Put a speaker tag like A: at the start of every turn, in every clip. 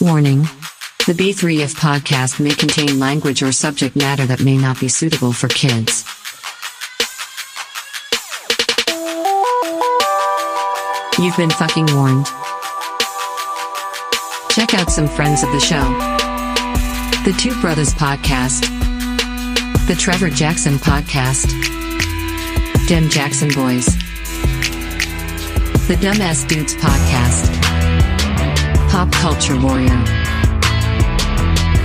A: Warning. The B3F podcast may contain language or subject matter that may not be suitable for kids. You've been fucking warned. Check out some friends of the show. The Two Brothers Podcast. The Trevor Jackson Podcast. Dem Jackson Boys. The Dumbass Dudes Podcast. Pop Culture Warrior.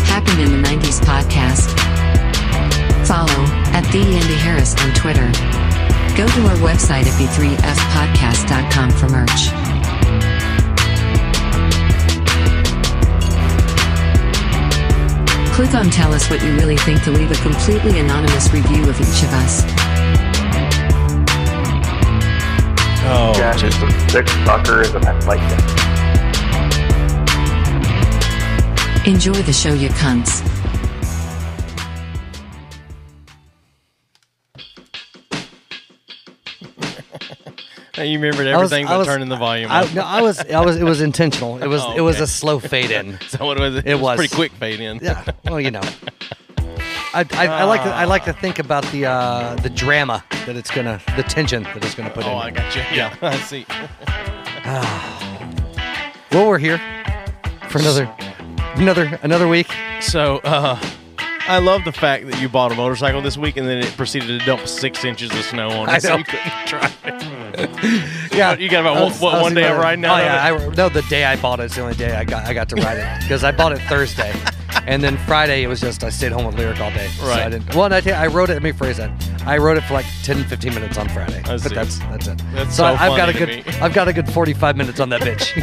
A: Happened in the 90s podcast. Follow at the Andy Harris on Twitter. Go to our website at b3fpodcast.com for merch. Click on Tell Us What You Really Think to leave a completely anonymous review of each of us.
B: Oh,
C: Jack is
B: just
C: a sick fucker and I like it.
A: Enjoy the show, you cunts.
B: you remembered
D: I was-
B: everything
D: I
B: but
D: was-
B: turning the volume
D: I,
B: up.
D: no, I was, I was, it was intentional. It was,
B: Oh,
D: it was
B: okay.
D: a slow fade in.
B: So what was it?
D: It was.
B: pretty quick fade in.
D: Yeah. Well, you know, I, I, I like, to, I like to think about the, uh, the drama that it's gonna, the tension that it's gonna put
B: Oh,
D: in.
B: I got you. Yeah, I see.
D: Well, we're here for another, another, another week.
B: So, uh, I love the fact that you bought a motorcycle this week and then it proceeded to dump six inches of snow on it.
D: I
B: so
D: know.
B: you couldn't drive it.
D: Yeah.
B: You got about
D: I
B: one- what,
D: I
B: one day
D: about-
B: of riding out
D: Oh
B: of
D: yeah. I, no, the day I bought it, it's the only day I got, I got to ride it because I bought it Thursday, and then Friday it was just I stayed home with Lyric all day. So I
B: Right.
D: didn't. Well, no, I, tell you, I rode it. Let me phrase that. I rode it for like 10, 15 minutes on Friday. but
B: see.
D: that's that's it.
B: That's so
D: so, I, I've got a
B: funny
D: good.
B: to me.
D: I've got a good forty-five minutes on that bitch.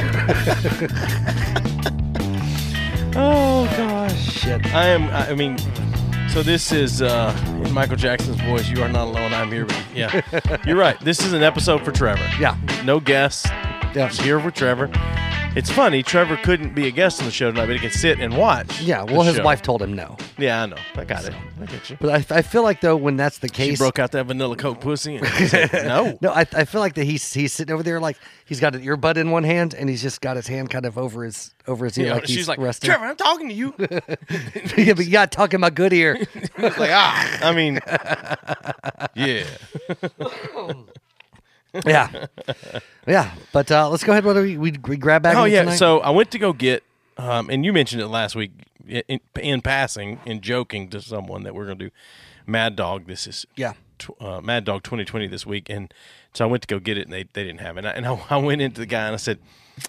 B: Oh gosh.
D: Shit.
B: I am. I I mean, so this is uh, in Michael Jackson's voice. You are not alone. I'm here. With you. Yeah, you're right. This is an episode for Trevor.
D: Yeah.
B: No guests.
D: Yeah.
B: Just here for Trevor. It's funny. Trevor couldn't be a guest on the show tonight, but he could sit and watch.
D: Yeah. Well,
B: the
D: his
B: show.
D: wife told him no.
B: Yeah, I know. I got it. I get you.
D: But I, I feel like though when that's the
B: She
D: case,
B: broke out that vanilla coke pussy. And he's like, no.
D: No, I, I feel like that he's he's sitting over there like he's got an earbud in one hand and he's just got his hand kind of over his over his ear
B: You know,
D: like he's
B: she's like,
D: resting.
B: Trevor, I'm talking to you. It's
D: yeah, but yeah, talking my good ear.
B: like, ah, I mean, yeah.
D: yeah, yeah. But uh, let's go ahead. What do we, we we grab back?
B: Oh
D: into
B: yeah.
D: tonight?
B: So I went to go get, um, and you mentioned it last week in, in, in passing, in joking to someone that we're gonna do Mad Dog. This is
D: Yeah.
B: tw- uh, Mad Dog 2020 this week, and so I went to go get it, and they, they didn't have it. And I, and I, I went into the guy and I said,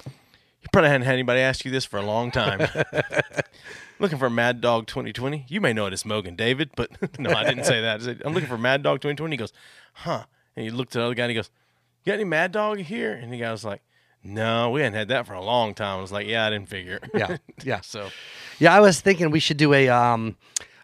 B: "You probably hadn't had anybody ask you this for a long time." Looking for Mad Dog 2020. You may know it as Mogan David, but no, I didn't say that. I said, I'm looking for Mad Dog 2020. He goes, huh? And he looked at the other guy and he goes, You got any Mad Dog here? And the guy was like, No, we hadn't had that for a long time. I was like, Yeah, I didn't figure.
D: Yeah, yeah.
B: so,
D: yeah, I was thinking we should do a um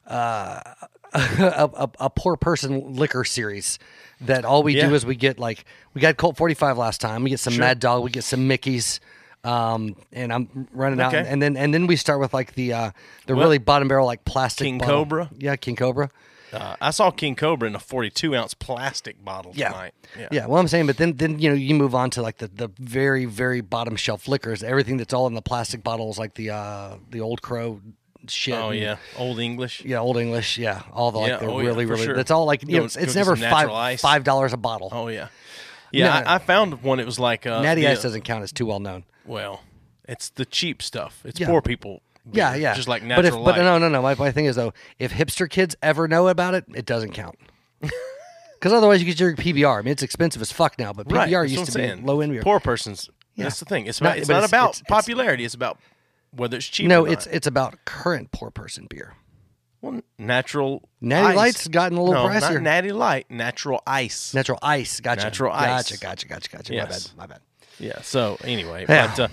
D: uh a, a, a poor person liquor series. That all we
B: Yeah.
D: do is we get like we got Colt forty five last time. We get some Mad Dog. We get some Mickey's. Um, and I'm running out,
B: Okay.
D: and then and then we start with like the uh the really bottom barrel like plastic
B: King
D: bottle.
B: Cobra?
D: Yeah, King Cobra.
B: uh, I saw King Cobra in a 42 ounce plastic bottle
D: yeah.
B: tonight.
D: Yeah. Well, I'm saying, but then then you know you move on to like the the very very bottom shelf liquors. Everything that's all in the plastic bottles, like the uh the old crow shit.
B: Oh,
D: and-
B: yeah. Old English.
D: Yeah, old English. Yeah, all the like
B: Yeah,
D: the
B: oh, yeah,
D: really
B: for
D: really.
B: sure.
D: That's all like
B: Go-
D: you know, it's,
B: go
D: it's
B: get
D: never
B: some
D: five
B: natural ice.
D: five dollars a bottle.
B: Oh, yeah. Yeah,
D: No.
B: I, I found one. It was like uh,
D: Natty
B: the-
D: Ice doesn't count as too well known.
B: Well, it's the cheap stuff. It's
D: Yeah.
B: poor people. beer,
D: Yeah, yeah.
B: Just like
D: But if
B: natural
D: but
B: light.
D: no no no, my, my thing is though, if hipster kids ever know about it, it doesn't count. Because otherwise you could drink PBR. I mean, it's expensive as fuck now, but PBR
B: Right, that's
D: used
B: what
D: to
B: I'm
D: be
B: saying.
D: low end beer.
B: Poor person's.
D: Yeah.
B: That's the thing. It's
D: No,
B: about, it's
D: but
B: not
D: it's-
B: about
D: it's- it's-
B: popularity. It's, about whether it's cheap.
D: no,
B: or not.
D: it's it's about current poor person beer.
B: well, natural.
D: Natty
B: ice.
D: Light's gotten a little
B: no,
D: pricier.
B: Not natural light, natural ice.
D: Natural ice. Gotcha.
B: Natural
D: gotcha,
B: ice.
D: Gotcha. Gotcha. Gotcha.
B: Yes.
D: My bad. My bad.
B: yeah. So anyway,
D: Yeah.
B: but uh,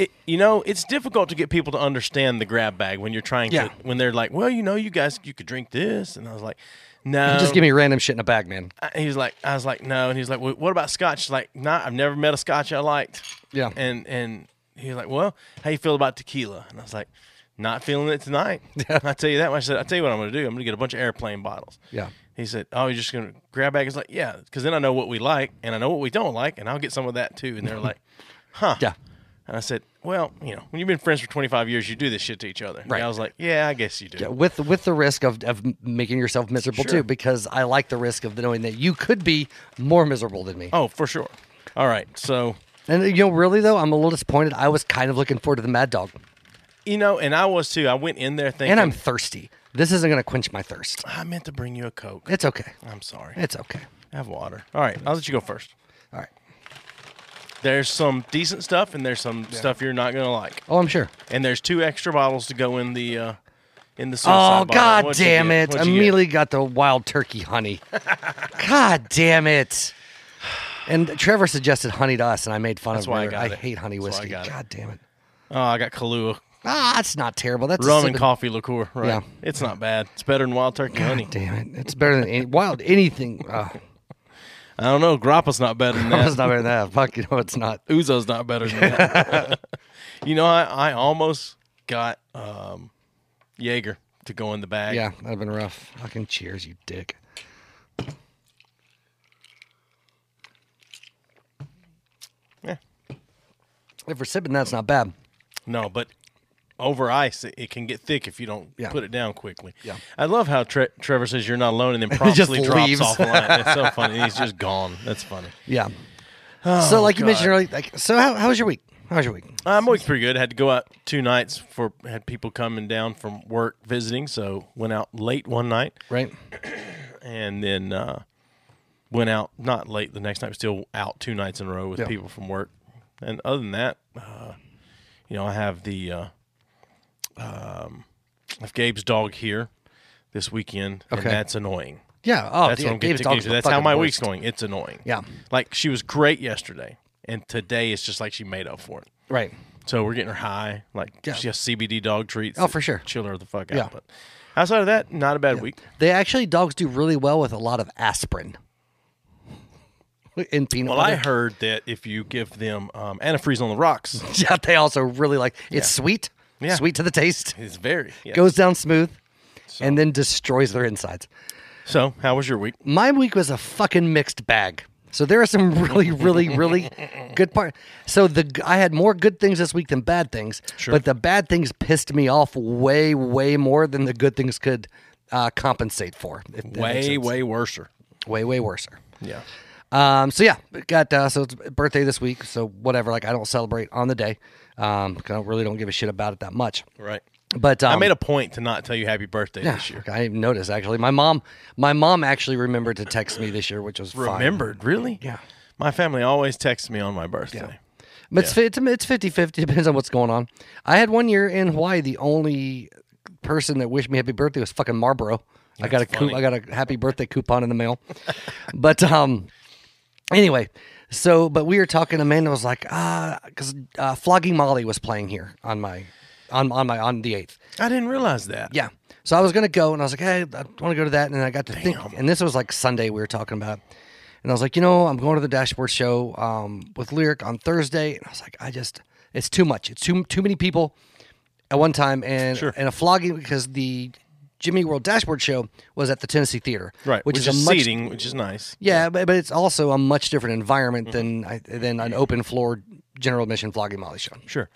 B: it, you know, it's difficult to get people to understand the grab bag when you're trying
D: Yeah.
B: to when they're like, well, you know, you guys, you could drink this, and I was like, no,
D: Just give me random shit in a bag, man.
B: I- he was like, I was like, no, and he's like, well, what about Scotch? Like, nah, I've never met a Scotch I liked.
D: Yeah.
B: And and he was like, well, how you feel about tequila? And I was like, not feeling it tonight. I tell you that. much. I said, I tell you what I'm going to do. I'm going to get a bunch of airplane bottles.
D: Yeah.
B: He said, oh, you're just going to grab bags? Like, yeah, because then I know what we like and I know what we don't like, and I'll get some of that too. And they're like, huh?
D: Yeah.
B: I And I said, well, you know, when you've been friends for 25 years, you do this shit to each other. And
D: Right.
B: I was like, yeah, I guess you do.
D: Yeah, with with the risk of, of making yourself miserable
B: Sure.
D: too, because I like the risk of knowing that you could be more miserable than me.
B: Oh, for sure. All right. So,
D: And you know, really though, I'm a little disappointed. I was kind of looking forward to the Mad Dog,
B: you know, and I was too. I went in there thinking,
D: and I'm thirsty. This isn't going to quench my thirst.
B: I meant to bring you a Coke.
D: It's okay.
B: I'm sorry.
D: It's okay.
B: I have water. All right. I'll let you go first.
D: All right.
B: There's some decent stuff, and there's some stuff you're not going to like.
D: Oh, I'm sure.
B: And there's two extra bottles to go in the. Uh, in the suicide
D: Oh
B: bottle.
D: God
B: What'd you
D: damn
B: get?
D: it!
B: What'd you get?
D: Immediately got the wild turkey honey. God damn it! And Trevor suggested honey to us, and I made fun
B: That's
D: of
B: why I
D: her.
B: got it.
D: hate honey
B: That's why I
D: whiskey.
B: got it.
D: God damn it!
B: Oh, I got Kahlua
D: Ah, it's not terrible. That's a
B: rum
D: sip
B: and
D: of-
B: coffee liqueur. Right,
D: Yeah.
B: it's not bad. It's better than wild turkey honey.
D: God damn it! It's better than any, wild anything. Uh,
B: I don't know. Grappa's not better than that.
D: it's not better than that. Fuck you know, it's not.
B: Uzo's not better than that. you know, I, I almost got um, Jaeger to go in the bag.
D: Yeah, that'd have been rough. Fucking cheers, you dick.
B: Yeah.
D: If we're sipping, that's not bad.
B: No, but over ice, it, it can get thick if you don't
D: Yeah.
B: put it down quickly.
D: Yeah.
B: I love how tre- Trevor says you're not alone and then promptly
D: just
B: drops
D: leaves.
B: offline. It's so funny. He's just gone. That's funny.
D: Yeah. so, like you mentioned
B: Oh, God.
D: earlier, like so, how, how was your week? How was your week?
B: Uh, my week's pretty good. had to go out two nights for had people coming down from work visiting, so went out late one night.
D: Right.
B: and then uh, went out not late the next night, but still out two nights in a row with
D: Yeah.
B: people from work. And other than that, uh, you know, I have the uh, um, I have Gabe's dog here this weekend, and
D: Okay.
B: that's annoying.
D: Yeah. Oh,
B: That's
D: yeah,
B: what I'm getting
D: Gabe's
B: to
D: dog's
B: get to.
D: the
B: That's how
D: fucking
B: my
D: worst.
B: week's going. It's annoying.
D: Yeah.
B: like she was great yesterday, and today it's just like she made up for it.
D: Right.
B: So we're getting her high, like
D: Yeah.
B: she has CBD dog treats.
D: Oh,
B: that
D: for sure.
B: chill her the fuck out.
D: Yeah.
B: But outside of that, not a bad week.
D: They actually dogs do really well with a lot of aspirin. In peanut
B: Well,
D: butter.
B: I heard that if you give them um, antifreeze on the rocks,
D: Yeah, they also really like it's sweet.
B: Yeah.
D: Sweet to the taste.
B: it's very yeah.
D: Goes down smooth. And then destroys their insides.
B: So, how was your week?
D: my week was a fucking mixed bag. So there are some really, really, really good part. So the g- I had more good things this week than bad things,
B: Sure.
D: but the bad things pissed me off way, way more than the good things could uh, compensate for. if that makes
B: Way,
D: sense.
B: way worser.
D: way, way worse.
B: Yeah.
D: Um, so yeah, got uh, so it's birthday this week. So whatever, like I don't celebrate on the day. Um, 'cause I don't- really don't give a shit about it that much.
B: Right.
D: But um,
B: I made a point to not tell you happy birthday this year.
D: I didn't notice actually. My mom, my mom actually remembered to text me this year, which was fine.
B: Remembered, really?
D: Yeah.
B: My family always texts me on my birthday.
D: But it's, fi- it's it's 50 50. Depends on what's going on. I had one year in Hawaii. The only person that wished me happy birthday was fucking Marlboro. I got a
B: That's
D: coup-
B: funny.
D: I got a happy birthday coupon in the mail. but um, anyway, so but we were talking. Amanda was like, ah, because uh, Flogging Molly was playing here on my on on my on the eighth.
B: I didn't realize that.
D: Yeah. So I was gonna go, and I was like, hey, I want to go to that, and then I got to think, and this was like Sunday we were talking about, it. and I was like, you know, I'm going to the dashboard show um, with Lyric on Thursday, and I was like, I just, it's too much, it's too too many people at one time, and
B: Sure.
D: and a flogging because the Jimmy World dashboard show was at the Tennessee Theater,
B: Right.
D: Which, is, a much
B: seating, which is nice.
D: yeah, but, but it's also a much different environment
B: Mm-hmm.
D: than I than an open floor general admission flogging Molly show.
B: Sure.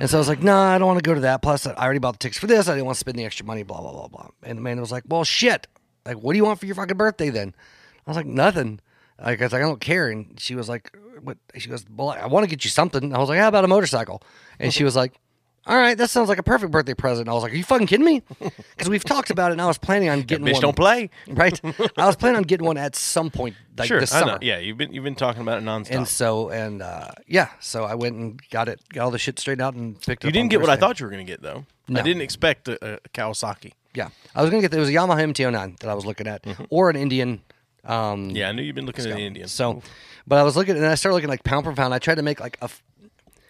D: And so I was like, no, nah, I don't want to go to that. Plus, I already bought the tickets for this. I didn't want to spend the extra money, blah, blah, blah, blah. And the man was like, well, shit. Like, what do you want for your fucking birthday then? I was like, nothing. Like, I was like, I don't care. And she was like, what? She goes, well, I want to get you something. I was like, how about a motorcycle? And she was like, all right, that sounds like a perfect birthday present. I was like, are you fucking kidding me? Because we've talked about it and I was planning on getting
B: Bitch,
D: one.
B: don't play.
D: Right? I was planning on getting one at some point, like
B: sure.
D: this
B: I
D: summer.
B: know. Yeah, you've been you've been talking about it nonstop.
D: And so, and uh, yeah, so I went and got it, got all the shit straightened out and picked it
B: you
D: up. on
B: didn't get what I
D: Thursday.
B: thought you were going to get though. I
D: No.
B: didn't expect a, a Kawasaki.
D: Yeah, I was gonna get there was a Yamaha MT09 that I was looking at, or an Indian. Um,
B: Yeah, I knew you've been looking at the Indian.
D: so, but I was looking and I started looking like pound for pound. I tried to make like a, f-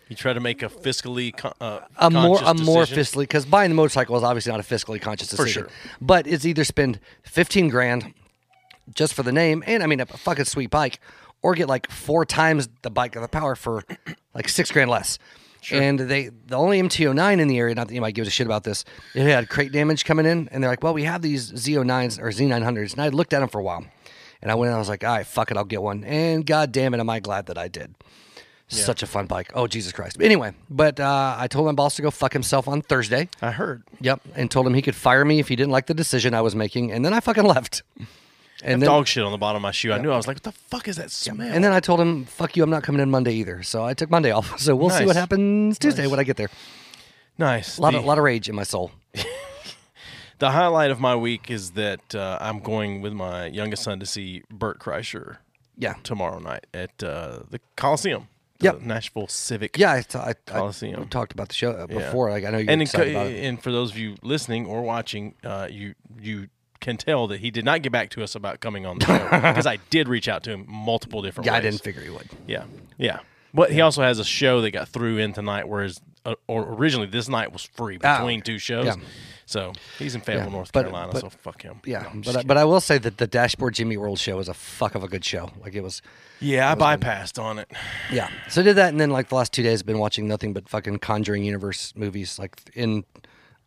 B: you try to make a fiscally con- uh,
D: a more
B: conscious
D: a more
B: decision.
D: fiscally because buying the motorcycle is obviously not a fiscally conscious decision.
B: sure.
D: But it's either spend fifteen grand just for the name, and I mean a fucking sweet bike, or get like four times the bike of the power for like six grand less. And they the only MT09 in the area, not that anybody gives a shit about this, it had crate damage coming in, and they're like, well, we have these Z09s or Z900s, and I looked at them for a while, and I went and I was like, all right, fuck it, I'll get one, and god damn it, am I glad that I did. Such a fun bike. Oh Jesus Christ. Anyway, but uh, I told my boss to go fuck himself on Thursday.
B: I heard.
D: Yep, and told him he could fire me if he didn't like the decision I was making, and then I fucking left. And then,
B: Dog shit on the bottom of my shoe. I knew. I was like, what the fuck is that smell?
D: and then I told him, "Fuck you, I'm not coming in Monday either." So I took Monday off. So we'll see
B: Nice.
D: what happens Tuesday when I get there.
B: nice.
D: A lot,
B: the,
D: of, lot of rage in my soul.
B: the highlight of my week is that uh, I'm going with my youngest son to see Bert Kreischer
D: Yeah,
B: tomorrow night at uh, the Coliseum. the
D: Yep.
B: Nashville Civic.
D: yeah. I, t- I, I
B: Coliseum.
D: we talked about the show uh,
B: Yeah.
D: before. Like I know you're
B: and in
D: excited
B: co-
D: about it.
B: and for those of you listening or watching, uh, you you can tell that he did not get back to us about coming on the show because I did reach out to him multiple different
D: Yeah, I
B: ways.
D: didn't figure you would.
B: Yeah, yeah. But he also has a show that got threw in tonight, whereas uh, or originally this night was free
D: Ah,
B: between two shows.
D: Yeah.
B: So he's in Fayetteville,
D: Yeah,
B: North
D: but-
B: Carolina.
D: but-
B: so fuck him.
D: Yeah,
B: No, I'm
D: but
B: just
D: I, but I will say that the Dashboard Jimmy World show was a fuck of a good show. Like it was, um,
B: kidding. yeah, I bypassed on it.
D: yeah. So I did that, and then like the last two days, I've been watching nothing but fucking Conjuring universe movies, like in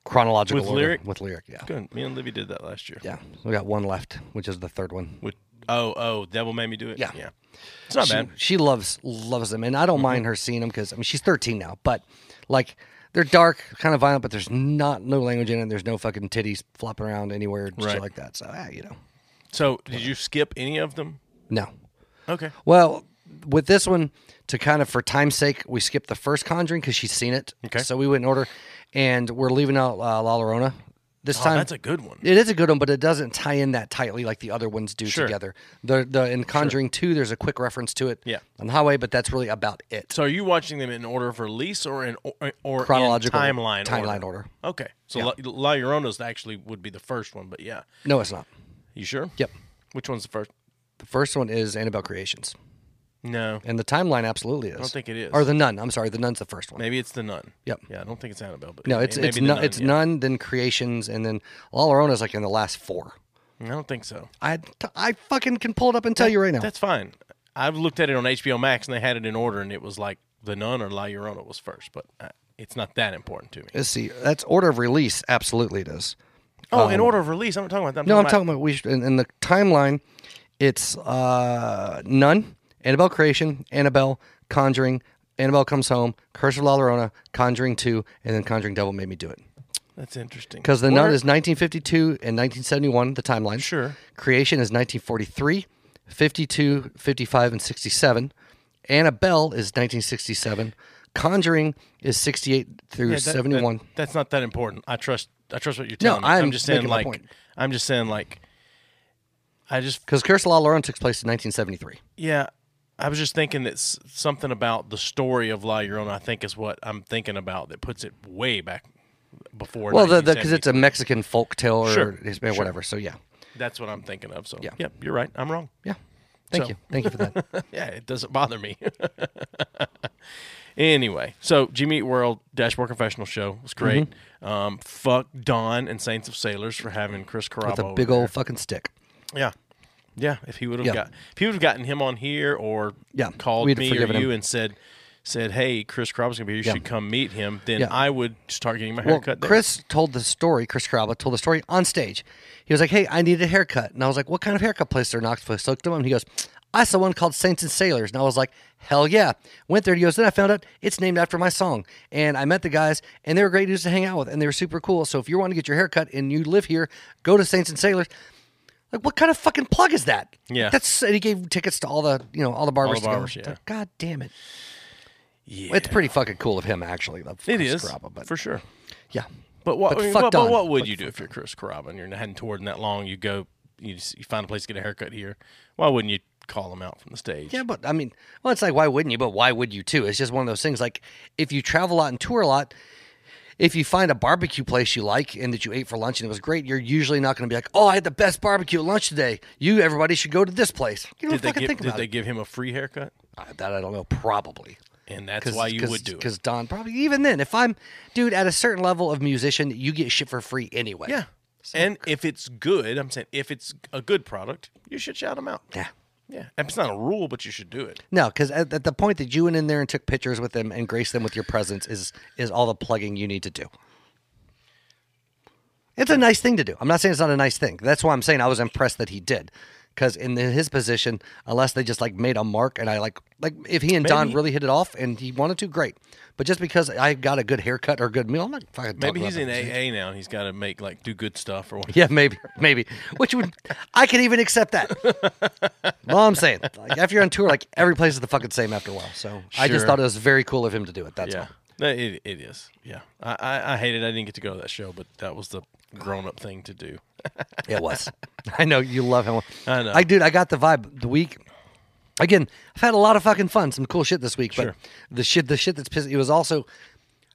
D: chronological
B: With
D: order.
B: lyric?
D: With lyric, yeah,
B: Good. Me and Livy did that last year.
D: yeah. We got one left, which is the third one.
B: With oh oh, Devil made me do it.
D: Yeah.
B: yeah. It's not
D: she,
B: bad. Mm-hmm.
D: she loves loves them, and I don't mind her seeing them because I mean she's 13 now, but like they're dark, kind of violent, but there's not no language in it. There's no fucking titties flopping around anywhere, and
B: Right.
D: shit like that. So ah, you know,
B: So did you skip any of them? Oh,
D: no.
B: Okay.
D: Well, with this one, to kind of for time's sake, we skipped the first Conjuring because she's seen it.
B: Okay.
D: So we went in order, and we're leaving out uh, La Llorona this
B: Oh,
D: time.
B: that's a good one.
D: It is a good one, but it doesn't tie in that tightly like the other ones do
B: Sure.
D: together. The the in Conjuring Two, there's a quick reference to it
B: Yeah.
D: on the highway, but that's really about it.
B: So are you watching them in order of release or in or, or in
D: Chronological
B: timeline
D: timeline
B: order?
D: order.
B: Okay. So La, La Llorona's actually would be the first one, but yeah.
D: No, it's not.
B: You sure?
D: Yep.
B: Which one's the first?
D: The first one is Annabelle Creations,
B: No.
D: and the timeline absolutely is. I
B: don't think it is.
D: Or the Nun. I'm sorry, the Nun's the first one.
B: Maybe it's the nun.
D: Yep.
B: Yeah, I don't think it's Annabelle, but
D: No, it's
B: maybe
D: it's
B: the
D: nun, it's
B: yeah.
D: Nun, then Creations, and then La Llorona's like in the last four.
B: I don't think so.
D: I I fucking can pull it up and tell you right now.
B: That's fine. I've looked at it on HBO Max and they had it in order, and it was like the nun or La Llorona was first, but uh, it's not that important to me.
D: Let's see. That's order of release. Absolutely, it is.
B: Oh, in order of release, I'm not talking about that.
D: No, I'm talking about we should, in, in the timeline. It's uh, Nun, Annabelle Creation, Annabelle Conjuring, Annabelle Comes Home, Curse of La Llorona, Conjuring Two, and then Conjuring Devil Made Me Do It.
B: That's interesting.
D: Because the
B: Where-
D: Nun is 1952 and 1971, the timeline.
B: Sure.
D: Creation is 1943, 52, 55, and 67. Annabelle is 1967. Conjuring is 68 through
B: Yeah, that- that-
D: 71.
B: that's not that important. I trust. I trust what you're
D: No,
B: telling me.
D: I'm
B: I'm just saying
D: making my
B: like.
D: point.
B: I'm just saying like. I just
D: Because Curse of La Llorona took place in 1973.
B: yeah. I was just thinking that s- something about the story of La Llorona. I think is what I'm thinking about that puts it way back before.
D: Well, the because it's a Mexican folk tale or
B: Sure,
D: Hispanic, whatever. So yeah,
B: 1970. that's what I'm thinking of. So
D: Yeah.
B: yep, you're right. I'm wrong.
D: yeah. Thank
B: So-
D: you, thank you for that.
B: yeah, it doesn't bother me. anyway, so Jimmy Eat World Dashboard Confessional Show was great.
D: Mm-hmm.
B: Um, fuck Don and Saints of Sailors for having Chris Carrabbo
D: With a
B: over
D: big
B: there.
D: old fucking stick.
B: Yeah. Yeah. If he would have
D: Yeah.
B: got if he would have gotten him on here or
D: Yeah,
B: called
D: we'd have
B: me or
D: forgiven
B: you
D: him.
B: and said said, Hey, Chris Crob's gonna be here, you
D: Yeah.
B: should come meet him, then
D: Yeah.
B: I would start getting my
D: Well,
B: haircut there.
D: Chris told the story. Chris Caraba told the story on stage. He was like, "Hey, I need a haircut," and I was like, "What kind of haircut place there in Knoxville?" So I looked him up, and he goes, "I saw one called Saints and Sailors," and I was like, "Hell yeah!" Went there. And he goes, "Then I found out it's named after my song," and I met the guys, and they were great dudes to hang out with, and they were super cool. So if you want to get your haircut and you live here, go to Saints and Sailors. Like, what kind of fucking plug is that?
B: Yeah.
D: that's. And he gave tickets to all the you know all the barbers. to go.
B: barbers, yeah.
D: God damn it.
B: Yeah.
D: It's pretty fucking cool of him, actually. Of
B: It
D: Chris
B: is
D: Caraba, but
B: for sure.
D: yeah.
B: But what
D: But
B: I mean,
D: fuck
B: what, but
D: Don.
B: what would you do if you're Chris Carrabba and you're heading toward him that long, you go you, just, you find a place to get a haircut here. Why wouldn't you call him out from the stage?
D: Yeah, but I mean, well, it's like why wouldn't you? But why would you too? It's just one of those things. Like if you travel a lot and tour a lot, if you find a barbecue place you like and that you ate for lunch and it was great, you're usually not going to be like, "Oh, I had the best barbecue at lunch today. You, everybody, should go to this place." You don't
B: Did they
D: fucking
B: give,
D: think
B: did
D: about
B: they
D: it.
B: give him a free haircut?
D: Uh, that I don't know. Probably.
B: And that's why you would do it.
D: Because Don probably even then, if I'm dude at a certain level of musician, you get shit for free anyway.
B: Yeah. and if it's good, I'm saying if it's a good product, you should shout them out.
D: Yeah.
B: Yeah. And It's not a rule, but you should do it.
D: No, because at, at the point that you went in there and took pictures with them and graced them with your presence is is all the plugging you need to do. It's a nice thing to do. I'm not saying it's not a nice thing. That's why I'm saying I was impressed that he did, Because in the- his position, unless they just like made a mark, and I like like if he and Don
B: Maybe-
D: really hit it off, and he wanted to, great. But just because I got a good haircut or a good meal, I'm not fucking.
B: Maybe
D: talking about
B: he's in
D: that.
B: AA now and he's got to make like do good stuff or whatever.
D: Yeah, maybe, maybe. Which would I could even accept that. well, I'm saying, like, after you're on tour, like every place is the fucking same after a while. So I just
B: Sure.
D: thought it was very cool of him to do it. That's
B: Yeah,
D: all.
B: No, it, it is. Yeah, I, I I hate it. I didn't get to go to that show, but that was the grown up thing to do.
D: It was. I know you love him.
B: I know.
D: I dude, I got the vibe the week. Again, I've had a lot of fucking fun, some cool shit this week.
B: Sure.
D: But the shit, the shit that's pissing. It was also,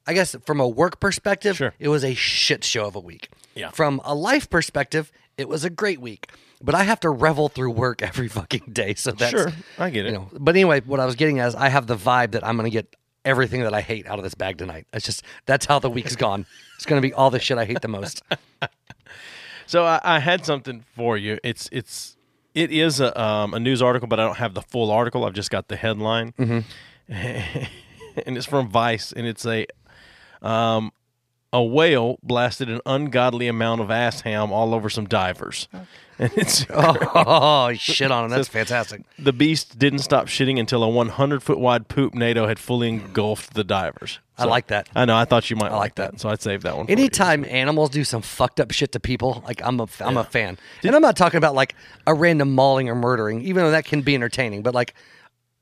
D: I guess, from a work perspective,
B: Sure.
D: it was a shit show of a week.
B: Yeah.
D: From a life perspective, it was a great week. But I have to revel through work every fucking day, so that's
B: Sure. I get it.
D: You know, but anyway, what I was getting at is I have the vibe that I'm going to get everything that I hate out of this bag tonight. It's just that's how the week's gone. It's going to be all the shit I hate the most.
B: So I, I had something for you. It's it's it is a um, a news article, but I don't have the full article. I've just got the headline, and it's from Vice, and it's a um, a whale blasted an ungodly amount of ass ham all over some divers, and it's
D: Oh, shit on him. That's fantastic.
B: The beast didn't stop shitting until a 100 foot wide poop NATO had fully engulfed the divers.
D: I like that.
B: I know. I thought you might like
D: like
B: that, so I'd save that one. for you.
D: Anytime animals do some fucked up shit to people, like I'm a am a fan. and I'm not talking about like a random mauling or murdering, even though that can be entertaining, but like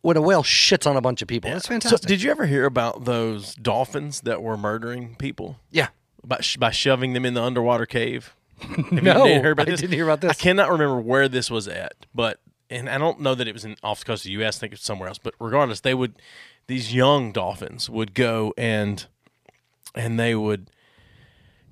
D: when a whale shits on a bunch of people, that's
B: So,
D: fantastic.
B: did you ever hear about those dolphins that were murdering people
D: yeah.
B: by sh- by shoving them in the underwater cave? Have you
D: No,
B: heard about
D: I
B: this?
D: didn't hear about this.
B: I cannot remember where this was at, but and I don't know that it was in off the coast of the U.S. I think it was somewhere else. But regardless, they would these young dolphins would go and and they would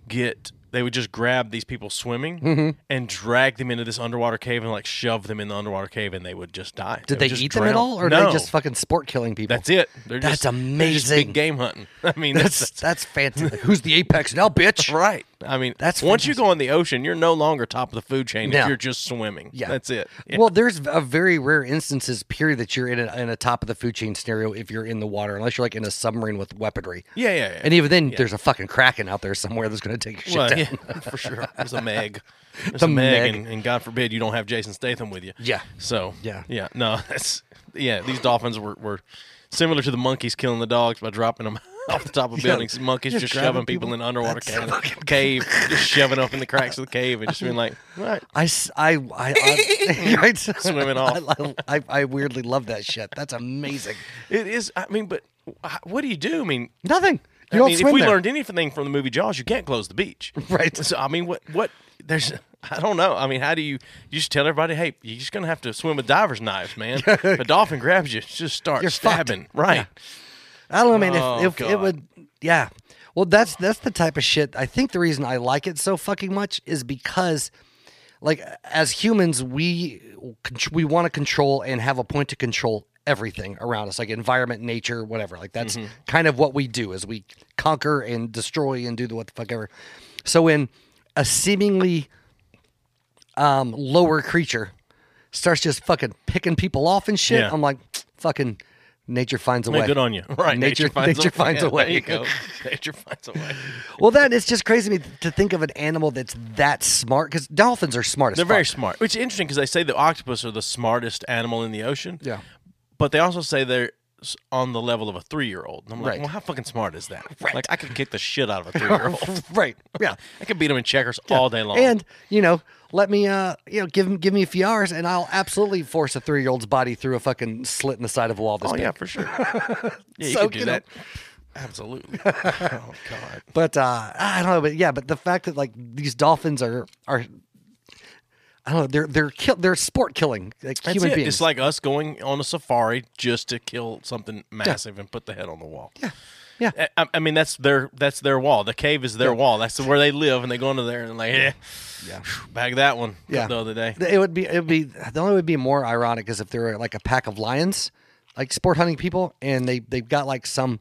B: get they would just grab these people swimming
D: Mm-hmm.
B: and drag them into this underwater cave and like shove them in the underwater cave and they would just die.
D: Did
B: would
D: they
B: just
D: eat them at
B: drown.
D: all or
B: no,
D: they just fucking sport killing people?
B: That's it. They're just,
D: That's
B: they're just big
D: amazing.
B: game hunting. I mean,
D: that's
B: that's,
D: that's, fantastic. Who's the apex now, bitch?
B: right. I mean,
D: That's
B: once you go in the ocean, you're no longer top of the food chain
D: No.
B: if you're just swimming.
D: Yeah.
B: that's it. Yeah.
D: Well, there's a very rare instances period that you're in a, in a top of the food chain scenario if you're in the water, unless you're like in a submarine with weaponry.
B: yeah, yeah, yeah.
D: And even then, there's a fucking kraken out there somewhere that's going to take your shit
B: Well,
D: down.
B: yeah, for sure. There's a Meg. There's
D: The
B: a Meg,
D: Meg.
B: And, and God forbid you don't have Jason Statham with you.
D: Yeah.
B: So
D: Yeah.
B: yeah. No, that's yeah. These dolphins were, were similar to the monkeys killing the dogs by dropping them off the top of buildings. Monkeys just, shoving
D: grabbing
B: people,
D: people.
B: in underwater
D: That's
B: cave, cave, just shoving up in the cracks of the cave and just being like, right.
D: I, s- I, I- I- right?
B: Swimming off.
D: I, I, I weirdly love that shit. That's amazing.
B: It is. I mean, but wh- what do you do? I mean,
D: Nothing.
B: I
D: You don't
B: mean,
D: swim
B: if we
D: there.
B: learned anything from the movie Jaws, you can't close the beach,
D: Right.
B: So I mean, what what there's I don't know. I mean, how do you you just tell everybody, hey, you're just gonna have to swim with divers' knives, man. if a dolphin grabs you, just start
D: You're fucked.
B: stabbing, right?
D: I don't know, man. If,
B: Oh,
D: if it
B: God.
D: would, yeah. Well, that's that's the type of shit. I think the reason I like it so fucking much is because, like, as humans, we contr- we want to control and have a point to control everything around us, like environment, nature, whatever. Like that's
B: Mm-hmm.
D: kind of what we do is we conquer and destroy and do the what the fuck ever. So when a seemingly um, lower creature starts just fucking picking people off and shit,
B: Yeah.
D: I'm like, fucking nature finds a
B: Man,
D: way.
B: good on you, right?
D: Nature, nature finds, a,
B: Yeah,
D: way.
B: There you go. nature finds a way.
D: Well, that it's just crazy to me to think of an animal that's that smart because dolphins are smart as
B: They're very
D: fuck.
B: smart, which is interesting because they say the octopus are the smartest animal in the ocean.
D: Yeah.
B: but they also say they're s- on the level of a three-year-old. And I'm like,
D: Right.
B: well, how fucking smart is that? Like, I could kick the shit out of a three-year-old.
D: right. Yeah.
B: I could beat them in checkers all day long.
D: And you know, let me uh, you know, give 'em- give me a few hours, and I'll absolutely force a three year old's body through a fucking slit in the side of a wall. This
B: oh
D: big.
B: yeah, for sure. Yeah, you
D: So,
B: could do
D: you know.
B: that. Absolutely. oh god.
D: But uh, I don't know, but yeah, but the fact that like these dolphins are are. I don't know. They're they're kill, they're sport killing like
B: That's
D: human
B: it.
D: beings.
B: It's like us going on a safari just to kill something massive and put the head on the wall. Yeah.
D: yeah,
B: I, I mean that's their that's their wall. The cave is their wall. That's where they live, and they go into there and like, eh,
D: Yeah.
B: phew, bag that one.
D: yeah.
B: the other day.
D: It would be it would be the only would be more ironic is if there were like a pack of lions, like sport hunting people, and they they've got like some,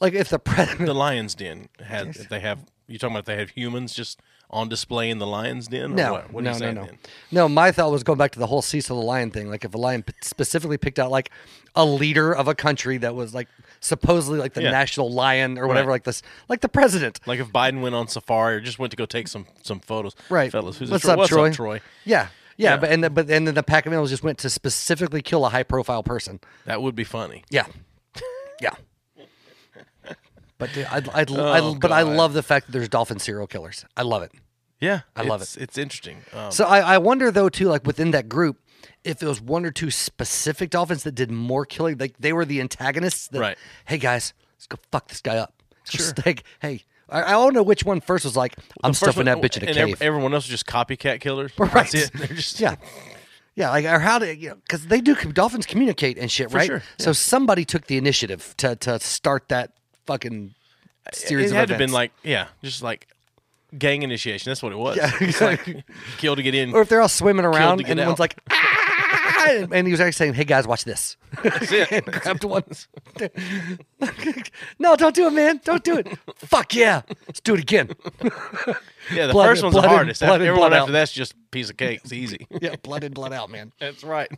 D: like if the president.
B: The lion's den had if they have. You talking about if they have humans just on display in the lion's den? Or
D: No,
B: what? What are
D: no,
B: you
D: no,
B: saying
D: no,
B: then?
D: no. My thought was going back to the whole Cecil the Lion thing. Like, if a lion p- specifically picked out like a leader of a country that was like supposedly like the
B: Yeah.
D: national lion or whatever,
B: Right.
D: like this, like the president,
B: Like if Biden went on safari or just went to go take some some photos.
D: right?
B: fellas, who's
D: What's
B: a, Troy?
D: up,
B: What's
D: Troy?
B: up, Troy?
D: Yeah, Yeah,
B: Yeah.
D: but and the, but and then the pack of animals just went to specifically kill a high profile person.
B: That would be funny.
D: Yeah, yeah. But dude, I'd, I'd, I'd but I
B: Oh, God.
D: love the fact that there's dolphin serial killers. I love it.
B: Yeah,
D: I love
B: it's, it. It's interesting. Um,
D: So I, I wonder though too, like within that group, if it was one or two specific dolphins that did more killing, like they were the antagonists. That,
B: Right.
D: Hey guys, let's go fuck this guy up. Sure. Like, hey, I, I don't know which one first was like, I'm
B: first one-
D: stuffing that bitch in a
B: and
D: cave.
B: ev- everyone else is just copycat killers.
D: Right.
B: That's it. They're just
D: yeah. Yeah, like or how do you know, because they do dolphins communicate and shit, right?
B: sure,
D: So somebody took the initiative to to start that fucking series.
B: It
D: of
B: had to have been
D: events.
B: like yeah, just like gang initiation. That's what it was.
D: Yeah,
B: It's like kill to get in.
D: or if they're all swimming around
B: to get
D: and
B: out.
D: one's like, ah! and, and he was actually saying, "Hey guys, watch this." and grabbed one. no, don't do it, man. Don't do it. Fuck yeah, let's do it again.
B: yeah, the
D: blood-
B: first one's the
D: blood and-
B: hardest.
D: blood and
B: everyone
D: blood
B: after
D: out.
B: that's just a piece of cake. It's easy.
D: yeah, blood in, blood out, man.
B: That's right.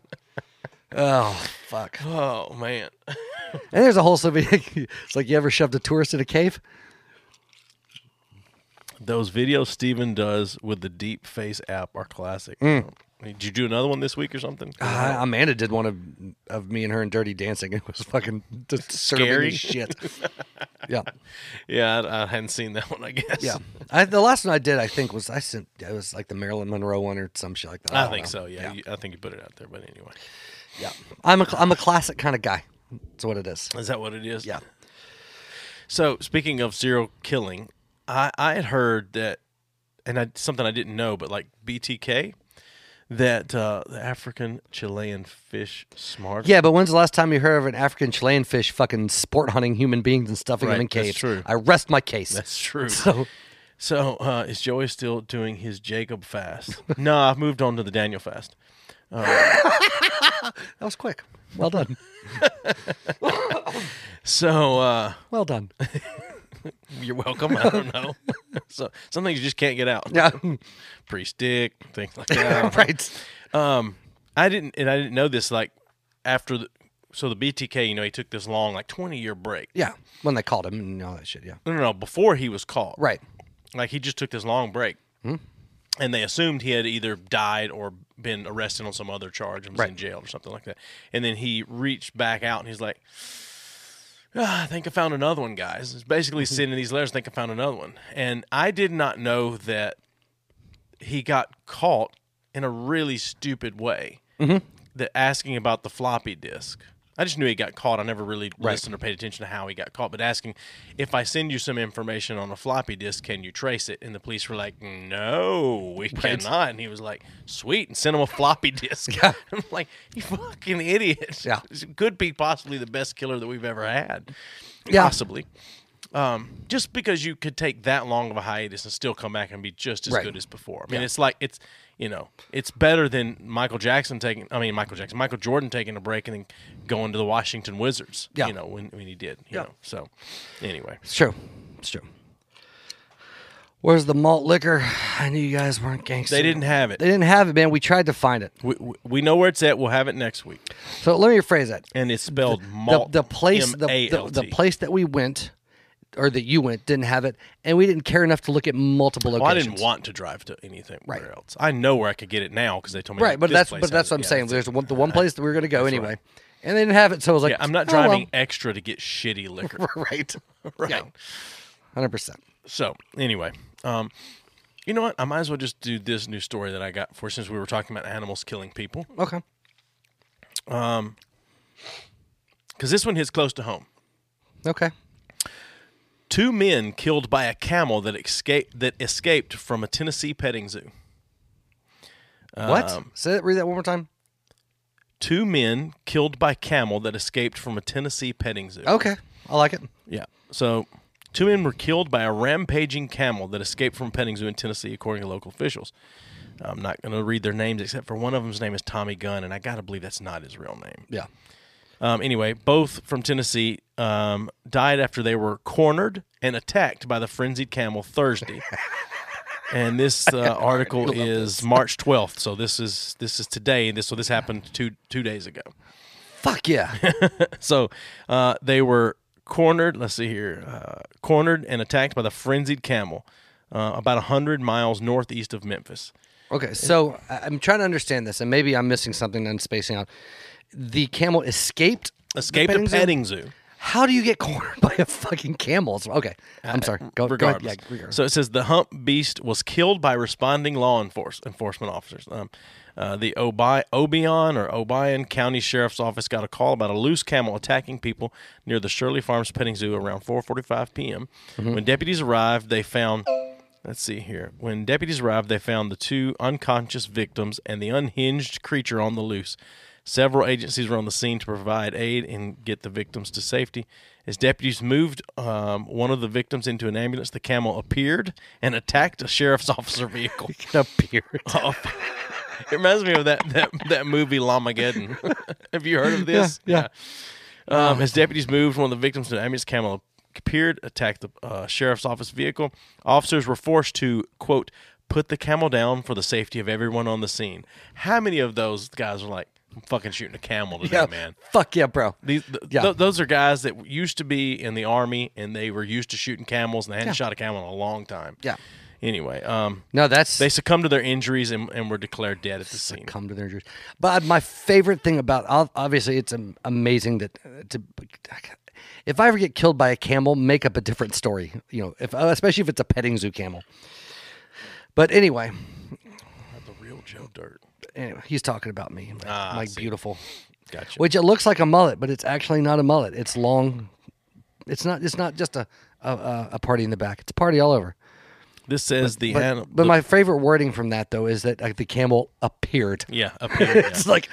D: Oh fuck.
B: Oh man.
D: And there's a whole so it's like you ever shoved a tourist in a cave?
B: Those videos Steven does with the deep face app are classic. Did you do another one this week or something?
D: Mm. Uh, Amanda did one of of me and her in Dirty Dancing. It was fucking disturbing
B: Scary.
D: as shit. yeah,
B: yeah, I, I hadn't seen that one. I guess.
D: yeah. I, the last one I did, I think, was I sent. It was like the Marilyn Monroe one or some shit like that.
B: I,
D: don't
B: think
D: know.
B: so. Yeah, You- I think you put it out there. But anyway,
D: yeah. I'm a cl- I'm a classic kind of guy. That's what it is.
B: is that what it is?
D: Yeah.
B: So speaking of serial killing, I, I had heard that, and I, something I didn't know, but like BTK, that uh, the African Chilean fish smart.
D: Yeah, but when's the last time you heard of an African Chilean fish fucking sport hunting human beings and stuffing them
B: Right,
D: in
B: that's
D: caves?
B: true.
D: I rest my case.
B: that's true. So,
D: so
B: uh, is Joey still doing his Jacob fast? no, I've moved on to the Daniel fast.
D: that was quick. Well done.
B: So uh,
D: Well done.
B: you're welcome. I don't know. Oh, so some things you just can't get out.
D: Yeah.
B: pre-stick things like that.
D: right.
B: Um, I didn't, and I didn't know this. Like after the, so the BTK, you know, he took this long, like twenty year break.
D: Yeah. When they called him and all that shit. Yeah.
B: No, no, no. Before he was caught,
D: Right. Hmm.
B: Like he just took this long break, and they assumed he had either died or been arrested on some other charge and was in
D: Right.
B: jail or something like that. And then he reached back out and he's like. "Ah, I think I found another one, guys. It's basically sending these letters. I think I found another one, and I did not know that he got caught in a really stupid way.
D: Mm-hmm.
B: That asking about the floppy disk. I just knew he got caught. I never really listened or paid attention to how he got caught. But asking if I send you some information on a floppy disk, can you trace it? And the police were like, "No, we cannot." And he was like, "Sweet," and sent him a floppy disk.
D: Yeah.
B: I'm like, "You fucking idiot!"
D: Yeah.
B: This could be possibly the best killer that we've ever had.
D: Yeah.
B: Possibly. Um, just because you could take that long of a hiatus and still come back and be just as
D: Right.
B: good as before. I mean, it's like it's you know, it's better than Michael Jackson taking. I mean, Michael Jackson, Michael Jordan taking a break and then going to the Washington Wizards.
D: Yeah.
B: You know when when he did. You
D: Yeah.
B: know. So anyway,
D: It's true. It's true. Where's the malt liquor? I knew you guys weren't gangsters.
B: they didn't have it.
D: They didn't have it, man. We tried to find it.
B: We, we- we know where it's at. We'll have it next week,
D: So let me rephrase that.
B: and it's spelled
D: the,
B: malt.
D: the place the, the,
B: M-A-L-T.
D: the place that we went or that you went didn't have it and we didn't care enough to look at multiple
B: Well, I
D: locations
B: didn't want to drive to anything
D: Right.
B: where else. I know where I could get it now because they told me.
D: right but
B: this
D: that's
B: place
D: but
B: has
D: that's
B: it.
D: what i'm
B: Yeah,
D: saying
B: that's it.
D: there's one, the one place that we were going to go
B: That's
D: anyway
B: right.
D: and they didn't have it so i was like
B: Yeah, I'm not
D: oh, well.
B: driving extra to get shitty liquor.
D: right
B: right.
D: Yeah. 100%
B: So anyway, um, you know what? I might as well just do this new story that I got for since we were talking about animals killing people
D: okay
B: because this one hits close to home.
D: okay
B: Two men killed by a camel that escaped that escaped from a Tennessee petting zoo.
D: what
B: Um,
D: say that read that one more time
B: Two men killed by camel that escaped from a Tennessee petting zoo.
D: okay i like it
B: Yeah. So, two men were killed by a rampaging camel that escaped from a petting zoo in Tennessee, according to local officials. I'm not going to read their names except for one of them's name is Tommy Gunn, and I got to believe that's not his real name.
D: yeah
B: Um, anyway, both from Tennessee um, died after they were cornered and attacked by the frenzied camel Thursday. and this uh, article is March 12th, so this is this is today. This so this happened two two days ago.
D: fuck yeah
B: So uh, they were cornered. Let's see here, uh, cornered and attacked by the frenzied camel, uh, about hundred miles northeast of Memphis.
D: Okay, so I- I'm trying to understand this, and maybe I'm missing something. And I'm spacing out. The camel escaped. the
B: Escape the
D: zoo?
B: petting zoo.
D: How do you get cornered by a fucking camel? It's- Okay, I'm sorry. Go, go
B: Uh,
D: ahead.
B: regardless.
D: Yeah, regardless.
B: So it says the hump beast was killed by responding law enforce, enforcement officers. Um, uh, the Obi- Obion or Obion County Sheriff's Office got a call about a loose camel attacking people near the Shirley Farms Petting Zoo around 4:45 p.m.
D: Mm-hmm.
B: When deputies arrived, they found. Let's see here. When deputies arrived, they found the two unconscious victims and the unhinged creature on the loose. Several agencies were on the scene to provide aid and get the victims to safety. As deputies moved um, one of the victims into an ambulance, the camel appeared and attacked a sheriff's officer vehicle.
D: It appeared.
B: Oh, it reminds me of that that, that movie Lamageddon. Have you heard of this?
D: yeah.
B: Yeah. Um, as deputies moved, one of the victims to an ambulance camel appeared, attacked the uh, sheriff's office vehicle. Officers were forced to quote put the camel down for the safety of everyone on the scene. How many of those guys are like? I'm fucking shooting a camel today,
D: Yeah,
B: man.
D: Fuck yeah, bro.
B: These, th-
D: Yeah.
B: th- those are guys that used to be in the army and they were used to shooting camels and they hadn't shot a camel in a long time.
D: Yeah.
B: Anyway, um,
D: No, that's
B: they succumbed to their injuries and, and were declared dead at the scene.
D: come to their injuries. But my favorite thing about ob- obviously it's am- amazing that uh, to if I ever get killed by a camel, make up a different story. You know, if uh, especially if it's a petting zoo camel. But anyway,
B: The real Joe Dirt.
D: anyway he's talking about me, my,
B: Ah, I
D: my
B: see.
D: beautiful,
B: Gotcha.
D: which it looks like a mullet, but it's actually not a mullet. It's long. It's not. It's not just a a- a, a party in the back. It's a party all over.
B: this says the
D: But,
B: animal.
D: but my favorite wording from that though is that like the camel appeared.
B: yeah, up here. yeah.
D: It's like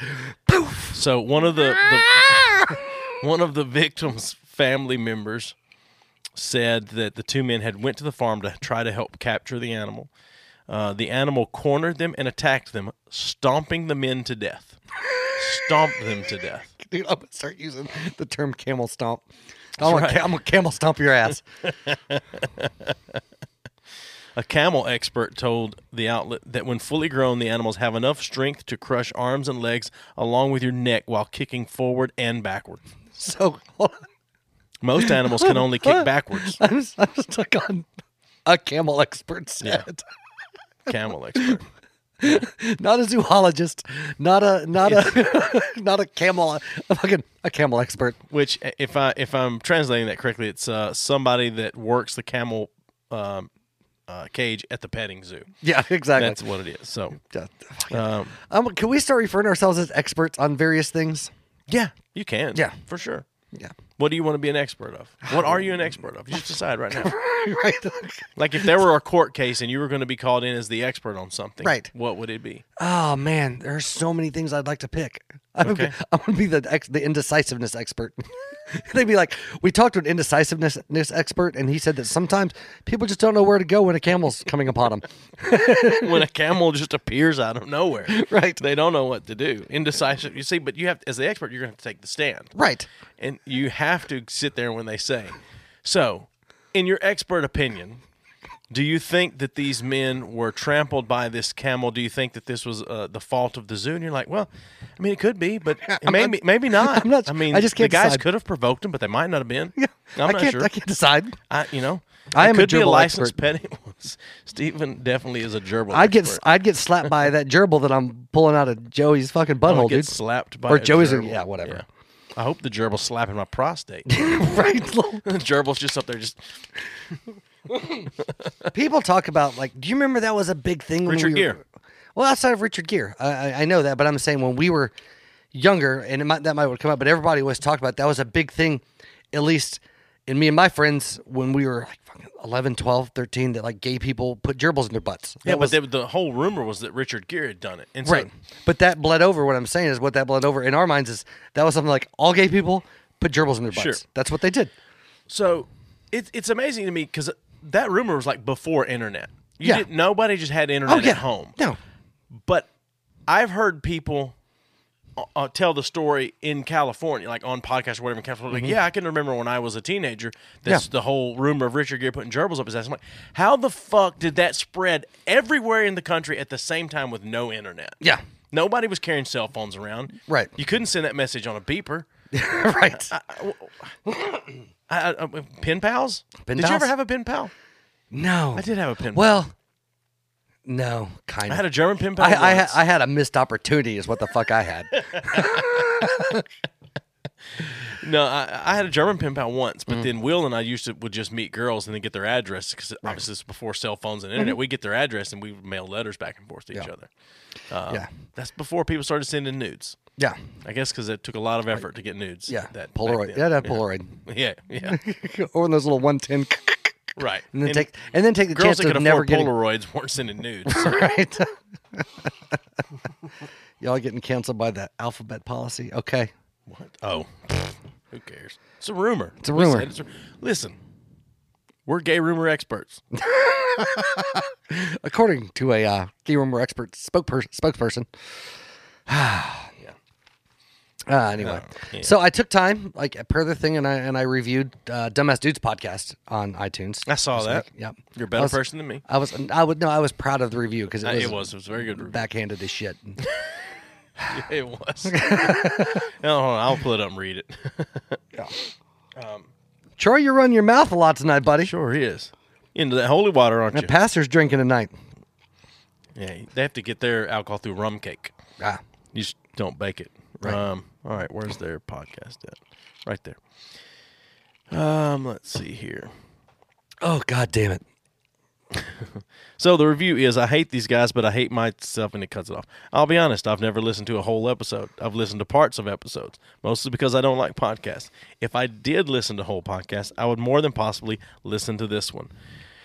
B: So one of the, the one of the victims' family members said that the two men had went to the farm to try to help capture the animal. Uh, the animal cornered them and attacked them, stomping the men to death. Stomped them to death.
D: Dude, I'm gonna start using the term camel stomp. I'm, gonna,
B: right.
D: ca- I'm gonna camel stomp your ass.
B: A camel expert told the outlet that when fully grown, the animals have enough strength to crush arms and legs along with your neck while kicking forward and backward.
D: so hold on.
B: Most animals can only kick backwards.
D: I'm, s- I'm stuck on a camel expert
B: Yeah.
D: said.
B: Camel expert.
D: Not a zoologist, not a not a not a camel a fucking a camel expert.
B: Which, if I if I'm translating that correctly, it's uh, somebody that works the camel um, uh, cage at the petting zoo.
D: Yeah, exactly.
B: That's what it is. So,
D: Yeah, fucking-
B: um,
D: um, can we start referring to ourselves as experts on various things?
B: yeah, you can.
D: Yeah.
B: for sure.
D: Yeah. Oh.
B: What do you want to be an expert of? What are you an expert of? Just decide right now.
D: right.
B: Like if there were a court case and you were going to be called in as the expert on something,
D: Right.
B: What would it be?
D: Oh man, there are so many things I'd like to pick. I'm,
B: Okay.
D: gonna, be, I'm gonna be the ex, the indecisiveness expert. They'd be like, we talked to an indecisiveness ness expert, and he said that sometimes people just don't know where to go when a camel's coming upon them.
B: when a camel just appears out of nowhere,
D: Right.
B: They don't know what to do. Indecisive. You see, but you have as the expert, you're going to take the stand.
D: right.
B: and you have to sit there when they say. So, in your expert opinion, do you think that these men were trampled by this camel? Do you think that this was uh, the fault of the zoo? And you're like, well, I mean, it could be, but maybe maybe not.
D: I'm not-
B: I mean,
D: I just can't
B: the guys
D: decide.
B: could have provoked them, but they might not have been. Yeah, I'm
D: I
B: not
D: can't.
B: sure.
D: I can't decide.
B: I, you know,
D: I
B: it
D: am a
B: could be a
D: gerbil
B: licensed
D: expert.
B: petting. Stephen definitely is a gerbil.
D: I'd get
B: expert.
D: I'd get slapped by that gerbil that I'm pulling out of Joey's fucking
B: I would
D: butthole,
B: get
D: dude.
B: slapped by
D: or
B: a
D: Joey's.
B: gerbil.
D: Yeah, whatever.
B: Yeah. I hope the gerbil's slapping my prostate.
D: right.
B: the gerbil's just up there, just
D: People talk about like, do you remember that was a big thing? When
B: Richard
D: we
B: Gere.
D: Were, well, outside of Richard Gere, I, I, I know that, but I'm saying when we were younger, and it might, that might would come up, but everybody was talking about that was a big thing, at least in me and my friends when we were like fucking 11, 12, 13, that like gay people put gerbils in their butts. That
B: Yeah,
D: was,
B: but the, the whole rumor was that Richard Gere had done it, and so,
D: right. But that bled over. What I'm saying is what that bled over in our minds is that was something like all gay people put gerbils in their butts.
B: Sure.
D: That's what they did.
B: So it, it's amazing to me because that rumor was like before internet. You
D: Yeah.
B: didn't, nobody just had internet
D: oh yeah.
B: at home.
D: No.
B: But I've heard people uh, uh, tell the story in California, like on podcasts or whatever in California. Like, yeah, I can remember when I was a teenager. That's
D: Mm-hmm. Yeah.
B: the whole rumor of Richard Gere putting gerbils up his ass. I'm like, how the fuck did that spread everywhere in the country at the same time with no internet?
D: Yeah.
B: Nobody was carrying cell phones around.
D: Right.
B: You couldn't send that message on a beeper.
D: right.
B: I, I, I- pen pals?
D: Pen
B: did you
D: pals?
B: ever have a pen pal?
D: No.
B: I did have a pen pal.
D: Well, No, kind
B: I
D: of.
B: had a German pin pal.
D: I, I,
B: once.
D: ha- I had a missed opportunity, is what the fuck I had.
B: No, I, I had a German pen pal once,
D: Mm.
B: but then Will and I used to would just meet girls and then get their address because obviously it's before cell phones and internet. We get their address and we would mail letters back and forth to each
D: Mm-hmm. Yeah.
B: other. Uh,
D: Yeah.
B: that's before people started sending nudes.
D: Yeah,
B: I guess because it took a lot of effort to get nudes.
D: yeah.
B: that back
D: Polaroid.
B: then.
D: Yeah, that Polaroid.
B: yeah, yeah,
D: or in those little one ten.
B: right.
D: And then take and then take the
B: girls
D: chance
B: that could afford
D: of never getting
B: Polaroids weren't sending nudes.
D: right. Y'all getting canceled by the alphabet policy? Okay.
B: what? Oh, pfft, who cares? It's a rumor. It's
D: a rumor.
B: It's a, listen, we're gay rumor experts.
D: According to a uh, gay rumor expert spokesperson. spokesperson. Uh, anyway,
B: Oh, yeah.
D: so I took time, like per the thing, and I and I reviewed uh, Dumbass Dudes podcast on iTunes.
B: I saw that.
D: Yep,
B: You're a
D: I
B: better
D: was-
B: person than me.
D: I was, I would no, I was proud of the review because
B: Uh,
D: it
B: It was.
D: was,
B: It was a very good review.
D: backhanded as shit.
B: It was. no, hold on, I'll pull it up and read it.
D: Troy, you run your mouth a lot tonight, buddy.
B: Um. Sure is. Into that holy water, aren't
D: The
B: you?
D: pastor's drinking tonight.
B: yeah, they have to get their alcohol through rum cake.
D: Ah,
B: You just don't bake it.
D: Right.
B: Um, all right, where's their podcast at? Right there. Um, let's see here.
D: oh god damn it!
B: So the review is I hate these guys, but I hate myself, and it cuts it off. I'll be honest, I've never listened to a whole episode. I've listened to parts of episodes, mostly because I don't like podcasts. If I did listen to whole podcasts, I would more than possibly listen to this one.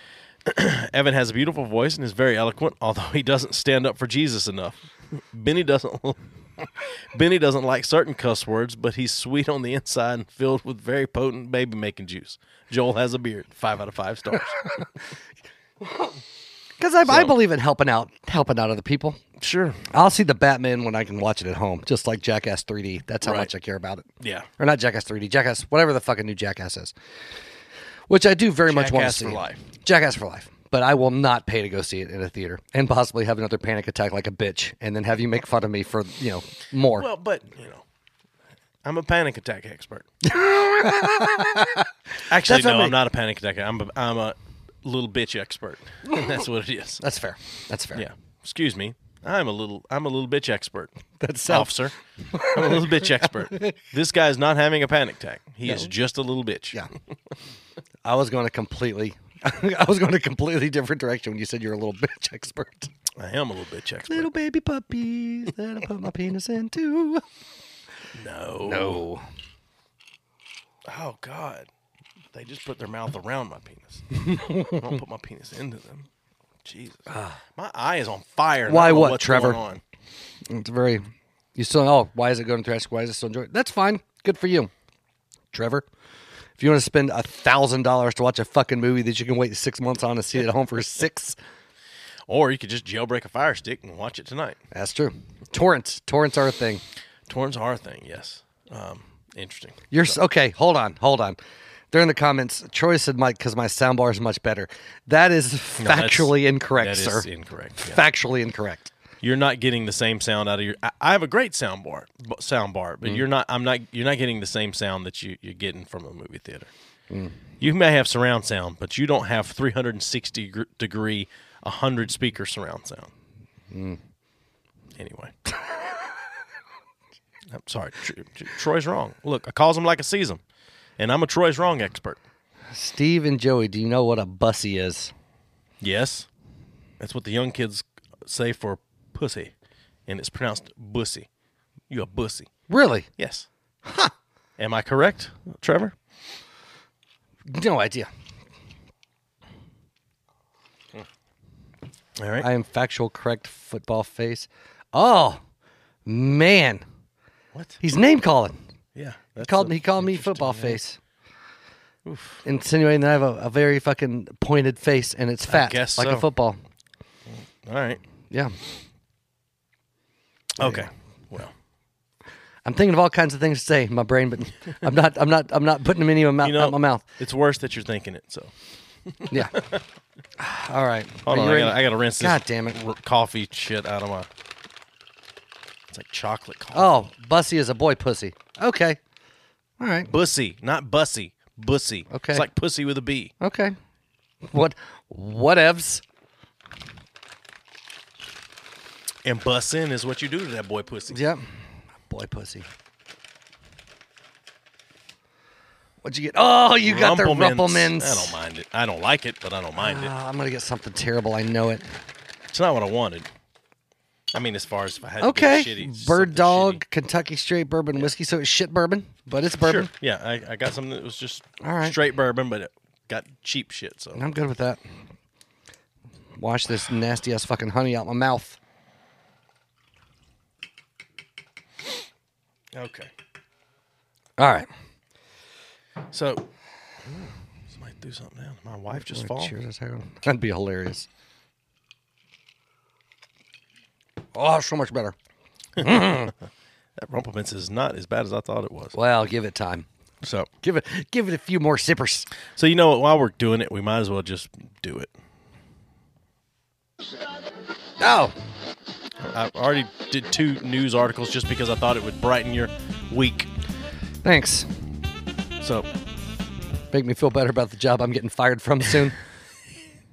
B: Evan has a beautiful voice and is very eloquent, although he doesn't stand up for Jesus enough. Benny doesn't. Benny doesn't like certain cuss words, but he's sweet on the inside and filled with very potent baby making juice. Joel has a beard. Five out of five stars.
D: Because I, I
B: So-
D: believe in helping out, helping out other people.
B: sure.
D: I'll see the Batman when I can watch it at home, just like Jackass 3D. That's how
B: Right.
D: much I care about it.
B: Yeah.
D: Or not Jackass 3D, Jackass, whatever the fucking new Jackass is. Which I do very much want to
B: Jackass
D: see.
B: for life.
D: Jackass for life. But I will not pay to go see it in a theater and possibly have another panic attack like a bitch and then have you make fun of me for, you know, more.
B: Well, but you know, I'm a panic attack expert. Actually,
D: That's what
B: no,
D: I
B: I'm
D: mean.
B: not a panic attack. I'm a, I'm a little bitch expert. That's what it is.
D: That's fair. That's fair.
B: Yeah. Excuse me. I'm a little I'm a little bitch expert.
D: That's so-
B: officer. I'm a little bitch expert. This guy's not having a panic attack. He is just a little bitch.
D: Yeah. I was going to completely. I was going a completely different direction when you said you're a little bitch expert.
B: I am a little bitch expert.
D: Little baby puppies that I put my penis into.
B: No.
D: No.
B: Oh God. They just put their mouth around my penis. I don't put my penis into them. Jesus. my eye is on fire. and I
D: Why
B: don't know
D: what,
B: what's
D: Trevor?
B: going on.
D: It's very. You still oh why is it going to trash? Why is it still enjoy? That's fine. Good for you, Trevor. If you want to spend a thousand dollars to watch a fucking movie that you can wait six months on and see it at home for six,
B: Or you could just jailbreak a fire stick and watch it tonight.
D: that's true. Torrents, torrents are a thing.
B: Torrents are a thing, yes. Um, interesting.
D: You're s okay. Hold on, hold on. They're in the comments. Troy said, "Mike, because my soundbar is much better." That is
B: that's-
D: factually incorrect,
B: that
D: sir.
B: is incorrect, yeah.
D: Factually incorrect.
B: You're not getting the same sound out of your. I, I have a great sound bar, bu- sound bar, but you're not. I'm not. You're not getting the same sound that you, you're getting from a movie theater. You may have surround sound, but you don't have 360 gr- degree, 100 speaker surround sound. Anyway, I'm sorry. Tr- Tr- Troy's wrong. Look, I calls him like I sees him, and I'm a Troy's wrong expert.
D: Steve and Joey, do you know what a bussy is?
B: Yes. That's what the young kids say for pussy. And it's pronounced bussy. You a bussy.
D: Really?
B: Yes. Am I correct, Trevor?
D: No idea.
B: All right.
D: I am factual correct football face. Oh man,
B: what?
D: he's name calling.
B: Yeah.
D: He
B: that's
D: called
B: a-
D: he called me football face. Insinuating that I have a, a very fucking pointed face and it's fat,
B: guess
D: like
B: so.
D: a football.
B: All right.
D: Yeah,
B: Okay. Well,
D: I'm thinking of all kinds of things to say in my brain, but I'm not. I'm not. I'm not putting them any of my, mou-
B: you know,
D: out my mouth.
B: it's worse that you're thinking it. So
D: Yeah. all right.
B: hold on.
D: Are you
B: I
D: ready?
B: gotta, I gotta rinse this
D: God damn it.
B: r- coffee shit out of my. It's like chocolate coffee.
D: Oh, Bussy is a boy pussy. Okay. All right.
B: Bussy, not bussy. Bussy.
D: Okay.
B: It's like pussy with a B.
D: Okay. What? Whatevs.
B: And bust in is what you do to that boy pussy.
D: Yep. Boy, pussy. What'd you get? Oh, you got the
B: Rumplemans.
D: Rumplemans.
B: I don't mind it. I don't like it, but I don't mind it.
D: Ah, I'm gonna get something terrible. I know it.
B: It's not what I wanted. I mean, as far as if I had to
D: Okay.
B: get shitty, it's
D: Bird
B: something
D: Dog
B: shitty.
D: Kentucky Straight Bourbon Whiskey. So it's shit bourbon, but it's bourbon.
B: Sure. Yeah, I, I got something that was just
D: All right.
B: straight bourbon, but it got cheap shit. So
D: I'm good with that. Wash this nasty ass fucking honey out my mouth.
B: okay.
D: All right.
B: So Ooh, somebody threw something down. My wife just
D: Wait,
B: fall.
D: cheers a second. That'd be hilarious. Oh, so much better.
B: That Rumplemans is not as bad as I thought it was.
D: Well, give it time.
B: So
D: Give it give it a few more sippers.
B: so you know what? While we're doing it, we might as well just do it.
D: Oh.
B: I already did two news articles just because I thought it would brighten your week.
D: Thanks.
B: So
D: Make me feel better about the job I'm getting fired from soon.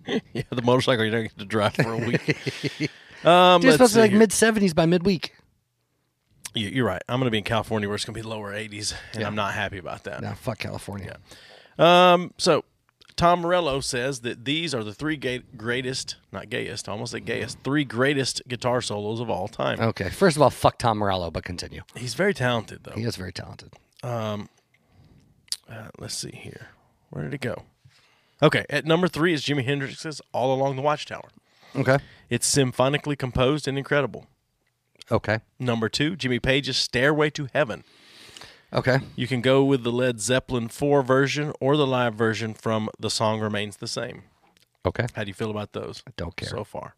B: yeah, the motorcycle you don't get to drive for a week. um,
D: Dude,
B: let's
D: it's supposed to
B: see
D: be like
B: here.
D: mid 70s by midweek.
B: You- You're right. I'm going to be in California where it's going to be lower 80s, and I'm not happy about that.
D: Nah, fuck California.
B: Um, so Tom Morello says that these are the three ga- greatest, not gayest, I almost the gayest, three greatest guitar solos of all time.
D: Okay. First of all, fuck Tom Morello, but continue.
B: He's very talented, though.
D: He is very talented.
B: Uh, let's see here. Where did it go? Okay, at number three is Jimi Hendrix's "All Along the Watchtower."
D: Okay.
B: It's symphonically composed and incredible.
D: Okay.
B: Number two, Jimmy Page's "Stairway to Heaven."
D: Okay.
B: You can go with the Led Zeppelin 4 version or the live version from The Song Remains the Same.
D: Okay.
B: How do you feel about those? I
D: don't care.
B: So far.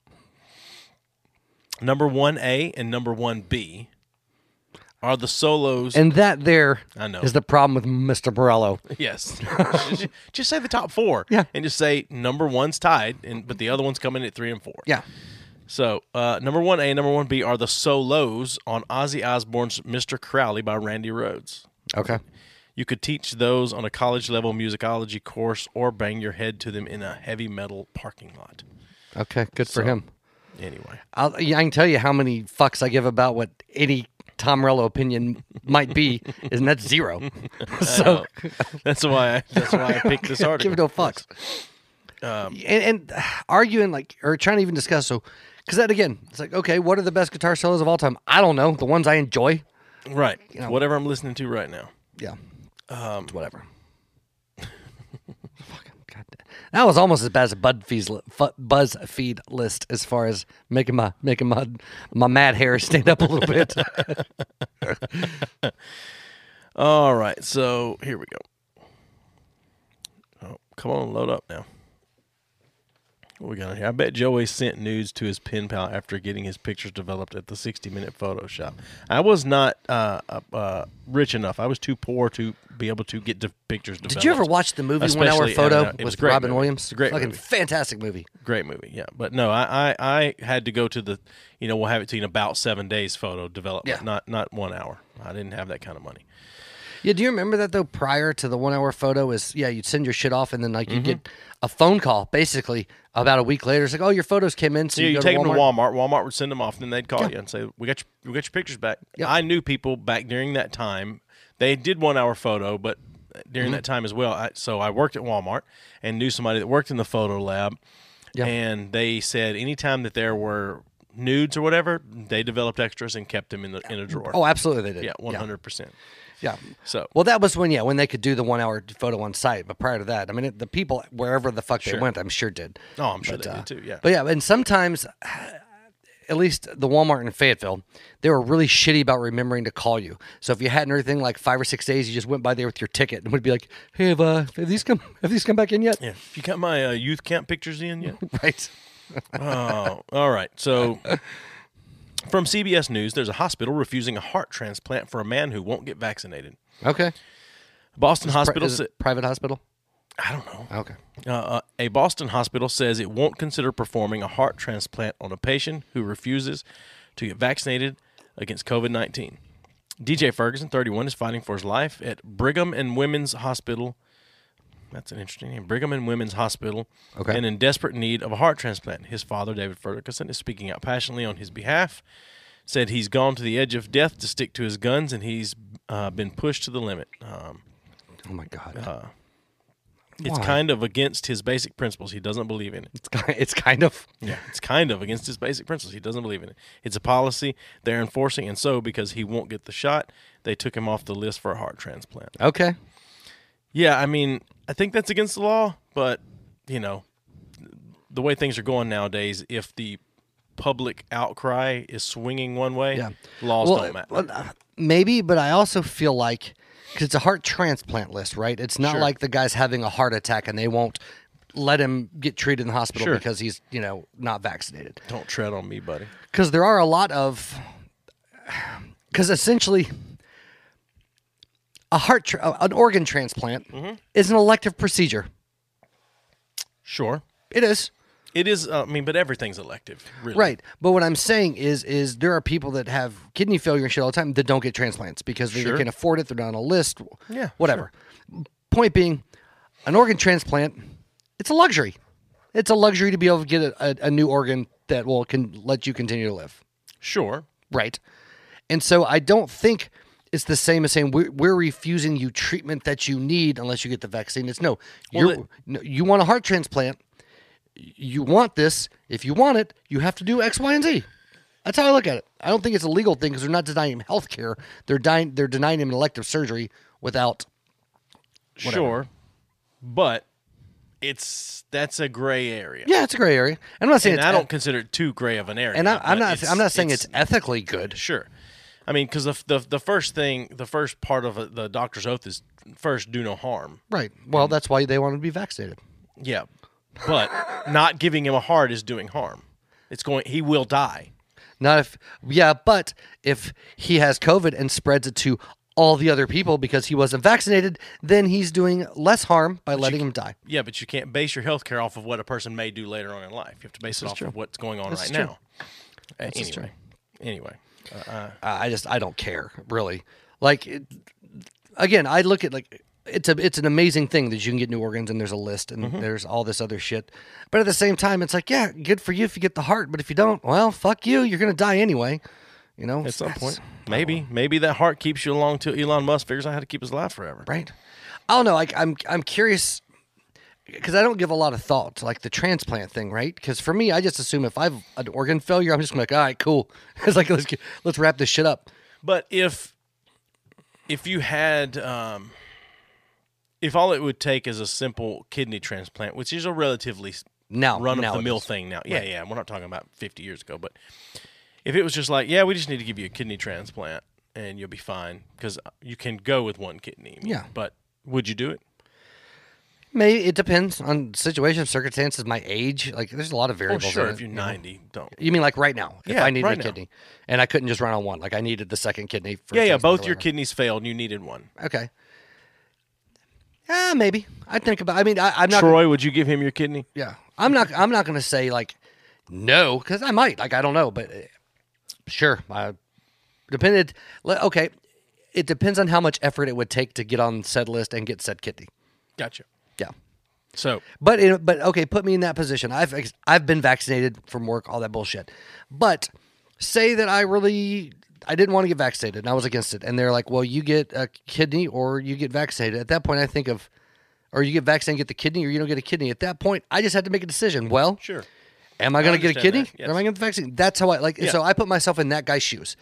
B: Number 1A and number 1B are the solos.
D: And that there is
B: I know.
D: the problem with Mr. Morello.
B: yes. just, just say the top 4
D: Yeah.
B: and just say number 1's tied and but the other ones come in at 3 and 4.
D: Yeah.
B: So, uh, number 1A and number 1B are the solos on Ozzy Osbourne's Mr. Crowley by Randy Rhodes.
D: Okay.
B: You could teach those on a college level musicology course or bang your head to them in a heavy metal parking lot.
D: Okay. Good for
B: So-
D: him.
B: Anyway,
D: I'll, yeah, I can tell you how many fucks I give about what any Tom Morello opinion might be, and that's zero. so
B: that's why I, that's why I picked this article.
D: give no fucks.
B: Um,
D: and, and arguing like or trying to even discuss so because that again it's like okay what are the best guitar solos of all time I don't know the ones I enjoy
B: Right.
D: know.
B: Whatever I'm listening to right now.
D: yeah um, whatever. Fucking goddamn. That was almost as bad as a Budfeed's li- fu- BuzzFeed list as far as making my making my my mad hair stand up a little bit.
B: All right. So here we go. Oh, come on, load up now. What we got here? I bet Joey sent nudes to his pen pal after getting his pictures developed at the 60 minute Photoshop. I was not uh, uh, uh, rich enough. I was too poor to be able to get de- pictures developed.
D: Did you ever watch the movie One
B: Especially-
D: Hour
B: I mean,
D: Photo
B: it was
D: with
B: a great
D: Robin
B: movie.
D: Williams?
B: It's a great
D: fucking
B: movie.
D: fantastic movie.
B: Great movie, yeah. But no, I, I I had to go to the you know we'll have it to you in about seven days photo development,
D: Yeah.
B: not not one hour. I didn't have that kind of money.
D: Yeah, do you remember that though? Prior to the one hour photo, is yeah, you'd send your shit off, and then like you
B: Mm-hmm.
D: would get a phone call basically about a week later. It's like, oh, your photos came in, so
B: Yeah,
D: you,
B: you,
D: go
B: take
D: to Walmart.
B: them to Walmart. Walmart would send them off, and then they'd call you and say, "We got your, we got your pictures back."
D: Yep.
B: I knew people back during that time. They did one hour photo, but during
D: Mm-hmm.
B: that time as well. I, so I worked at Walmart and knew somebody that worked in the photo lab,
D: Yeah.
B: and they said anytime that there were nudes or whatever, they developed extras and kept them in the in a drawer.
D: Oh, absolutely, they did.
B: yeah, one hundred percent.
D: Yeah.
B: So
D: Well, that was when yeah, when they could do the one hour photo on site. But prior to that, I mean, it, the people wherever the fuck they went, I'm sure did.
B: Oh, I'm sure
D: But,
B: they
D: uh,
B: did too. Yeah.
D: But yeah, and sometimes, at least the Walmart in Fayetteville, they were really shitty about remembering to call you. So if you hadn't heard anything like five or six days, you just went by there with your ticket and would be like, "Hey, have, uh, have these come? Have these come back in yet?"
B: yeah. You got my uh, youth camp pictures in yet?
D: Right.
B: oh, all right. So, from CBS News, there's a hospital refusing a heart transplant for a man who won't get vaccinated.
D: Okay.
B: Boston hospital.
D: Is
B: Sa-
D: it private hospital.
B: I don't know.
D: Okay.
B: Uh, uh, a Boston hospital says it won't consider performing a heart transplant on a patient who refuses to get vaccinated against COVID 19. DJ Ferguson, 31, is fighting for his life at Brigham and Women's Hospital. That's an interesting name. Brigham and Women's Hospital.
D: Okay.
B: And in desperate need of a heart transplant. His father, David Ferguson, is speaking out passionately on his behalf. Said he's gone to the edge of death to stick to his guns, and he's uh, been pushed to the limit. Um,
D: Oh my god.
B: it's
D: Why?
B: kind of against his basic principles. He doesn't believe in it.
D: it's kind. It's kind of.
B: Yeah, it's kind of against his basic principles. He doesn't believe in it. It's a policy they're enforcing, and so because he won't get the shot, they took him off the list for a heart transplant.
D: Okay.
B: Yeah, I mean, I think that's against the law, but you know, the way things are going nowadays, if the public outcry is swinging one way,
D: Yeah.
B: laws
D: Well,
B: don't matter.
D: well, uh, maybe, but I also feel like because it's a heart transplant list, right? It's not
B: Sure.
D: like the guy's having a heart attack and they won't let him get treated in the hospital
B: Sure.
D: because he's you know not vaccinated.
B: don't tread on me, buddy.
D: because there are a lot of because essentially a heart tra- an organ transplant is an elective procedure
B: Sure,
D: it is
B: it is. Uh, I mean, but everything's elective, really.
D: right but what i'm saying is is there are people that have kidney failure and shit all the time that don't get transplants because they either
B: Sure.
D: can't afford it they're not on a list
B: Yeah,
D: whatever point being an organ transplant it's a luxury it's a luxury to be able to get a, a, a new organ that will can let you continue to live
B: Sure.
D: Right. And so I don't think it's the same as saying we're, we're refusing you treatment that you need unless you get the vaccine. It's no,
B: Well,
D: you're, no, you want a heart transplant. You want this. If you want it, you have to do X, Y, and Z. That's how I look at it. I don't think it's a legal thing because they're not denying him health care. They're, dying, they're denying him elective surgery without.
B: Sure, but it's that's a gray area.
D: Yeah, it's a gray area. And I'm not saying
B: and
D: it's
B: I don't
D: eth-
B: consider it too gray of an area.
D: and I, I'm
B: but
D: not.
B: it's-
D: I'm not saying it's, ethically good.
B: sure. I mean, because the, the the first thing, the first part of a, the doctor's oath is first do no harm.
D: Right. Well, that's why they want to be vaccinated.
B: Yeah, but not giving him a heart is doing harm. It's going. He will die.
D: Not if, yeah, but if he has COVID and spreads it to all the other people because he wasn't vaccinated, then he's doing less harm by letting him die.
B: Yeah, but you can't base your health care off of what a person may do later on in life. You have to base it off of what's going on right
D: true.
B: now. Uh, anyway, anyway,
D: I I just, I don't care really. Like, it, again, I look at like it's a, it's an amazing thing that you can get new organs and there's a list and there's all this other shit. But at the same time, it's like, yeah, good for you if you get the heart, but if you don't, well, fuck you, you're gonna die anyway. You know,
B: at some point, maybe maybe that heart keeps you along till Elon Musk figures out how to keep us alive forever.
D: right? I don't know. Like I'm, I'm curious because I don't give a lot of thought to like the transplant thing, right? Because for me, I just assume if I've an organ failure, I'm just gonna be like, all right, cool. It's like let's get, let's wrap this shit up.
B: But if if you had um, if all it would take is a simple kidney transplant, which is a relatively s-
D: Now,
B: run
D: now
B: of the mill
D: it is.
B: thing now. Yeah, yeah. We're not talking about 50 years ago, but if it was just like, yeah, we just need to give you a kidney transplant and you'll be fine because you can go with one kidney. I mean,
D: Yeah.
B: But would you do it?
D: Maybe it depends on situation, circumstances, my age. Like there's a lot of
B: Well,
D: variables.
B: Oh, sure.
D: in
B: If
D: it,
B: you're
D: you know?
B: 90, don't.
D: You mean like right now? If
B: Yeah,
D: I needed
B: right
D: a
B: now.
D: kidney and I couldn't just run on one, like I needed the second kidney. For
B: Yeah, yeah.
D: transplant or
B: Both your
D: whatever.
B: kidneys failed and you needed one.
D: Okay. Ah, maybe I think about. I mean, I, I'm not.
B: Troy, would you give him your kidney?
D: Yeah, I'm not. I'm not going to say like no because I might. Like I don't know, but uh, sure. I depended. le- Okay, it depends on how much effort it would take to get on said list and get said kidney.
B: Gotcha.
D: Yeah,
B: So,
D: but it, but okay, put me in that position. I've ex- I've been vaccinated from work, all that bullshit. But say that I really I didn't want to get vaccinated and I was against it, and they're like, well, you get a kidney or you get vaccinated. At that point, I think of. Or you get vaccinated, get the kidney, or you don't get a kidney. At that point, I just had to make a decision. Well,
B: sure.
D: Am I going to get a
B: understand
D: kidney?
B: that, yes.
D: Am I going to get the vaccine? That's how I like.
B: Yeah.
D: So I put myself in that guy's shoes.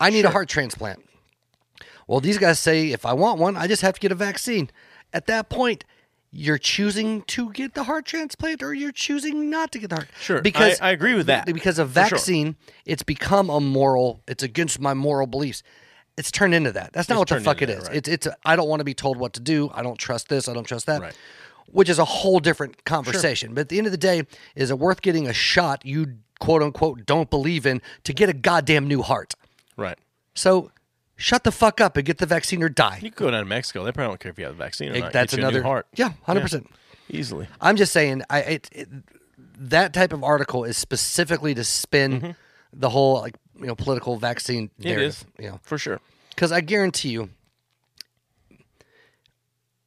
D: I need a heart transplant. Well, these guys say if I want one, I just have to get a vaccine. At that point, you're choosing to get the heart transplant or you're choosing not to get the heart.
B: Sure. I- I agree with that,
D: Because a
B: for sure.
D: vaccine, it's become a moral. It's against my moral beliefs. It's turned into that. That's not
B: It's
D: what the
B: turned
D: fuck it
B: into
D: is.
B: that, right.
D: It's it's. A, I don't want to be told what to do. I don't trust this. I don't trust that
B: Right.
D: which is a whole different conversation. But at the end of the day, is it worth getting a shot you quote unquote don't believe in to get a goddamn new heart?
B: Right.
D: So shut the fuck up and get the vaccine or die.
B: You could go down to Mexico. They probably don't care if you have the vaccine or
D: It-
B: not.
D: that's
B: Get you a new
D: another
B: heart.
D: Yeah, hundred percent.
B: Easily.
D: I'm just saying, I it, it, that type of article is specifically to spin the whole like you know political vaccine
B: Mm-hmm. It
D: narrative.
B: is.
D: You know,
B: For sure.
D: because I guarantee you,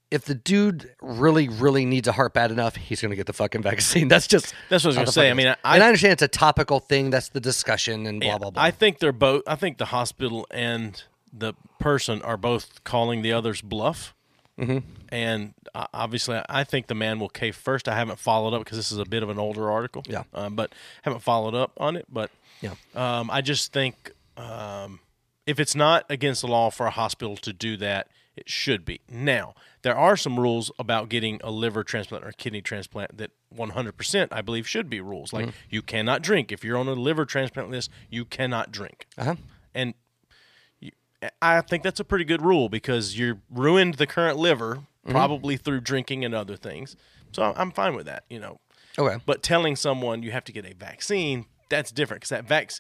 D: if the dude really, really needs a heart bad enough, he's going to get the fucking vaccine. That's just
B: That's what I was
D: how
B: gonna
D: the
B: say.
D: fuck
B: I
D: it
B: mean,
D: is.
B: I-
D: and I understand it's a topical thing. That's the discussion and blah
B: Yeah,
D: blah blah.
B: I think they're both. I think the hospital and the person are both calling the other's bluff. Mm-hmm. And uh, obviously, I- I think the man will cave first. I haven't followed up because this is a bit of an older article.
D: Yeah.
B: um, but haven't followed up on it. But
D: Yeah.
B: um, I just think um, if it's not against the law for a hospital to do that, it should be. Now, there are some rules about getting a liver transplant or a kidney transplant that 100% I believe should be rules. Like you cannot drink. If you're on a liver transplant list, you cannot drink.
D: Uh-huh.
B: And you- I think that's a pretty good rule because you ruined the current liver probably through drinking and other things. So I'm- I'm fine with that, you know.
D: Okay.
B: But telling someone you have to get a vaccine, that's different because that vax,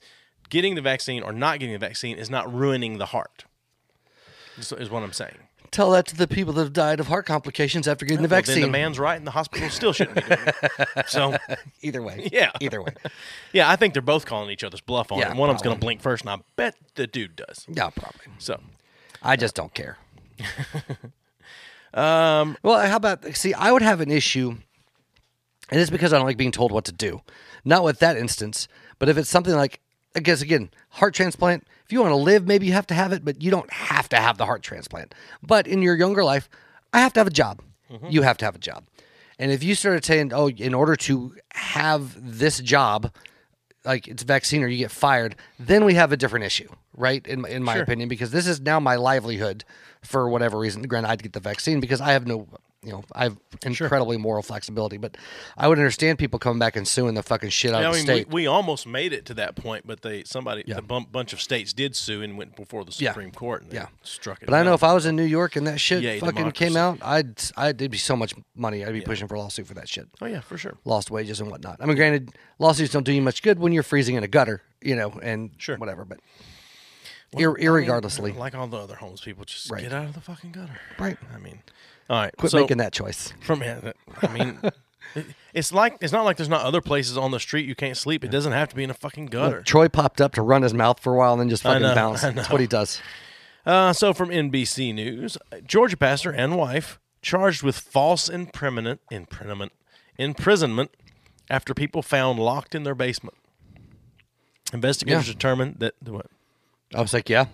B: getting the vaccine or not getting the vaccine is not ruining the heart. Is, is what I'm saying.
D: Tell that to the people that have died of heart complications after getting the
B: Well, then
D: vaccine.
B: the man's right, and the hospital still shouldn't be doing it. So,
D: either way.
B: Yeah.
D: Either way.
B: yeah, I think they're both calling each other's bluff on
D: Yeah,
B: it. One of them's going to
D: probably.
B: blink first, and I bet the dude does.
D: Yeah, probably.
B: So,
D: I just don't care. um, well, how about see? I would have an issue, and it's because I don't like being told what to do. Not with that instance, but if it's something like, I guess again, heart transplant. If you want to live, maybe you have to have it, but you don't have to have the heart transplant. But in your younger life, I have to have a job. You have to have a job, and if you started saying, "Oh, in order to have this job," like it's vaccine or you get fired, then we have a different issue, right? In my- in my opinion, because this is now my livelihood for whatever reason. Granted, I'd get the vaccine because I have no, you know, I have incredibly moral flexibility, but I would understand people coming back and suing the fucking shit out
B: yeah,
D: of
B: I
D: the
B: mean, we,
D: state.
B: we almost made it to that point, but they somebody
D: Yeah.
B: a bump, bunch of states did sue and went before the
D: Yeah.
B: Supreme Court. And they
D: Yeah.
B: struck it.
D: but I know
B: down.
D: if I was in New York and that shit
B: Yay,
D: fucking came out,
B: democracy.
D: I'd I'd it'd be so much money. I'd be pushing for a lawsuit for that shit.
B: oh yeah, for sure.
D: lost wages and whatnot. I mean, granted, lawsuits don't do you much good when you're freezing in a gutter, you know, and
B: Sure.
D: whatever. But ir- irregardlessly,
B: Like all the other homeless people, just
D: Right.
B: get out of the fucking gutter.
D: Right.
B: I mean, all right.
D: quit
B: so
D: making that choice.
B: From I mean, it- it's like it's not like there's not other places on the street you can't sleep. It doesn't have to be in a fucking gutter.
D: Troy popped up to run his mouth for a while and then just fucking
B: know,
D: bounced.
B: I
D: That's what he does.
B: Uh, so from NBC News, Georgia pastor and wife charged with false imprisonment, imprisonment, imprisonment after people found locked in their basement. Investigators
D: Yeah.
B: determined that the what?
D: I was like, yeah.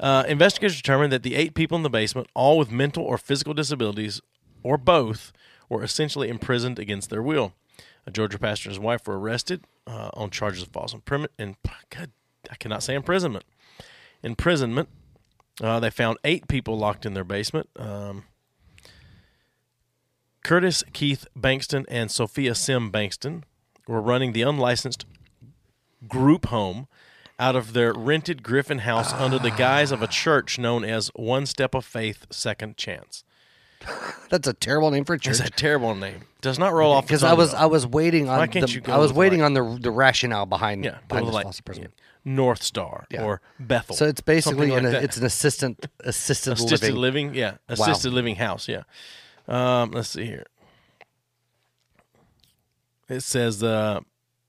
B: Uh, investigators determined that the eight people in the basement, all with mental or physical disabilities or both, were essentially imprisoned against their will. A Georgia pastor and his wife were arrested uh, on charges of false imprisonment. And God, I cannot say imprisonment. Imprisonment. Uh, they found eight people locked in their basement. Um, Curtis Keith Bankston and Sophia Sim Bankston were running the unlicensed group home out of their rented Griffin house under the guise
D: Ah.
B: of a church known as One Step of Faith Second Chance.
D: That's a terrible name for a
B: It's
D: church.
B: a terrible name. Does not roll off the
D: Because I
B: tongue,
D: was
B: though.
D: I was waiting on
B: Why can't
D: the,
B: you go
D: I was
B: with,
D: waiting
B: like-
D: on the the rationale behind
B: yeah,
D: behind
B: go
D: this
B: like,
D: false imprisonment.
B: North Star
D: Yeah.
B: or Bethel.
D: So it's
B: something
D: basically
B: like
D: an, uh,
B: that.
D: it's an assistant assisted
B: assisted
D: living.
B: living. yeah, assisted living house, yeah. Um, let's see here. It says the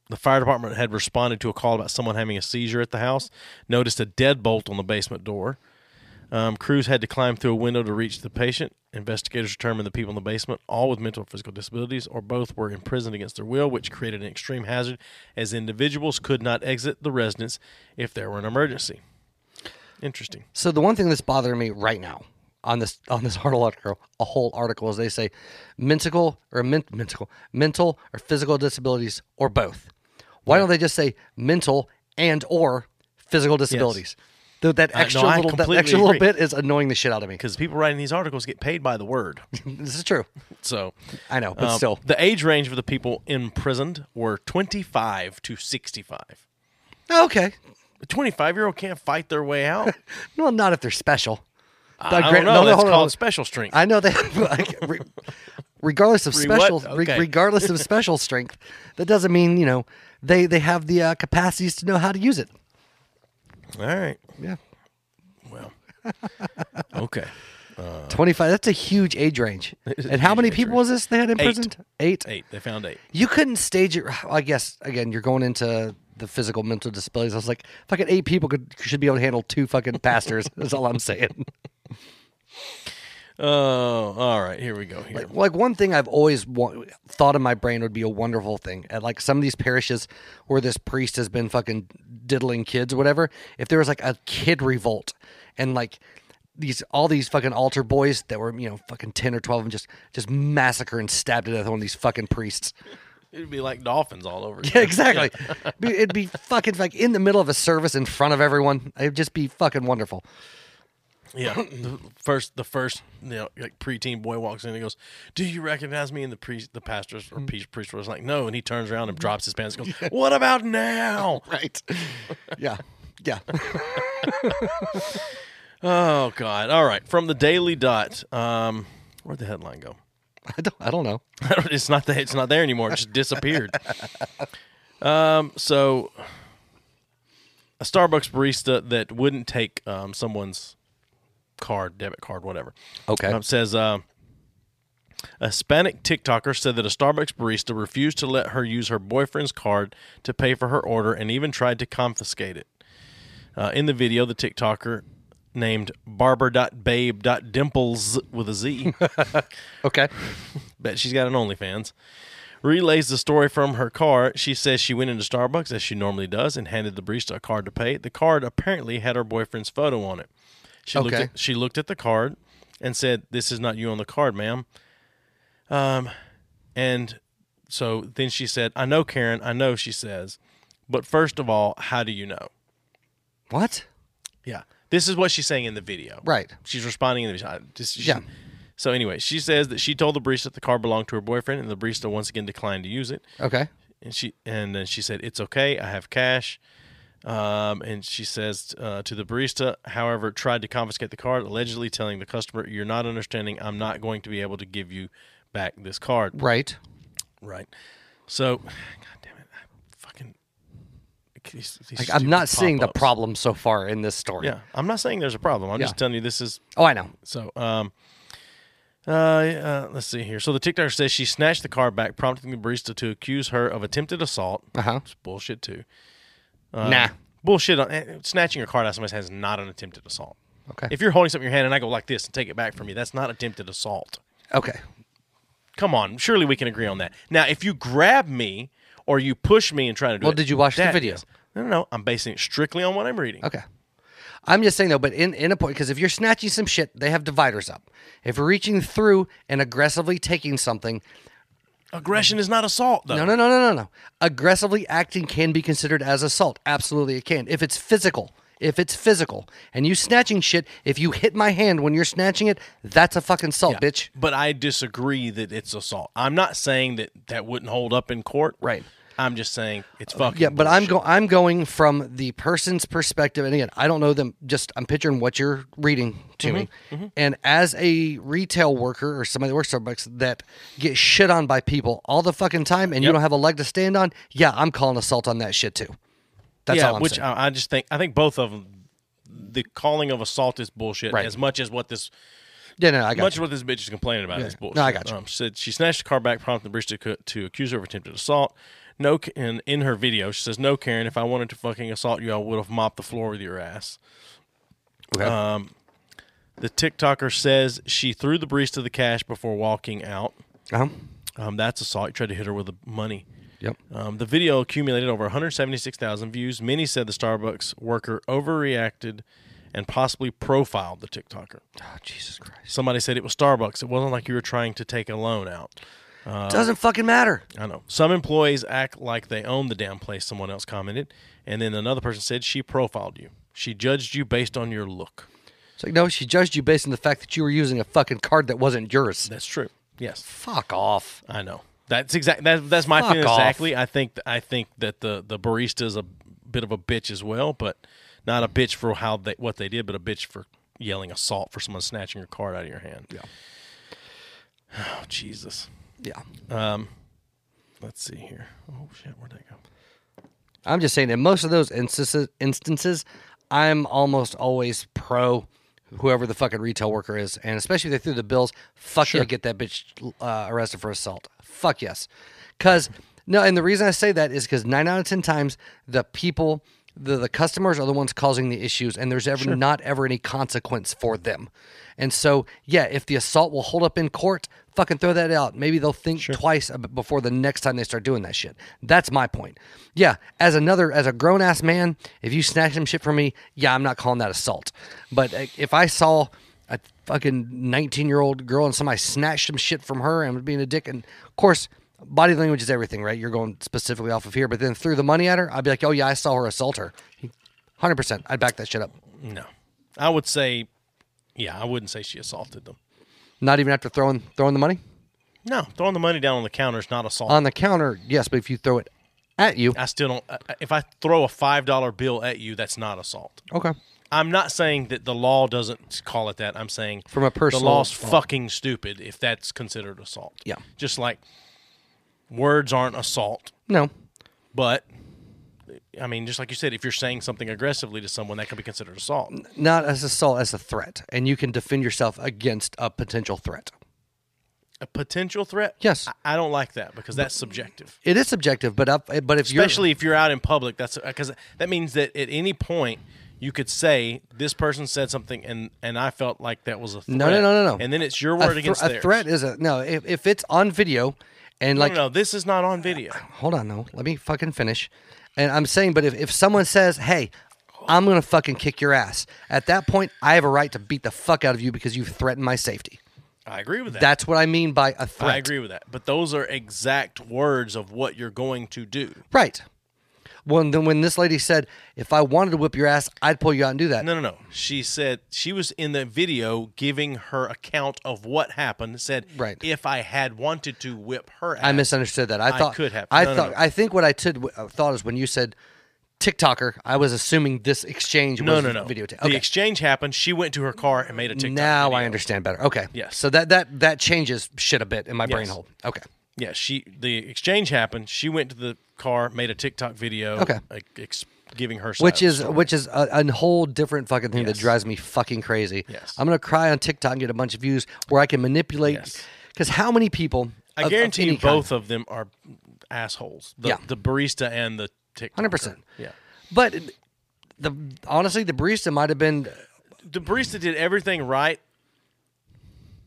B: the fire department had responded to a call about someone having a seizure at the house. Noticed a deadbolt on the basement door. Um, crews had to climb through a window to reach the patient. Investigators determined the people in the basement, all with mental or physical disabilities, or both, were imprisoned against their will, which created an extreme hazard as individuals could not exit the residence if there were an emergency. Interesting.
D: So the one thing that's bothering me right now on this on this article, article a whole article is they say mental or men, mental mental or physical disabilities or both. Why don't they just say mental and or physical disabilities? Though that
B: Uh, no,
D: extra
B: I
D: little that
B: completely
D: extra little
B: agree.
D: bit is annoying the shit out of me.
B: because people writing these articles get paid by the word.
D: This is true.
B: So
D: I know, but
B: um,
D: still.
B: the age range for the people imprisoned were 25 to 65.
D: Okay.
B: A 25 year old can't fight their way out.
D: Well, not if they're special.
B: I don't know. That's called special strength.
D: I know that. like, re- regardless of
B: Re-
D: special,
B: what?
D: re-
B: Okay.
D: regardless of special strength, that doesn't mean you know they they have the uh, capacities to know how to use it.
B: All right.
D: Yeah,
B: Well. Okay.
D: twenty five. That's a huge age range.
B: is Uh. a
D: And how
B: huge
D: many
B: age
D: people
B: range.
D: was this they had imprisoned? Eight.
B: Eight. They found eight.
D: You couldn't stage it. I guess again, you're going into the physical mental disabilities. I was like, fucking eight people could should be able to handle two fucking pastors. That's all I'm saying.
B: Oh, all right. Here we go. Here.
D: Like, like one thing I've always wa- thought in my brain would be a wonderful thing at like some of these parishes where this priest has been fucking diddling kids or whatever. If there was like a kid revolt and like these all these fucking altar boys that were you know fucking ten or twelve and just just massacre and stab to death one of these fucking priests.
B: It'd be like dolphins all over.
D: Yeah, exactly. Be- It'd be fucking like in the middle of a service in front of everyone. It'd just be fucking wonderful.
B: Yeah. The first, the first, you know, like preteen boy walks in and goes, "Do you recognize me?" And the priest, the pastor or priest, priest was like, "No," and he turns around and drops his pants. and Goes, "What about now?"
D: Right. yeah. Yeah.
B: Oh God! All right, from the Daily Dot. Um, where'd the headline go?
D: I don't. I don't know.
B: it's not that it's not there anymore. It just disappeared. um, so a Starbucks barista that wouldn't take um, someone's card, debit card, whatever.
D: Okay.
B: Um, says uh, a Hispanic TikToker said that a Starbucks barista refused to let her use her boyfriend's card to pay for her order and even tried to confiscate it. Uh, in the video, the TikToker named barber.babe.dimples with a Z
D: Okay.
B: bet she's got an OnlyFans. Relays the story from her car. She says she went into Starbucks as she normally does and handed the barista a card to pay. The card apparently had her boyfriend's photo on it. She looked
D: Okay.
B: at, she looked at the card and said, "This is not you on the card, ma'am." Um, and so then she said, "I know, Karen. I know." She says, "But first of all, how do you know?"
D: What?
B: Yeah. This is what she's saying in the video.
D: Right.
B: She's responding in the video. I Just, she-
D: Yeah.
B: So anyway, she says that she told the barista that the car belonged to her boyfriend, and the barista once again declined to use it.
D: Okay.
B: And she and then she said, "It's okay. I have cash." Um, and she says uh, to the barista, however, tried to confiscate the card, allegedly telling the customer, "You're not understanding. I'm not going to be able to give you back this card."
D: Right.
B: Right. So, God damn it! I fucking. these- these
D: Like, I'm
B: stupid
D: not seeing the
B: pop-ups.
D: problem so far in this story.
B: Yeah, I'm not saying there's a problem. I'm
D: Yeah.
B: just telling you this is
D: Oh, I know.
B: so. Um, uh, uh, let's see here. So the TikToker says she snatched the car back, prompting the barista to accuse her of attempted assault.
D: Uh-huh.
B: It's bullshit too. Um,
D: nah.
B: Bullshit. On, eh, snatching a car out of somebody's hand is not an attempted assault.
D: Okay.
B: If you're holding something in your hand and I go like this and take it back from you, that's not attempted assault.
D: okay.
B: Come on, surely we can agree on that. Now, if you grab me or you push me and try to do
D: Well,
B: it,
D: did you watch the
B: that
D: video?
B: is- no, no, no. I'm basing it strictly on what I'm reading.
D: Okay. I'm just saying though, but in, in a point, because if you're snatching some shit, they have dividers up. If you're reaching through and aggressively taking something,
B: Aggression is not assault, though.
D: no, no, no, no, no, no. Aggressively acting can be considered as assault. Absolutely, it can. If it's physical, if it's physical, and you snatching shit, if you hit my hand when you're snatching it, that's a fucking assault,
B: Yeah.
D: bitch.
B: But I disagree that it's assault. I'm not saying that that wouldn't hold up in court.
D: Right. Uh,
B: I'm just saying it's fucking.
D: Yeah, but I'm
B: bullshit.
D: going. I'm going from the person's perspective, and again, I don't know them. Just I'm picturing what you're reading to
B: Mm-hmm,
D: me, and as a retail worker or somebody that works at Starbucks that get shit on by people all the fucking time, and you
B: Yep.
D: don't have a leg to stand on. Yeah, I'm calling assault on that shit too. That's
B: yeah,
D: all I'm
B: which
D: saying.
B: I, I just think I think both of them. The calling of assault is bullshit.
D: Right.
B: As much as what this,
D: yeah, no, no, I got
B: uh, much
D: you.
B: what this bitch is complaining about is bullshit.
D: No, I got you.
B: Um, she said she snatched the car back, prompting the barista co- to accuse her of attempted assault. No, K- and in her video, she says, "No, Karen, if I wanted to fucking assault you, I would have mopped the floor with your ass." uh, The TikToker says she threw the barista the cash before walking out.
D: Uh-huh.
B: Um, that's assault. You tried to hit her with the money.
D: Yep.
B: Um, the video accumulated over 176,000 views. Many said the Starbucks worker overreacted and possibly profiled the TikToker.
D: Oh, Jesus Christ!
B: Somebody said it was Starbucks. It wasn't like you were trying to take a loan out. Uh,
D: Doesn't fucking matter.
B: I know. Some employees act like they own the damn place, someone else commented. And then another person said she profiled you. She judged you based on your look.
D: It's like no, she judged you based on the fact that you were using a fucking card that wasn't yours.
B: That's true. Yes.
D: Fuck off.
B: I know. That's exact. That, that's my
D: Fuck
B: feeling
D: off.
B: exactly. I think. I think that the the barista is a bit of a bitch as well, but not a bitch for how they what they did, but a bitch for yelling assault for someone snatching your card out of your hand. Yeah. Oh Jesus.
D: Yeah.
B: Let's see here. Oh shit, where'd that go?
D: I'm just saying in most of those instances, instances, I'm almost always pro whoever the fucking retail worker is, and especially if they threw the bills. Fuck yeah, get that bitch uh, arrested for assault. Fuck yes, because no, and the reason I say that is because nine out of ten times the people the, the customers are the ones causing the issues and there's ever not ever any consequence for them and so yeah if the assault will hold up in court fucking throw that out maybe they'll think twice ab- before the next time they start doing that shit that's my point yeah as another as a grown-ass man if you snatch some shit from me yeah i'm not calling that assault but uh, if i saw a fucking 19 year old girl and somebody snatched some shit from her and was being a dick. And of course, body language is everything, right? You're going specifically off of here, but then threw the money at her. I'd be like, oh yeah, I saw her assault her. 100%. I'd back that shit up.
B: No, I would say, yeah, I wouldn't say she assaulted them.
D: Not even after throwing throwing the money
B: No, throwing the money down on the counter is not assault.
D: on the counter. Yes, but if you throw it at you,
B: I still don't. I- I- If I throw a five dollar bill at you, that's not assault.
D: okay.
B: I'm not saying that the law doesn't call it that. I'm saying
D: From a
B: the
D: personal-
B: law's fucking stupid if that's considered assault.
D: Yeah.
B: just like words aren't assault,
D: No.
B: but I mean, just like you said, if you're saying something aggressively to someone, that can be considered assault.
D: Not as assault, as a threat. And you can defend yourself against a potential threat.
B: A potential threat?
D: Yes.
B: I, I don't like that because that's subjective.
D: It is subjective, but up, but if you're
B: Especially if you're out in public, that's because that means that at any point you could say this person said something and and I felt like that was a threat.
D: No, no, no, no, no.
B: And then it's your
D: a,
B: word
D: thre-
B: against
D: a
B: theirs.
D: threat is a no. If, if it's on video, and
B: No,
D: like,
B: no, no, this is not on video.
D: hold on, though, let me fucking finish. And I'm saying, but if, if someone says, "Hey, I'm gonna fucking kick your ass," at that point, I have a right to beat the fuck out of you because you've threatened my safety.
B: I agree with that.
D: That's what I mean by a threat.
B: I agree with that. But those are exact words of what you're going to do.
D: Right. When then when this lady said, "If I wanted to whip your ass, I'd pull you out and do that."
B: No, no, no. She said she was in the video giving her account of what happened. Said,
D: Right.
B: if I had wanted to whip her ass.
D: I misunderstood that. I
B: I
D: thought
B: could have.
D: I
B: No, no,
D: thought.
B: no.
D: I think what I did, thought is when you said TikToker, I was assuming this exchange
B: No,
D: was
B: no, no.
D: videotape.
B: The
D: Okay.
B: exchange happened. She went to her car and made a TikTok.
D: now
B: video.
D: I understand better. Okay.
B: Yes.
D: So that that that changes shit a bit in my brain
B: Yes.
D: hole. Okay.
B: Yeah, she. The exchange happened. She went to the car, made a TikTok video.
D: Okay.
B: like, ex- giving her. side of
D: Which
B: the
D: is
B: story.
D: which is a, a whole different fucking thing
B: Yes.
D: that drives me fucking crazy.
B: Yes.
D: I'm gonna cry on TikTok and get a bunch of views where I can manipulate.
B: Yes.
D: Because how many people?
B: I
D: of- of
B: guarantee
D: any
B: you,
D: kind-
B: both of them are assholes. The,
D: Yeah.
B: the barista and the TikTok.
D: 100%.
B: Yeah.
D: But the honestly, the barista might have been
B: the barista did everything right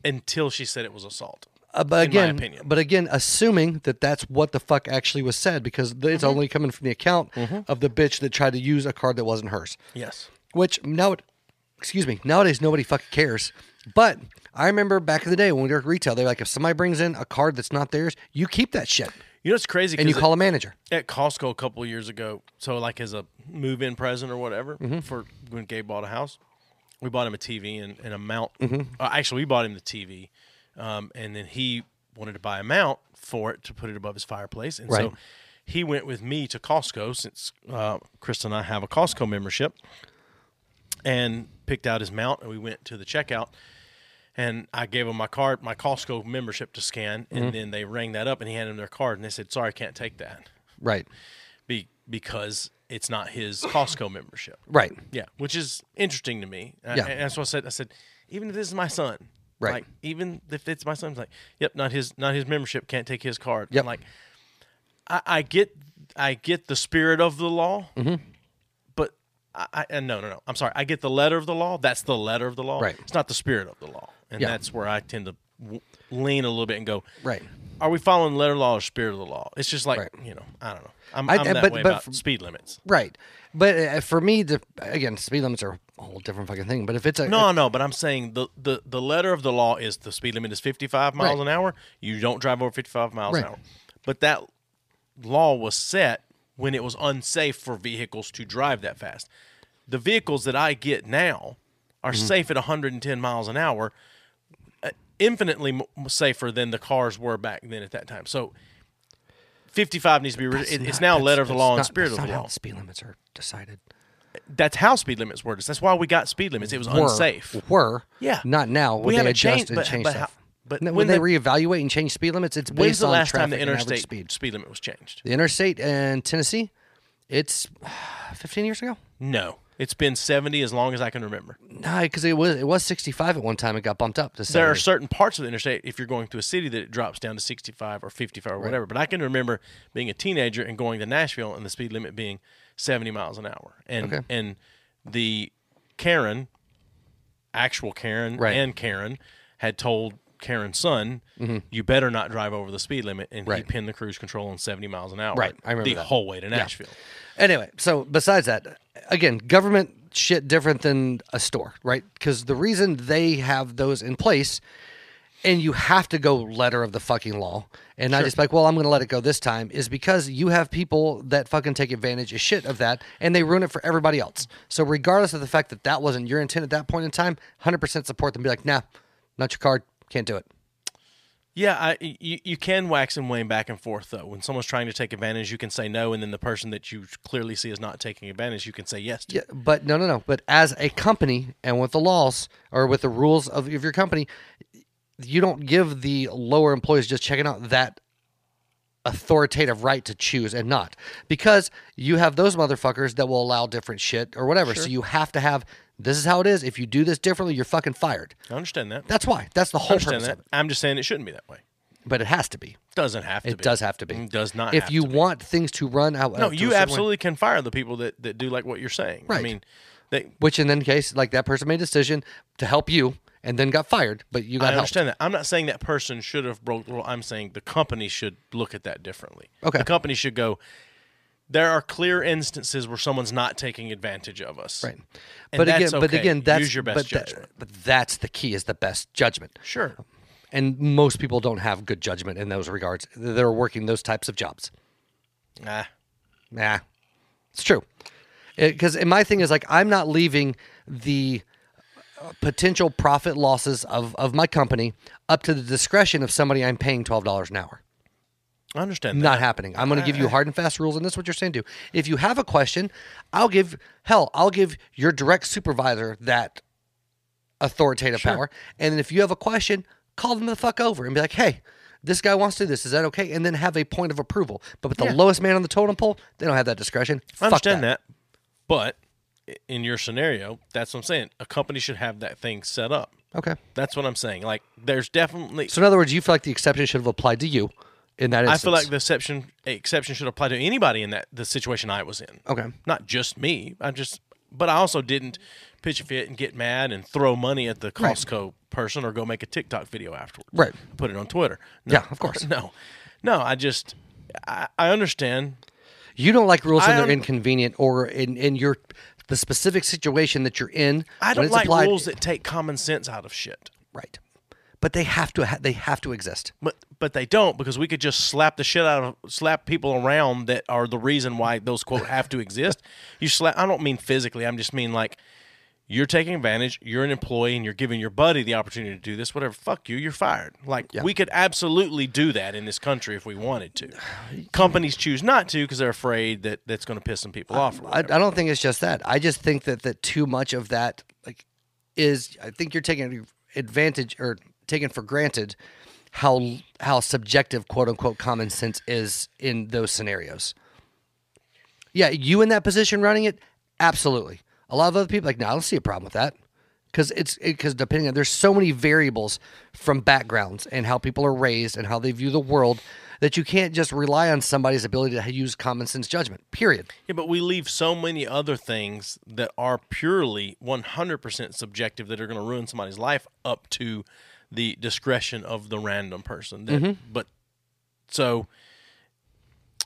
B: until she said it was assault.
D: Uh, but
B: in my
D: again,
B: opinion.
D: but again, assuming that that's what the fuck actually was said, because th-
B: Mm-hmm.
D: it's only coming from the account of the bitch that tried to use a card that wasn't hers.
B: Yes.
D: Which now, excuse me, nowadays nobody fucking cares. But I remember back in the day when we were at retail, they're like, if somebody brings in a card that's not theirs, you keep that shit
B: You know it's crazy?
D: and you
B: 'Cause
D: call a manager.
B: at, at Costco a couple of years ago. So like as a move-in present or whatever for when Gabe bought a house, we bought him a TV and, and a mount. Uh, actually, we bought him the TV, um, and then he wanted to buy a mount for it to put it above his fireplace, and
D: Right.
B: so he went with me to Costco since uh, Chris and I have a Costco membership, and picked out his mount, and we went to the checkout. And I gave him my card, my Costco membership to scan, and then they rang that up, and he handed him their card, and they said, "Sorry, I can't take that."
D: Right.
B: be, because it's not his Costco membership.
D: Right.
B: Yeah, which is interesting to me. Uh,
D: Yeah.
B: and that's what I said. I said, even if this is my son,
D: Right.
B: Like, even if it's my son's, like, yep, not his, not his membership. Can't take his card.
D: Yep.
B: Like, I, I get, I get the spirit of the law,
D: Mm-hmm.
B: but I, I and no, no, no. I'm sorry. I get the letter of the law. That's the letter of the law.
D: Right.
B: It's not the spirit of the law, and
D: Yeah.
B: that's where I tend to w- lean a little bit and go,
D: Right.
B: Are we following letter of law or spirit of the law? It's just like
D: Right.
B: you know, I don't know. I'm,
D: I-
B: I'm
D: uh,
B: that
D: but-
B: way
D: but
B: about
D: from-
B: speed limits.
D: Right. But uh, for me, the, again, speed limits are a whole different fucking thing. But if it's a
B: No, no, but I'm saying the, the, the letter of the law is the speed limit is 55 miles
D: Right.
B: an hour. You don't drive over 55 miles
D: Right.
B: an hour. But that law was set when it was unsafe for vehicles to drive that fast. The vehicles that I get now are
D: Mm-hmm.
B: safe at 110 miles an hour, uh, infinitely m- safer than the cars were back then at that time. So 55 needs to be. Re-
D: That's
B: it- it's
D: not-
B: now
D: that's-
B: letter of the
D: that's
B: law and
D: not-
B: spirit
D: that's
B: of the
D: not how
B: law.
D: Speed limits are decided.
B: That's how speed limits were. That's why we got speed limits. It was
D: were,
B: unsafe.
D: Were
B: Yeah.
D: not now.
B: We
D: When they
B: haven't
D: adjust
B: changed-
D: and
B: but-
D: change
B: but
D: stuff.
B: how- but
D: No,
B: when
D: when, they
B: the-
D: reevaluate and change speed limits, it's
B: When's
D: based
B: the
D: on
B: last time the
D: traffic and average
B: interstate
D: speed.
B: speed limit was changed?
D: The interstate in Tennessee, it's 15 years ago.
B: No, it's been seventy as long as I can remember.
D: No, because it was it was 65 at one time. It got bumped up to 70.
B: There are certain parts of the interstate if you're going through a city that it drops down to sixty-five or fifty-five or whatever. But I can remember being a teenager and going to Nashville and the speed limit being 70 miles an hour. And
D: Okay.
B: and the Karen, actual Karen
D: Right.
B: and Karen had told Karen's son, "You better not drive over the speed limit." And he
D: Mm-hmm. Right.
B: pinned the cruise control on 70 miles an hour.
D: Right. I remember
B: the
D: that.
B: whole way to Nashville.
D: Anyway, so besides that, again, government shit different than a store, right? Because the reason they have those in place, and you have to go letter of the fucking law, and not just like, well, I'm going to let it go this time, is because you have people that fucking take advantage of shit of that, and they ruin it for everybody else. So regardless of the fact that that wasn't your intent at that point in time, 100% support them. Be like, nah, not your card, can't do it.
B: Yeah, I, you, you can wax and wane back and forth though. When someone's trying to take advantage, you can say no, and then the person that you clearly see is not taking advantage, you can say yes. To.
D: Yeah, but no, no, no. But as a company and with the laws or with the rules of, of your company, you don't give the lower employees just checking out that authoritative right to choose and not because you have those motherfuckers that will allow different shit or whatever. So you have to have this is how it is. If you do this differently, you're fucking fired.
B: I understand that.
D: That's why. That's the
B: I
D: whole
B: understand
D: purpose
B: that.
D: of it.
B: I'm just saying it shouldn't be that way.
D: But it has to be.
B: Doesn't have to.
D: It
B: be.
D: does have to be.
B: It does not.
D: If
B: have
D: you
B: to be.
D: want things to run out,
B: no, you absolutely can fire the people that, that do like what you're saying. I
D: Right.
B: mean, they.
D: Which in that case, like that person made a decision to help you and then got fired, but you got
B: I
D: helped.
B: understand that. I'm not saying that person should have broke the rule. I'm saying the company should look at that differently.
D: Okay.
B: The company should go. There are clear instances where someone's not taking advantage of us.
D: Right.
B: And
D: but again,
B: that's
D: but
B: okay.
D: again, that's
B: Use your best
D: but that-
B: judgment.
D: but that's the key is the best judgment.
B: Sure.
D: And most people don't have good judgment in those regards. They're working those types of jobs.
B: Ah.
D: Nah, it's true. Because and my thing is like I'm not leaving the uh, potential profit losses of of my company up to the discretion of somebody I'm paying twelve dollars an hour.
B: I understand that.
D: Not happening. I'm going to give
B: Uh,
D: you hard and fast rules, and that's what you're saying. Do if you have a question, I'll give hell. I'll give your direct supervisor that authoritative power, and then if you have a question, call them the fuck over and be like, "Hey, this guy wants to do this. Is that okay?" And then have a point of approval. But with the lowest man on the totem pole, they don't have that discretion.
B: I
D: Fuck
B: understand that. But i- in your scenario, that's what I'm saying. A company should have that thing set up.
D: Okay.
B: That's what I'm saying. Like, there's definitely.
D: So in other words, you feel like the exception should have applied to you in that
B: I
D: instance.
B: feel like the exception exception should apply to anybody in that the situation I was in.
D: Okay.
B: Not just me. I just but I also didn't pitch a fit and get mad and throw money at the Costco person or go make a TikTok video afterwards.
D: Right.
B: Put it on Twitter. No.
D: Yeah, of course.
B: No. No, I just I, I understand.
D: you don't like rules
B: I
D: when they're
B: un-
D: inconvenient or in in your the specific situation that you're in.
B: I
D: when
B: don't
D: it's
B: like
D: applied-
B: rules that take common sense out of shit.
D: Right. But they have to ha- they have to exist.
B: But but they don't because we could just slap the shit out of slap people around that are the reason why those quote have to exist. You slap. I don't mean physically. I'm just mean like you're taking advantage. You're an employee and you're giving your buddy the opportunity to do this. Whatever. Fuck you. You're fired. Like we could absolutely do that in this country if we wanted to. Companies choose not to because they're afraid that that's going to piss some people off. or
D: I, I
B: whatever.
D: don't think it's just that. I just think that that too much of that like is I think you're taking advantage or taking for granted how how subjective quote unquote common sense is in those scenarios. Yeah, you in that position running it, absolutely. A lot of other people like, no, I don't see a problem with that. Because it's because depending on there's so many variables from backgrounds and how people are raised and how they view the world that you can't just rely on somebody's ability to use common sense judgment. Period.
B: Yeah, but we leave so many other things that are purely 100% subjective that are going to ruin somebody's life up to the discretion of the random person. That,
D: Mm-hmm.
B: But so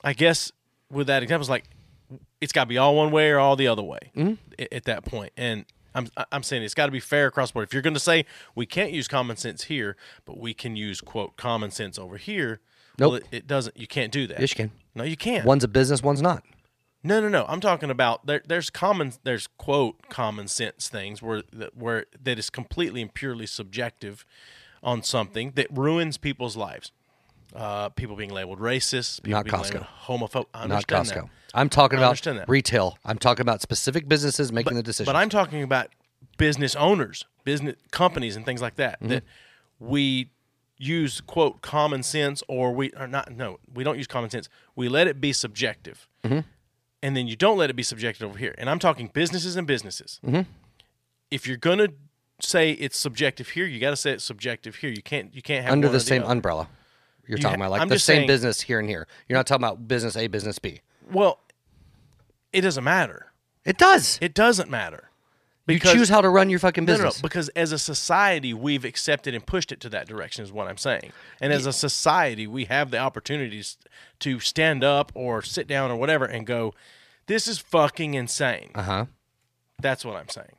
B: I guess with that example, it's like it's got to be all one way or all the other way
D: Mm-hmm.
B: a- at that point. And I'm I- I'm saying it's got to be fair across the board. If you're going to say we can't use common sense here, but we can use quote common sense over here, well,
D: Nope.
B: it, it doesn't. You can't do that.
D: Yes, you can.
B: No, you can't.
D: One's a business, one's not.
B: No, no, no. I'm talking about there, there's common there's quote common sense things where that- where that is completely and purely subjective on something that ruins people's lives. Uh, people being labeled racist, people
D: Not
B: being
D: Costco.
B: labeled homophobic. I
D: Not
B: understand
D: Costco.
B: that.
D: I'm talking about
B: understand that.
D: retail. I'm talking about specific businesses making the decision.
B: But I'm talking about business owners, business companies, and things like that.
D: Mm-hmm.
B: That we use quote common sense, or we are not. No, we don't use common sense. We let it be subjective,
D: Mm-hmm.
B: and then you don't let it be subjective over here. And I'm talking businesses and businesses.
D: Mm-hmm.
B: If you're gonna say it's subjective here, you got to say it's subjective here. You can't. You can't have
D: under
B: one
D: the
B: or
D: same
B: other.
D: umbrella. You're
B: You
D: talking
B: ha-
D: about like
B: I'm
D: the
B: just
D: same
B: saying-
D: business here and here. You're not talking about business A, business B.
B: Well, it doesn't matter.
D: It does.
B: It doesn't matter.
D: you choose how to run your fucking
B: No, no, no,
D: business.
B: because as a society, we've accepted and pushed it to that direction, is what I'm saying. And as a society, we have the opportunities to stand up or sit down or whatever and go, this is fucking insane.
D: Uh huh.
B: That's what I'm saying.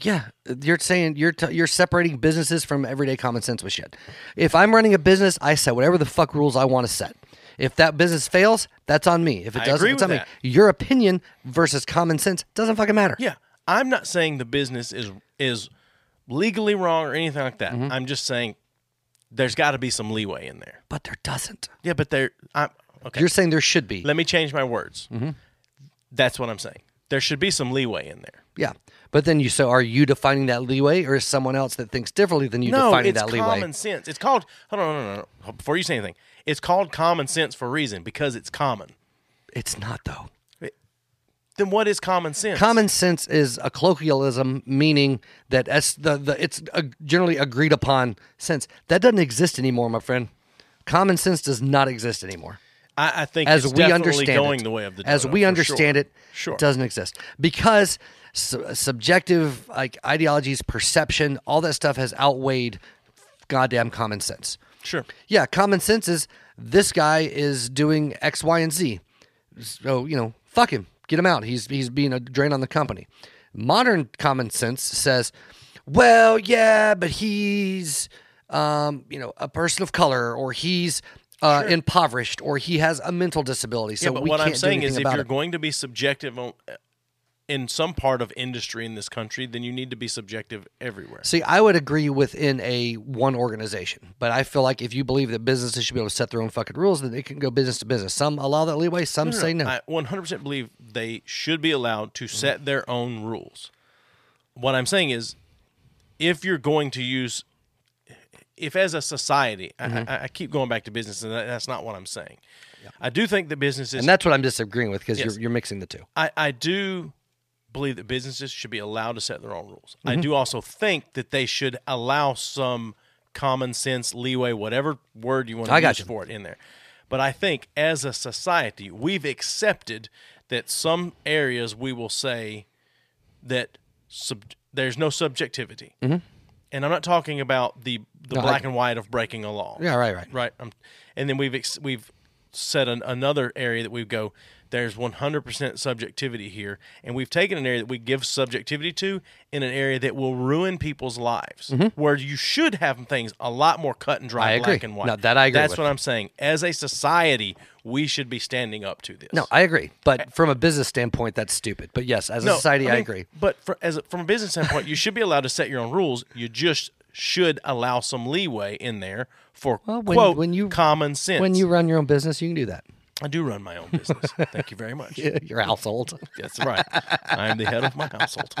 D: Yeah, you're saying you're t- you're separating businesses from everyday common sense with shit. If I'm running a business, I set whatever the fuck rules I want to set. If that business fails, that's on me. If it
B: I
D: doesn't,
B: agree
D: it's
B: with
D: on
B: that.
D: me. Your opinion versus common sense doesn't fucking matter.
B: Yeah, I'm not saying the business is is legally wrong or anything like that. I'm just saying there's got to be some leeway in there.
D: But there doesn't.
B: Yeah, but there. Mm-hmm. I'm, okay,
D: You're saying there should be.
B: let me change my words. That's what I'm saying. There should be some leeway in there.
D: yeah. But then you so are you defining that leeway or is someone else that thinks differently than you defining
B: it's
D: that leeway?
B: common sense. It's called. Hold on, no, no, no. Before you say anything, it's called common sense for a reason because it's common.
D: It's not though.
B: Then what is common sense?
D: Common sense is a colloquialism meaning that as the, the it's a generally agreed upon sense. That doesn't exist anymore, my friend. Common sense does not exist anymore.
B: I, I think
D: As
B: it's
D: we
B: definitely
D: understand
B: going
D: it,
B: the way of the
D: as
B: dodo,
D: we
B: for
D: understand
B: sure.
D: it,
B: Sure.
D: doesn't exist because su- subjective like ideologies, perception, all that stuff has outweighed goddamn common sense.
B: Sure.
D: Yeah, common sense is this guy is doing X, Y, and Z. So you know, fuck him, get him out. He's he's being a drain on the company. Modern common sense says, well, yeah, but he's um, you know a person of color, or he's uh, impoverished, or he has a mental disability. So
B: yeah, but
D: we
B: what
D: can't
B: I'm saying
D: do
B: is,
D: anything
B: if
D: about
B: you're
D: it.
B: going to be subjective on, in some part of industry in this country, then you need to be subjective everywhere.
D: See, I would agree within a one organization, but I feel like if you believe that businesses should be able to set their own fucking rules, then they can go business to business. Some allow that leeway, some say no.
B: I 100% believe they should be allowed to set their own rules. What I'm saying is, if you're going to use, if as a society, I-
D: Mm-hmm.
B: I, I keep going back to business, and that- that's not what I'm saying. I do think that businesses
D: And that's what I'm disagreeing with because
B: Yes.
D: you're, you're mixing the two.
B: I, I do believe that businesses should be allowed to set their own rules.
D: Mm-hmm.
B: I do also think that they should allow some common sense leeway, whatever word you want to
D: I
B: use
D: got you.
B: for it in there. But I think as a society, we've accepted that some areas we will say that sub- there's no subjectivity. And I'm not talking about the, the
D: Mm-hmm. I-
B: black and white of breaking a law.
D: Yeah, right, right.
B: Right. Um, and then we've ex- we've set an, another area that we go. There's 100% subjectivity here, and we've taken an area that we give subjectivity to in an area that will ruin people's lives, where you should have things a lot more cut and dry,
D: Mm-hmm. I agree.
B: black and white.
D: No, that I agree
B: That's
D: with.
B: what I'm saying. As a society, we should be standing up to this.
D: No, I agree. But from a business standpoint, that's stupid. But yes, as a
B: No,
D: society, I,
B: mean,
D: agree.
B: But for, as a, from a business standpoint, you should be allowed to set your own rules. You just should allow some leeway in there for
D: when-
B: quote
D: when you-
B: common sense.
D: When you run your own business, you can do that.
B: I do run my own business. Thank you very much.
D: Your household.
B: That's right. I am the head of my household.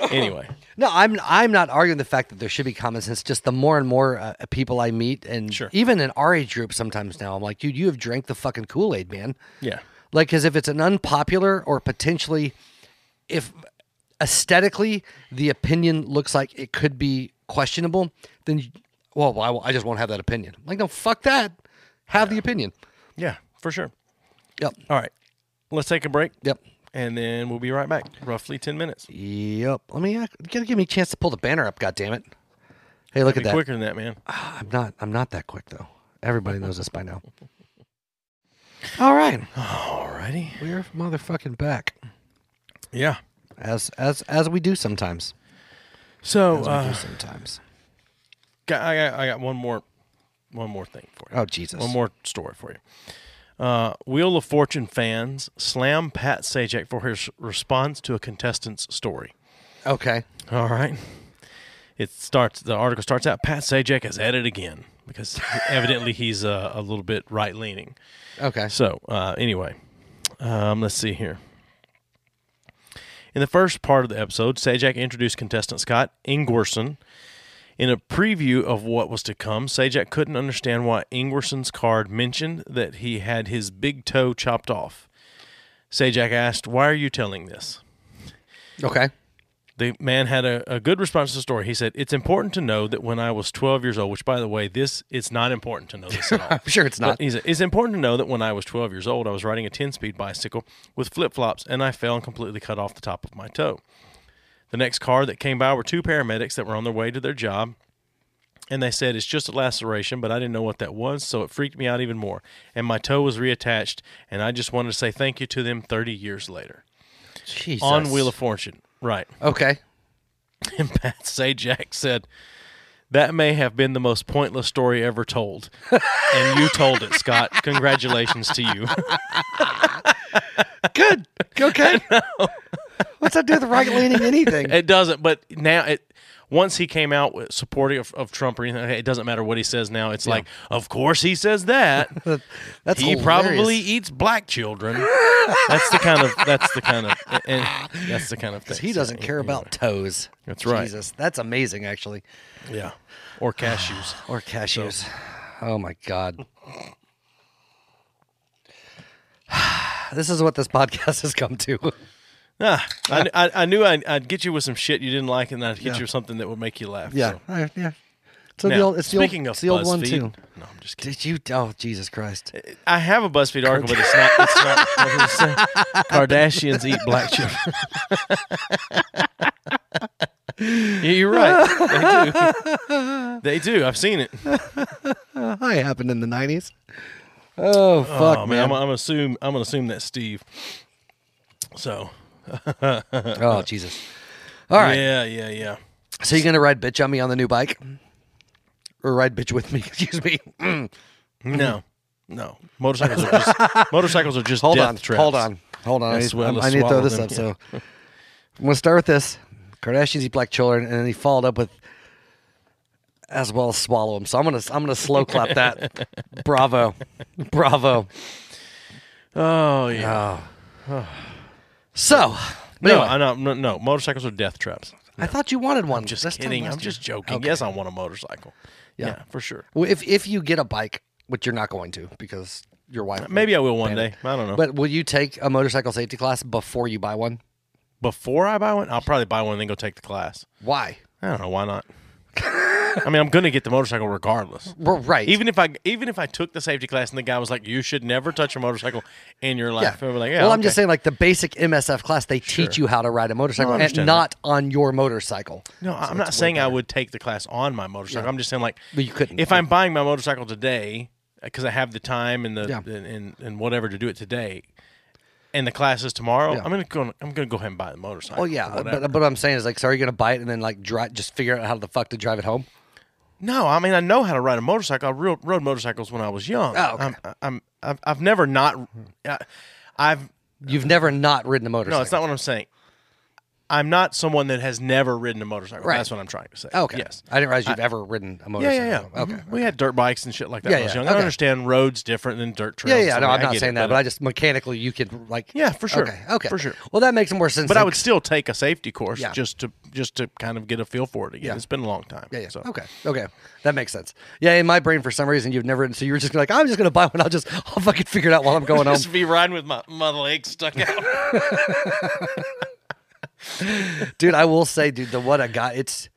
B: anyway,
D: No, I'm I'm not arguing the fact that there should be common sense. Just the more and more uh, people I meet, and
B: Sure.
D: even in our age group, sometimes now I'm like, dude, you have drank the fucking Kool Aid, man.
B: yeah,
D: Like, because if it's an unpopular or potentially, if aesthetically the opinion looks like it could be questionable, then, you, well, I, I just won't have that opinion. Like, no, fuck that. Have the opinion.
B: yeah, for sure.
D: Yep.
B: All right, let's take a break.
D: Yep.
B: and then we'll be right back. Roughly ten minutes.
D: Yep. Let me. uh, You gotta give me a chance to pull the banner up. God damn it. Hey, look
B: Be
D: at that.
B: quicker than that, man.
D: I'm not. I'm not that quick though. Everybody knows this by now. All right,
B: Alrighty.
D: we're motherfucking back,
B: Yeah.
D: as as as we do sometimes.
B: So
D: As we
B: uh,
D: do sometimes.
B: got, I got I got one more one more thing for you.
D: Oh Jesus!
B: One more story for you. Uh, Wheel of Fortune fans slam Pat Sajak for his response to a contestant's story.
D: Okay.
B: All right. It starts. The article starts out. Pat Sajak is at it again because evidently he's uh, a little bit right leaning.
D: Okay.
B: So uh, anyway, um, let's see here. In the first part of the episode, Sajak introduced contestant Scott Ingwerson. In a preview of what was to come, Sajak couldn't understand why Ingwerson's card mentioned that he had his big toe chopped off. Sajak asked, "Why are you telling this?"
D: Okay.
B: The man had a, a good response to the story. He said, "It's important to know that when I was 12 years old, which by the way, this it's not important to know this at all.
D: I'm sure it's
B: But
D: not.
B: he said, it's important to know that when I was 12 years old, I was riding a 10 speed bicycle with flip flops and I fell and completely cut off the top of my toe. The next car that came by were two paramedics that were on their way to their job. And they said, it's just a laceration, but I didn't know what that was, so it freaked me out even more. And my toe was reattached, and I just wanted to say thank you to them 30 years later.
D: Jesus.
B: On Wheel of Fortune. Right.
D: Okay.
B: And Pat Sajak said, That may have been the most pointless story ever told. and you told it, Scott. Congratulations to you.
D: Good. Okay. What's that do with right leaning anything?
B: It doesn't, but now it. Once he came out with supporting of, of Trump or anything, it doesn't matter what he says now. It's like, of course he says that.
D: That- That's
B: he
D: hilarious.
B: probably eats black children. that's the kind of. That's the kind of. And that's the kind of thing.
D: he
B: So,
D: doesn't care
B: you know,
D: about toes.
B: That's right.
D: Jesus, that's amazing actually.
B: Yeah, or cashews.
D: Or cashews. Oh my god. this is what this podcast has come to.
B: ah, I, I, I knew I'd, I'd get you with some shit you didn't like, and I'd hit
D: Yeah.
B: you with something that would make you laugh. So.
D: I- yeah. So
B: Now,
D: the old, it's the old,
B: speaking
D: it's
B: of
D: the old one
B: BuzzFeed-
D: too.
B: No, I'm just kidding.
D: Did you? Oh, Jesus Christ!
B: I have a BuzzFeed article, but it's not. It's not what was I saying? Kardashians eat black children. yeah, you're right. They do. They do. I've seen it.
D: Oh, It happened in the nineties. Oh fuck,
B: oh man,
D: man!
B: I'm, I'm assume I'm gonna assume that's Steve. So
D: oh Jesus! All right.
B: yeah, yeah, yeah.
D: So you gonna ride bitch on me on the new bike, or ride bitch with me? Excuse me. Mm-hmm.
B: No, no. Motorcycles are just motorcycles are just
D: Hold
B: death
D: on.
B: traps.
D: Hold on. Hold on. I
B: As
D: need,
B: well
D: I'm-
B: as
D: I need to throw
B: swallow
D: this
B: them.
D: up. So I'm gonna start with this. Kardashians eat black children, and then he followed up with as well as swallow them. So I'm gonna I'm gonna slow clap that. Bravo, bravo.
B: Oh yeah.
D: So, but
B: no,
D: anyway,
B: I know. No, no, motorcycles are death traps.
D: I thought you wanted one.
B: I'm just
D: this time
B: kidding.
D: last
B: I'm
D: year.
B: just joking.
D: Okay.
B: Yes, I want a motorcycle.
D: Yeah.
B: yeah for sure.
D: Well, if if you get a bike, which you're not going to because your wife.
B: Maybe I will one
D: Bandit.
B: day. I don't know.
D: But will you take a motorcycle safety class before you buy one?
B: before I buy one, I'll probably buy one and then go take the class.
D: Why?
B: I don't know why not. I mean, I'm gonna get the motorcycle regardless.
D: Well, right.
B: Even if I even if I took the safety class and the guy was like, "You should never touch a motorcycle in your
D: yeah.
B: life," I'd be like, yeah,
D: well, I'm just
B: okay."
D: saying, like the basic MSF class, they teach you how to ride a motorcycle,
B: No, I
D: and
B: understand
D: not on your motorcycle.
B: No, I'm not saying I would take the class on my motorcycle.
D: Yeah.
B: I'm just saying like,
D: But you couldn't.
B: If I'm buying my motorcycle today because I have the time and the
D: Yeah.
B: and, and, and whatever to do it today, and the class is tomorrow,
D: Yeah.
B: I'm gonna go. I'm gonna go ahead and buy the motorcycle.
D: Oh
B: or
D: yeah,
B: whatever.
D: but, but what I'm saying is like, so are you gonna buy it and then like drive, just figure out how the fuck to drive it home?
B: No, I mean I know how to ride a motorcycle. I ro- rode motorcycles when I was young.
D: Oh, okay. Hmm.
B: I'm, I'm I've, I've never not. I, I've
D: You've never not ridden a motorcycle.
B: no, it's not what I'm saying. I'm not someone that has never ridden a motorcycle.
D: Right.
B: That's what I'm trying to say.
D: Okay.
B: Yes.
D: I didn't realize you've ever ridden a
B: Yeah,
D: motorcycle.
B: yeah, yeah.
D: Okay.
B: Mhm. We had dirt bikes and shit like that
D: Yeah,
B: when I was
D: yeah.
B: young. I
D: Okay.
B: understand roads different than dirt trails.
D: Yeah, yeah. No,
B: I mean,
D: I'm
B: I
D: not
B: get
D: saying
B: it,
D: that, but I just mechanically you could like.
B: Yeah, for sure.
D: Okay. Okay.
B: For sure.
D: Well, that makes more sense.
B: But
D: than-
B: I would still take a safety course
D: Yeah.
B: just to just to kind of get a feel for it again.
D: Yeah.
B: It's been a long time.
D: Yeah, yeah.
B: So.
D: Okay. Okay. That makes sense. Yeah, in my brain for some reason you've never so you were just like, I'm just gonna buy one, I'll just I'll fucking figure it out while I'm going home.
B: Just be riding with my, my legs stuck out.
D: Dude, I will say, dude, the what I got, it's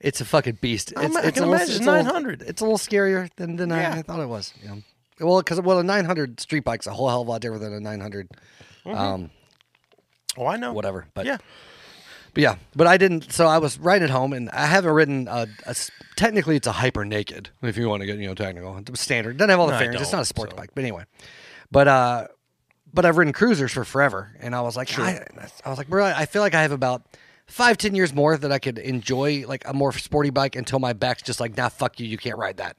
D: it's a fucking beast. It's,
B: I'm- I
D: it's
B: can
D: a little,
B: imagine
D: it's a little-
B: 900.
D: It's a little scarier than, than I,
B: Yeah.
D: I thought it was. Yeah. Well, because well, a 900 street bike's a whole hell of a lot different than a 900, um,
B: oh, I know.
D: whatever. But
B: Yeah.
D: But yeah, but I didn't. So I was riding at home, and I haven't ridden. A, a s- technically, it's a hyper naked. If you want to get you know technical, It's standard doesn't have all the
B: No, I
D: fairings. It's
B: don't,
D: not a sports
B: so.
D: bike, but anyway. But uh, but I've ridden cruisers for forever, and I was like, I, I was like, bro, I feel like I have about five, ten years more that I could enjoy like a more sporty bike until my back's just like, nah, fuck you, you can't ride that.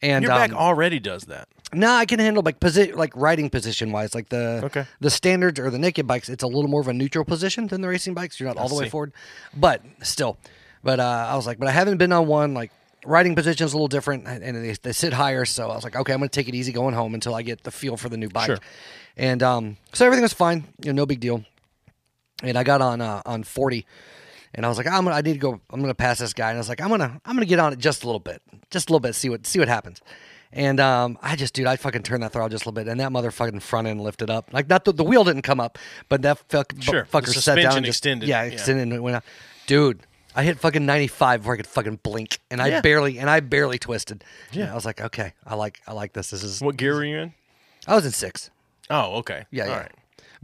D: And
B: Your
D: um,
B: back already does that.
D: no, I can handle like posi- like riding position wise, like the
B: Okay.
D: the standards or the naked bikes. It's a little more of a neutral position than the racing bikes. You're not all the way
B: see.
D: forward, but still. But uh, I was like, but I haven't been on one. Like riding position is a little different, and and they, they sit higher. So I was like, okay, I'm gonna take it easy going home until I get the feel for the new bike.
B: Sure.
D: And um, so everything was fine. You know, no big deal and I got on uh, on forty, and I was like, I'm gonna, I need to go. I'm gonna pass this guy, and I was like, I'm gonna, I'm gonna get on it just a little bit, just a little bit, see what, see what happens. And um, I just, dude, I fucking turned that throttle just a little bit, and that motherfucking front end lifted up. Like, not the, the wheel didn't come up, but that fuck, bu-
B: Sure, the
D: fucker sat down,
B: suspension
D: and just,
B: extended.
D: yeah,
B: Yeah.
D: extended, and it went out. dude. I hit fucking 95 before I could fucking blink, and I
B: Yeah.
D: barely and I barely twisted. Yeah, I was like, okay, I like I like this. This is
B: What gear were you in?
D: I was in six.
B: Oh, okay.
D: Yeah,
B: All
D: yeah.
B: right.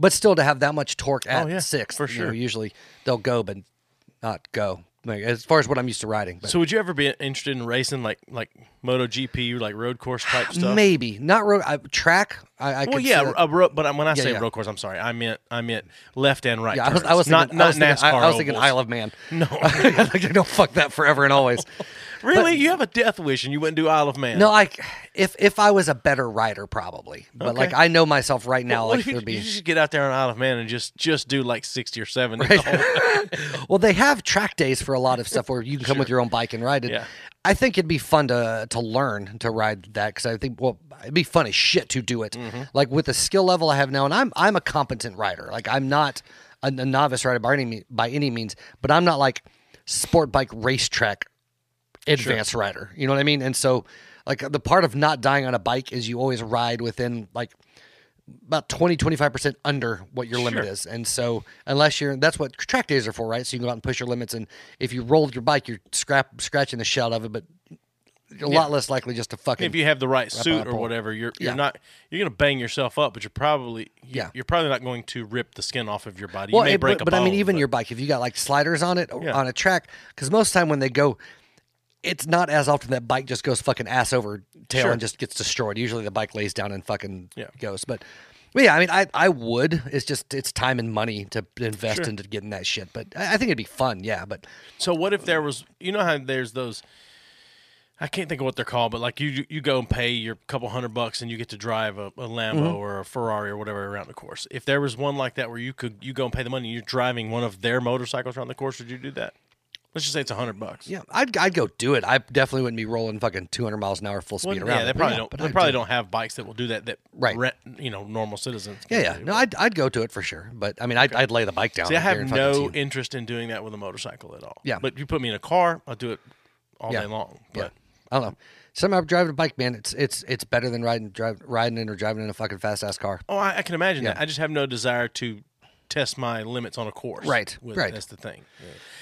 D: But still, to have that much torque at
B: Oh, yeah,
D: six,
B: for
D: you know,
B: sure.
D: usually they'll go, but not go. Like, as far as what I'm used to riding, but
B: So would you ever be interested in racing like like MotoGP or like road course type stuff?
D: maybe not road I, track. I, I
B: Well,
D: could see
B: yeah, uh,
D: that.
B: a road, but when I say
D: yeah.
B: road course, I'm sorry, I meant I meant left and right.
D: yeah. I was, I
B: turns.
D: was
B: not
D: thinking,
B: not
D: I was thinking, I,
B: NASCAR.
D: I was thinking
B: ovals.
D: Isle of Man.
B: No.
D: I like, no, fuck that forever and always.
B: Really, you have a death wish and you wouldn't do Isle of Man?
D: No, I if if I was a better rider, probably. But
B: Okay.
D: like I know myself right now,
B: What
D: like
B: if you,
D: there'd be.
B: you just get out there on Isle of Man and just just do like sixty or seventy?
D: well, they have track days for a lot of stuff where you can come with your own bike and ride it.
B: Yeah.
D: I think it'd be fun to to learn to ride that because I think well it'd be fun as shit to do it. Like with the skill level I have now, and I'm I'm a competent rider. Like I'm not a, a novice rider by any me- by any means, but I'm not like sport bike racetrack advanced rider. You know what I mean? And so like the part of not dying on a bike is you always ride within like about 20 25% under what your limit
B: Sure.
D: is and so unless you're that's what track days are for right so you can go out and push your limits and if you rolled your bike you're scrap scratching the shell out of it but you're a lot less likely just to fucking
B: if you have the right suit or
D: apple.
B: whatever, you're
D: Yeah.
B: you're not you're gonna bang yourself up, but you're probably you-
D: Yeah.
B: you're probably not going to rip the skin off of your body.
D: well,
B: you may
D: it-
B: break
D: but,
B: a
D: but I mean,
B: bone,
D: even
B: but-
D: your bike, if you got like sliders on it or
B: Yeah.
D: on a track, because most time when they go, it's not as often that bike just goes fucking ass over tail
B: Sure.
D: and just gets destroyed. Usually the bike lays down and fucking
B: Yeah.
D: goes. But, but yeah, I mean, I, I would. It's just it's time and money to invest into getting that shit. But I, I think it'd be fun. Yeah, but
B: So what if there was you know how there's those I can't think of what they're called, but like you you go and pay your couple hundred bucks and you get to drive a, a Lambo
D: Mm-hmm.
B: or a Ferrari or whatever around the course. If there was one like that where you could you go and pay the money, and you're driving one of their motorcycles around the course, would you do that? Let's just say it's a hundred bucks.
D: yeah, I'd I'd go do it. I definitely wouldn't be rolling fucking 200 miles an hour full
B: Well,
D: speed around.
B: yeah, they
D: it, but
B: probably
D: yeah,
B: don't.
D: but
B: They
D: I'd
B: probably
D: do it.
B: don't have bikes that will do that. That
D: Right.
B: rent, you know, normal citizens. can
D: Yeah, yeah.
B: do.
D: No, I'd, I'd go to it for sure. But I mean, I'd, I'd lay the bike down.
B: See, I
D: out there
B: have
D: and fucking see
B: no
D: it.
B: interest in doing that with a motorcycle at all.
D: Yeah.
B: but you put me in a car, I'll do it all
D: Yeah.
B: day long. But
D: Yeah. I don't know. Somehow driving a bike, man, it's it's it's better than riding drive, riding in or driving in a fucking fast ass car.
B: Oh, I, I can imagine that. I just have no desire to test my limits on a course.
D: Right,
B: with-
D: right.
B: That's the thing.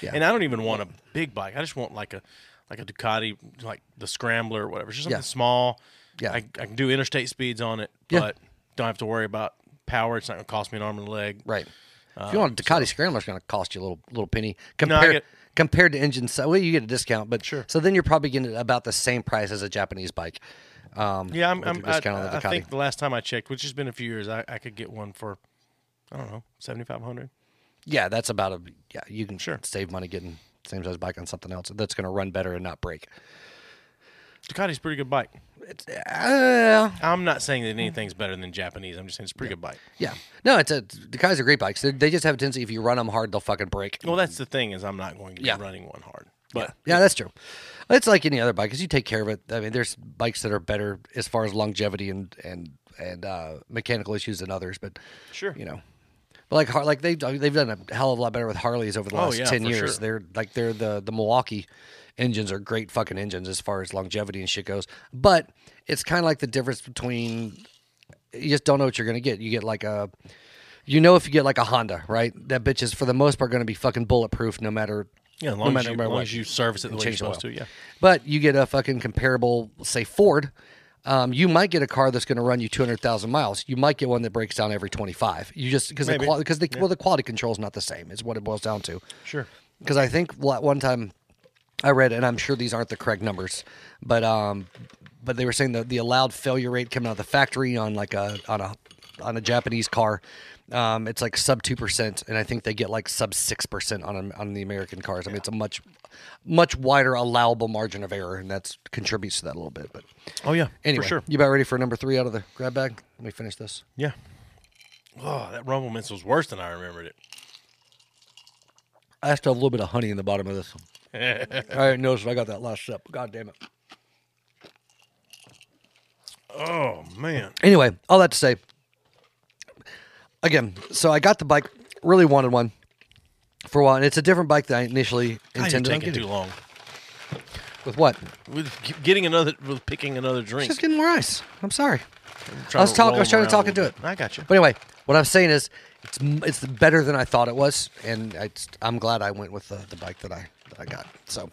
D: Yeah.
B: And I don't even want a big bike. I just want like a like a Ducati, like the Scrambler or whatever. Just something
D: Yeah.
B: small.
D: Yeah.
B: I, I can do interstate speeds on it,
D: Yeah.
B: but don't have to worry about power. It's not going to cost me an arm and a leg.
D: Right. if
B: Uh,
D: you want a Ducati Scrambler, it's going to cost you a little little penny
B: I
D: compared
B: get-
D: compared to engine. So, well, you get a discount, but sure. So then you're probably getting about the same price as a Japanese bike. Um,
B: Yeah, I'm,
D: with
B: I'm,
D: the
B: I,
D: discount on the
B: I
D: Ducati.
B: think the last time I checked, which has been a few years, I, I could get one for, I don't know, 7500
D: yeah, that's about a yeah. You can
B: Sure.
D: save money getting same size bike on something else that's going to run better and not break.
B: Ducati's a pretty good bike.
D: It's, uh,
B: I'm not saying that anything's better than Japanese. I'm just saying it's a pretty good bike.
D: yeah, no, it's a Ducati's are great bikes. They, they just have a tendency if you run them hard, they'll fucking break.
B: Well, that's the thing is I'm not going to be
D: Yeah.
B: running one hard. But
D: Yeah, that's true. It's like any other bike, because you take care of it. I mean, there's bikes that are better as far as longevity and and and uh, mechanical issues than others, but
B: Sure.
D: you know, but like Har- like they've they've done a hell of a lot better with Harleys over the
B: Oh,
D: last
B: yeah,
D: ten
B: for
D: years.
B: sure.
D: They're like they're the the Milwaukee engines are great fucking engines as far as longevity and shit goes, but it's kind of like the difference between you just don't know what you're gonna get. You get like a you know if you get like a Honda, right? That bitch is for the most part going to be fucking bulletproof no matter
B: Yeah, as
D: no
B: long as
D: matter
B: you-
D: where
B: as long
D: what.
B: as you service it the
D: And
B: way you're
D: change oil.
B: supposed to, yeah.
D: But you get a fucking comparable, say Ford. Um, you might get a car that's going to run you 200,000 miles. You might get one that breaks down every 25. You just because the
B: Maybe.
D: quali- cause the, well the quality control is not the same. Is what it boils down to.
B: Sure.
D: Because I think la- one time I read, and I'm sure these aren't the correct numbers, but um, but they were saying that the allowed failure rate coming out of the factory on like a on a on a Japanese car, um, it's like sub two percent, and I think they get like sub six percent on on the American cars. I mean, it's a much much wider allowable margin of error, and that's contributes to that a little bit. But
B: Oh yeah,
D: anyway,
B: for sure.
D: you about ready for number three out of the grab bag? Let me finish this.
B: Yeah. Oh, that rumble mince was worse than I remembered it.
D: I still have a little bit of honey in the bottom of this. I didn't notice when I got that last sip. God damn it.
B: Oh man.
D: anyway, all that to say, again, so I got the bike, really wanted one for a while, and it's a different bike that I initially
B: God, you're
D: intended on
B: taking too
D: getting.
B: long
D: With what?
B: with g- getting another with picking another drink.
D: Just getting more ice. I'm sorry.
B: I'm trying
D: I was
B: to
D: talking. I
B: roll
D: was trying to
B: around a
D: talk into
B: little
D: it.
B: bit. I got you.
D: But anyway, what I'm saying is, It's m- it's better than I thought it was, and I, am glad I went with the, the bike that I that I got. So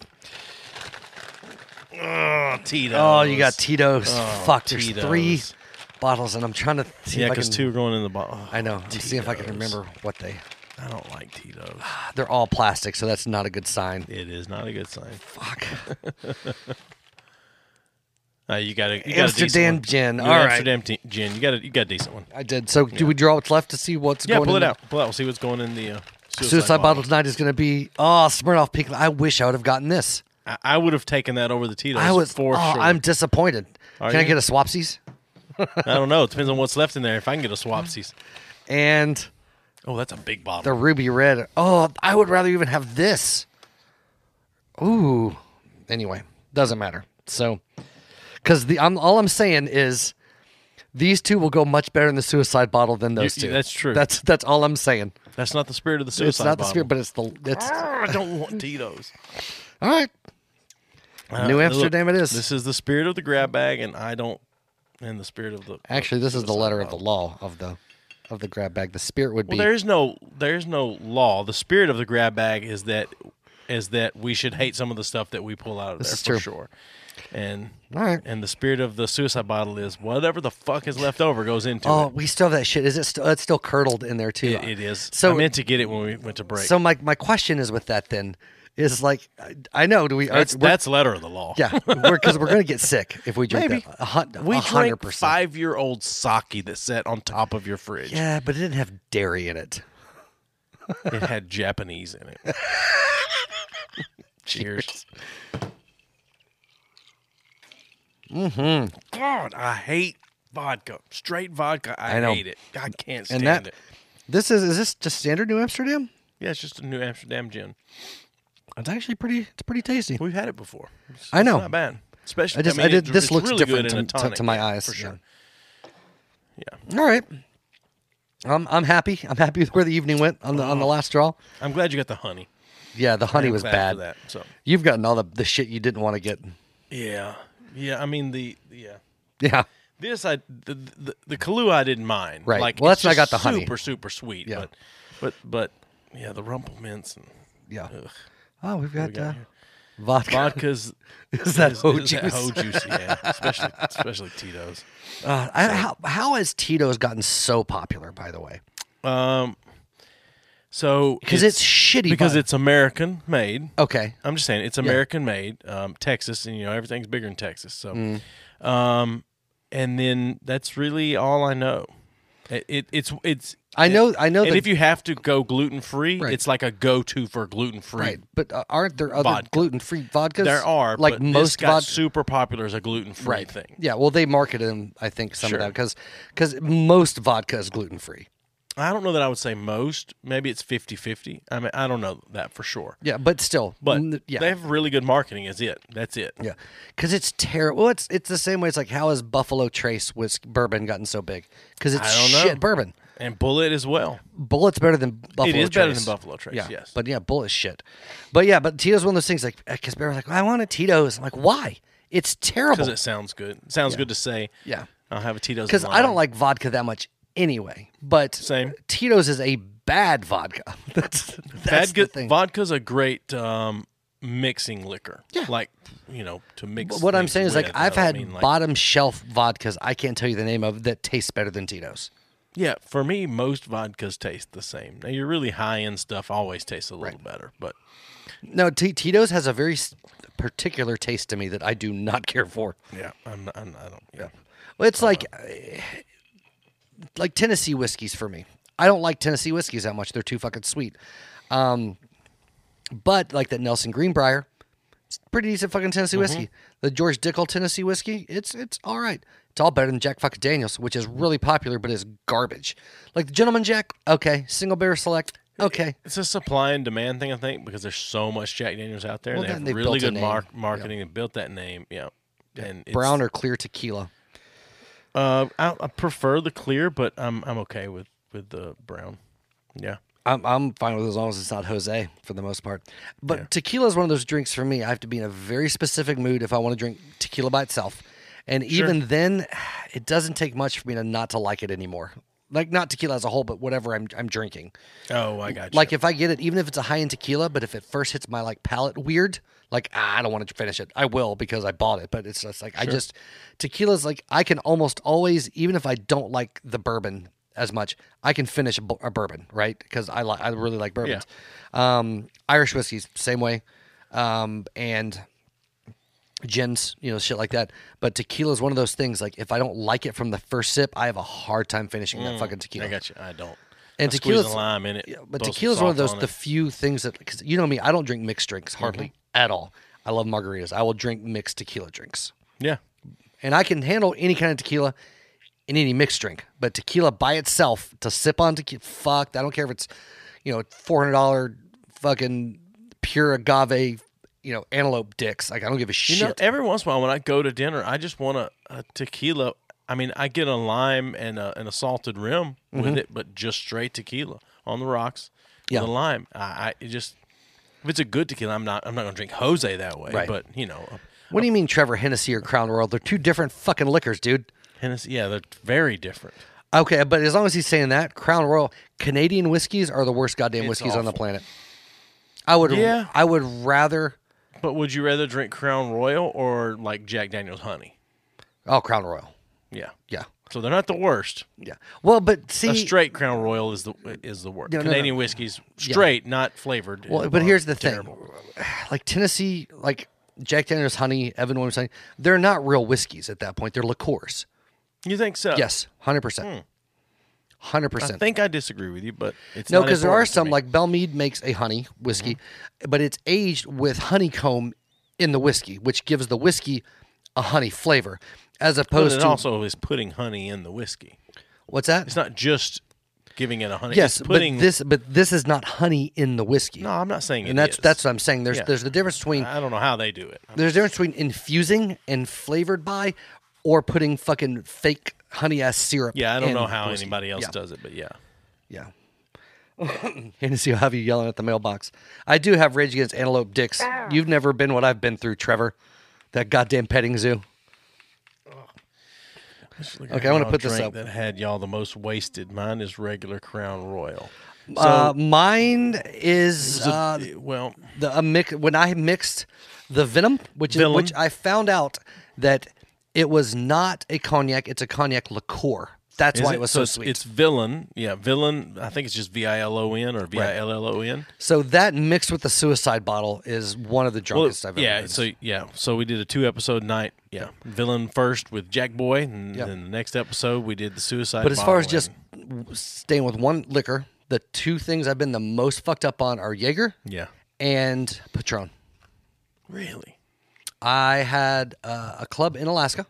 B: Oh, Tito's.
D: oh, you got Tito's.
B: Oh,
D: Fuck, there's
B: Tito's.
D: three bottles, and I'm trying to see
B: Yeah,
D: if I
B: because
D: can.
B: two are going in the bottle.
D: I know. I'm seeing if I can remember what they.
B: I don't like Tito's.
D: They're all plastic, so that's not a good sign.
B: It is not a good sign.
D: Fuck.
B: Uh, you got a you got a decent
D: Amsterdam
B: one.
D: gin.
B: You
D: All
B: got
D: right.
B: Amsterdam t- gin. You got a you got a decent one.
D: I did. So do we draw what's left to see what's
B: Yeah,
D: going
B: pull
D: in
B: it
D: the-
B: out. Pull it out. We'll see what's going in the uh, suicide,
D: Suicide,
B: bottle.
D: bottle tonight is going to be oh Smirnoff Pink. I wish I would have gotten this.
B: I, I would have taken that over the Tito's.
D: I was.
B: for
D: oh,
B: sure.
D: I'm disappointed.
B: Are
D: Can I
B: you?
D: get a swapsies?
B: I don't know. It depends on what's left in there. If I can get a swapsies.
D: And
B: Oh, that's a big
D: the
B: bottle.
D: ruby red. Oh, I would rather even have this. Ooh. Anyway, doesn't matter. So, because the I'm all I'm saying is these two will go much better in the suicide bottle than those
B: You-
D: two.
B: you- that's true.
D: That's that's all I'm saying.
B: that's not the spirit of the suicide.
D: it's not the
B: bottle.
D: spirit, but it's the it's
B: Arr, I don't want Tito's.
D: all right.
B: Uh,
D: New
B: look,
D: Amsterdam it is.
B: This is the spirit of the grab bag, and I don't. And the spirit of the.
D: Actually, this is the letter of the law of the of the grab bag. The spirit would be
B: Well, there is no there is no law. The spirit of the grab bag is that is that we should hate some of the stuff that we pull out of
D: This
B: there for
D: is true.
B: sure. And
D: all right.
B: and the spirit of the suicide bottle is whatever the fuck is left over goes into
D: Oh,
B: it.
D: we still have that shit. Is it still? It's still curdled in there too.
B: It- It is.
D: So
B: So I meant to get it when we went to break.
D: So my my question is with that then is like I, I know do we are-
B: that's
D: we're-
B: that's letter of the law.
D: yeah we're because we're gonna get sick if we drink
B: Maybe
D: that. A hun-
B: we
D: a hundred
B: drank
D: percent.
B: five year old sake that sat on top of your fridge.
D: Yeah, but it didn't have dairy in it.
B: It had Japanese in it. Cheers. Mm-hmm. God, I hate vodka. Straight vodka. I,
D: I know.
B: hate it. I can't
D: And
B: stand
D: that
B: it.
D: this is is this just standard New Amsterdam?
B: Yeah, it's just a New Amsterdam gin.
D: It's actually pretty. It's pretty tasty.
B: We've had it before. It's,
D: I know.
B: It's not bad. Especially,
D: I just I,
B: mean,
D: did.
B: it's-
D: This
B: it's
D: looks
B: really
D: different
B: good
D: to,
B: in a
D: to-
B: tonic,
D: to my
B: yeah,
D: eyes
B: For sure. Yeah.
D: All right. I'm I'm happy. I'm happy with where the evening went on the on the last draw.
B: I'm glad you got the honey.
D: Yeah, the honey
B: Oh. I'm
D: was
B: glad
D: bad.
B: For that, so.
D: You've gotten all the, the shit you didn't want to get.
B: Yeah. Yeah, I mean, the, yeah.
D: Yeah.
B: This I the the, the Kahlua I didn't mind.
D: Right.
B: Like
D: Well,
B: it's
D: that's when I
B: just
D: got the honey.
B: Super super sweet.
D: Yeah.
B: But but but yeah, the Rumple Mints and
D: Yeah.
B: ugh,
D: Oh, we've got,
B: we got
D: uh,
B: here.
D: vodka.
B: vodkas.
D: Is that
B: is-
D: hoe
B: is that
D: juice?
B: hoe juice, yeah. Especially especially Tito's.
D: Uh, I, how, how has Tito's gotten so popular, by the way?
B: Um. So
D: Because it's, shitty.
B: because
D: vodka.
B: it's American made.
D: Okay.
B: I'm just saying it's American made. Um, Texas, and you know everything's bigger in Texas. So,
D: Mm.
B: um, and then that's really all I know. It, it it's it's.
D: I know- I know
B: And
D: that-
B: if you have to go gluten free,
D: Right.
B: it's like a go to for gluten free.
D: Right. But uh, aren't there other
B: Vodka.
D: gluten free vodkas?
B: There are
D: Like
B: but this
D: most
B: got
D: vodka.
B: super popular as a gluten free
D: right.
B: thing.
D: Yeah. Well, they market them, I think, some
B: Sure.
D: of that because most vodka is gluten free.
B: I don't know that I would say most. Maybe it's 50-50. I mean, I don't know that for sure.
D: Yeah. But still.
B: But
D: n- yeah.
B: they have really good marketing. Is it? That's it.
D: Yeah, because it's terrible. Well, it's it's the same way. It's like how has Buffalo Trace whisk bourbon gotten so big? Because it's
B: I don't know.
D: shit bourbon.
B: And Bullet as well.
D: Bullet's better than Buffalo.
B: it is better than
D: Trace.
B: Buffalo Trace.
D: Yeah,
B: Yes.
D: but yeah, Bullet's shit. But yeah, but Tito's one of those things. Like because people are like, I want a Tito's. I'm like, why? It's terrible.
B: because it sounds good. It sounds good to say.
D: Yeah.
B: I'll have a Tito's.
D: Because
B: in
D: I don't
B: line.
D: like vodka that much anyway. But
B: Same.
D: Tito's is a bad vodka. that's that's
B: vodka.
D: the thing.
B: Vodka's a great um, mixing liquor.
D: Yeah.
B: like you know to mix.
D: what I'm
B: things
D: saying is like
B: with. I
D: I've
B: don't
D: had
B: mean, like-
D: bottom shelf vodkas I can't tell you the name of that tastes better than Tito's.
B: Yeah, for me, most vodkas taste the same. Now your really high end stuff always tastes a little better, but
D: No, T- Tito's has a very s- particular taste to me that I do not care for.
B: yeah, I'm, not, I'm I don't. Yeah.
D: Well, It's like eh, like Tennessee whiskeys for me. I don't like Tennessee whiskeys that much. They're too fucking sweet. Um, but like that Nelson Greenbrier, it's pretty decent fucking
B: Mm-hmm.
D: Tennessee whiskey. The George Dickel Tennessee whiskey, it's it's all right. It's all better than Jack fucking Daniels, which is really popular but is garbage. Like the Gentleman Jack, okay. Single Barrel Select, okay.
B: It's a supply and demand thing, I think, because there's so much Jack Daniels out there.
D: Well,
B: they
D: then
B: have
D: they
B: really
D: built a
B: good
D: name.
B: mark, marketing. They built that name. Yeah, and it's-
D: Brown or clear tequila.
B: Uh, I, I prefer the clear, but I'm I'm okay with with the brown. Yeah.
D: I'm I'm fine with it as long as it's not Jose for the most part. But tequila is one of those drinks for me. I have to be in a very specific mood if I want to drink tequila by itself. And even then, it doesn't take much for me to not to like it anymore. Like not tequila as a whole, but whatever I'm I'm drinking.
B: Oh, I got you.
D: Like if I get it, even if it's a high end tequila, but if it first hits my like palate weird, like ah, I don't want to finish it. I will because I bought it, but it's just like I just tequila's like I can almost always, even if I don't like the bourbon as much, I can finish a, bu- a bourbon, right? Because I like I really like bourbons. Um, Irish whiskeys same way, um, and gins, you know, shit like that. But tequila is one of those things. Like if I don't like it from the first sip, I have a hard time finishing that fucking tequila.
B: Mm, I got you. I don't.
D: And
B: I squeeze a
D: tequila's-
B: lime in it.
D: Yeah, but
B: throw some
D: tequila's one of
B: salt
D: those
B: on
D: the
B: it.
D: few things that because you know me, I don't drink mixed drinks hardly
B: Mm-hmm.
D: at all. I love margaritas. I will drink mixed tequila drinks,
B: yeah.
D: and I can handle any kind of tequila in any mixed drink. But tequila by itself to sip on tequila, fuck. I don't care if it's you know four hundred dollar fucking pure agave, you know antelope dicks. Like I don't give a
B: You
D: shit.
B: know, eh, every once in a while when I go to dinner, I just want a, a tequila. I mean, I get a lime and a, and a salted rim with it, but just straight tequila on the rocks.
D: Mm-hmm. Yeah.
B: with a lime. I, I it just if it's a good tequila, I'm not I'm not gonna drink Jose that way.
D: Right.
B: But you know,
D: what do you mean, Trevor Hennessy or Crown Royal? They're two different fucking liquors, dude.
B: Hennessy, yeah, they're very different.
D: Okay, but as long as he's saying that, Crown Royal Canadian whiskeys are the worst goddamn
B: It's
D: whiskeys on the
B: awful.
D: planet. I would
B: Yeah.
D: I would rather
B: But would you rather drink Crown Royal or like Jack Daniel's Honey?
D: oh Crown Royal.
B: Yeah,
D: Yeah.
B: So they're not the worst.
D: Yeah. Well, but see
B: A straight Crown Royal is the is the worst.
D: No, no, no.
B: Canadian whiskeys straight, not flavored.
D: well, but here's the thing. Like Tennessee, like Jack Daniel's honey, Evan Williams honey, they're not real whiskeys at that point. They're liqueurs.
B: You think so?
D: Yes, 100%. 100%.
B: Uh, hmm. I think I disagree with you, but it's
D: No,
B: not
D: because there are
B: important to
D: some
B: me. Mm-hmm.
D: like Belmead makes a honey whiskey, but it's aged with honeycomb in the whiskey, which gives the whiskey a honey flavor, as
B: But
D: opposed
B: it
D: to
B: also is putting honey in the whiskey.
D: what's that?
B: It's not just giving it a honey.
D: yes,
B: it's putting.
D: but this but this is not honey in the whiskey,
B: no, I'm not saying.
D: and
B: it
D: that's
B: is.
D: that's what I'm saying. There's
B: Yeah.
D: there's the difference between
B: I don't know how they do it.
D: there's a difference between infusing and flavored by, or putting fucking fake honey ass syrup.
B: Yeah, I don't
D: in
B: know how
D: whiskey.
B: anybody else
D: Yeah.
B: does it, but yeah.
D: Yeah. Hennessy will have you yelling at the mailbox. I do have Rage Against Antelope dicks. You've never been what I've been through, Trevor. That goddamn petting zoo. Okay, I wanna
B: Y'all
D: put this
B: drank
D: up.
B: That had y'all the most wasted. Mine is regular Crown Royal. So
D: uh, mine is
B: it's a-
D: uh,
B: Eh, well,
D: the a mix, when I mixed the venom, which is,
B: Venom.
D: which I found out that it was not a cognac; it's a cognac liqueur. That's
B: is
D: why it, was so,
B: it's-
D: sweet.
B: It's villain. Yeah, villain. I think it's just V I L O N or V I L L O N.
D: so that mixed with the suicide bottle is one of the drunkest I've ever.
B: yeah,
D: been.
B: so yeah, so we did a two episode night. Yeah, villain first with Jack Boy, and
D: Yeah.
B: then the next episode we did the suicide.
D: But as far as
B: bottling.
D: just w- staying with one liquor, the two things I've been the most fucked up on are Jaeger
B: yeah,
D: and Patron.
B: really,
D: I had uh, a club in Alaska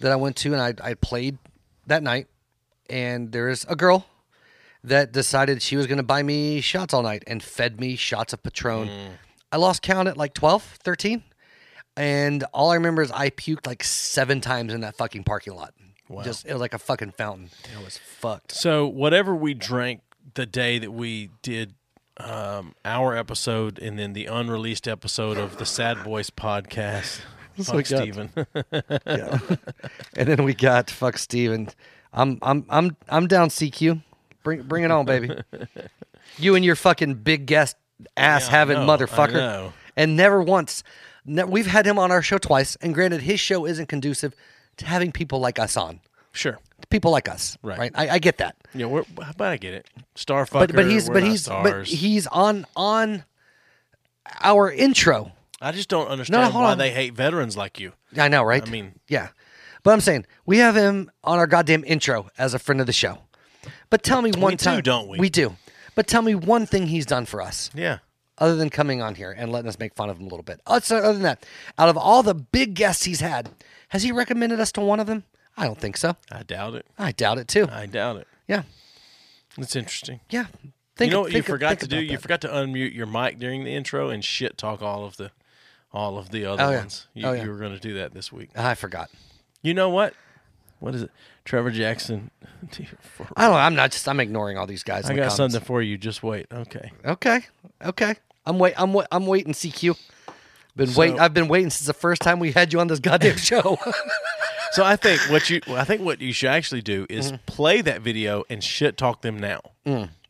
D: that I went to, and I, I played that night. And there is a girl that decided she was going to buy me shots all night and fed me shots of Patron. I lost count at like 12, 13. And all I remember is I puked like seven times in that fucking parking lot.
B: Wow.
D: Just it was like a fucking fountain. It was fucked.
B: So whatever we drank the day that we did um, our episode, and then the unreleased episode of the Sad Boys podcast. Fuck
D: God.
B: Steven.
D: And then we got fuck Steven. I'm I'm I'm I'm down CQ. Bring bring it on, baby. you and your fucking big guest ass having
B: know, I
D: motherfucker.
B: know.
D: And never once ne- we've had him on our show twice, and granted his show isn't conducive to having people like us on.
B: sure.
D: People like us.
B: Right.
D: I, I get that.
B: Yeah, we're, but I get it. Starfucker.
D: But but he's
B: we're
D: but
B: not
D: he's but
B: stars.
D: he's on on our intro.
B: I just don't understand
D: hold
B: why
D: on.
B: they hate veterans like you.
D: I know, right?
B: I mean-
D: yeah. But I'm saying we have him on our goddamn intro as a friend of the show. But tell me one
B: do,
D: time,
B: don't we?
D: We do. But tell me one thing he's done for us
B: Yeah.
D: other than coming on here and letting us make fun of him a little bit. Other other than that, out of all the big guests he's had, has he recommended us to one of them? I don't think so.
B: I doubt it.
D: I doubt it too.
B: I doubt it.
D: Yeah,
B: It's interesting.
D: yeah. Think,
B: you know what
D: think-
B: you forgot
D: think
B: to do?
D: about
B: You
D: that.
B: forgot to unmute your mic during the intro and shit talk all of the all of the other
D: Oh, yeah.
B: ones. You,
D: Oh, yeah.
B: you were going to do that this week.
D: Ah, I forgot.
B: You know what? What is it? Trevor Jackson.
D: I don't. know. I'm not just. I'm ignoring all these guys.
B: I
D: in the
B: got
D: comments.
B: something for you. Just wait. Okay.
D: Okay. Okay. I'm wait. I'm wait, I'm waiting. CQ. Been wait.
B: So-
D: I've been waiting since the first time we had you on this goddamn show.
B: So I think what you I think what you should actually do is
D: Mm-hmm.
B: play that video and shit talk them now.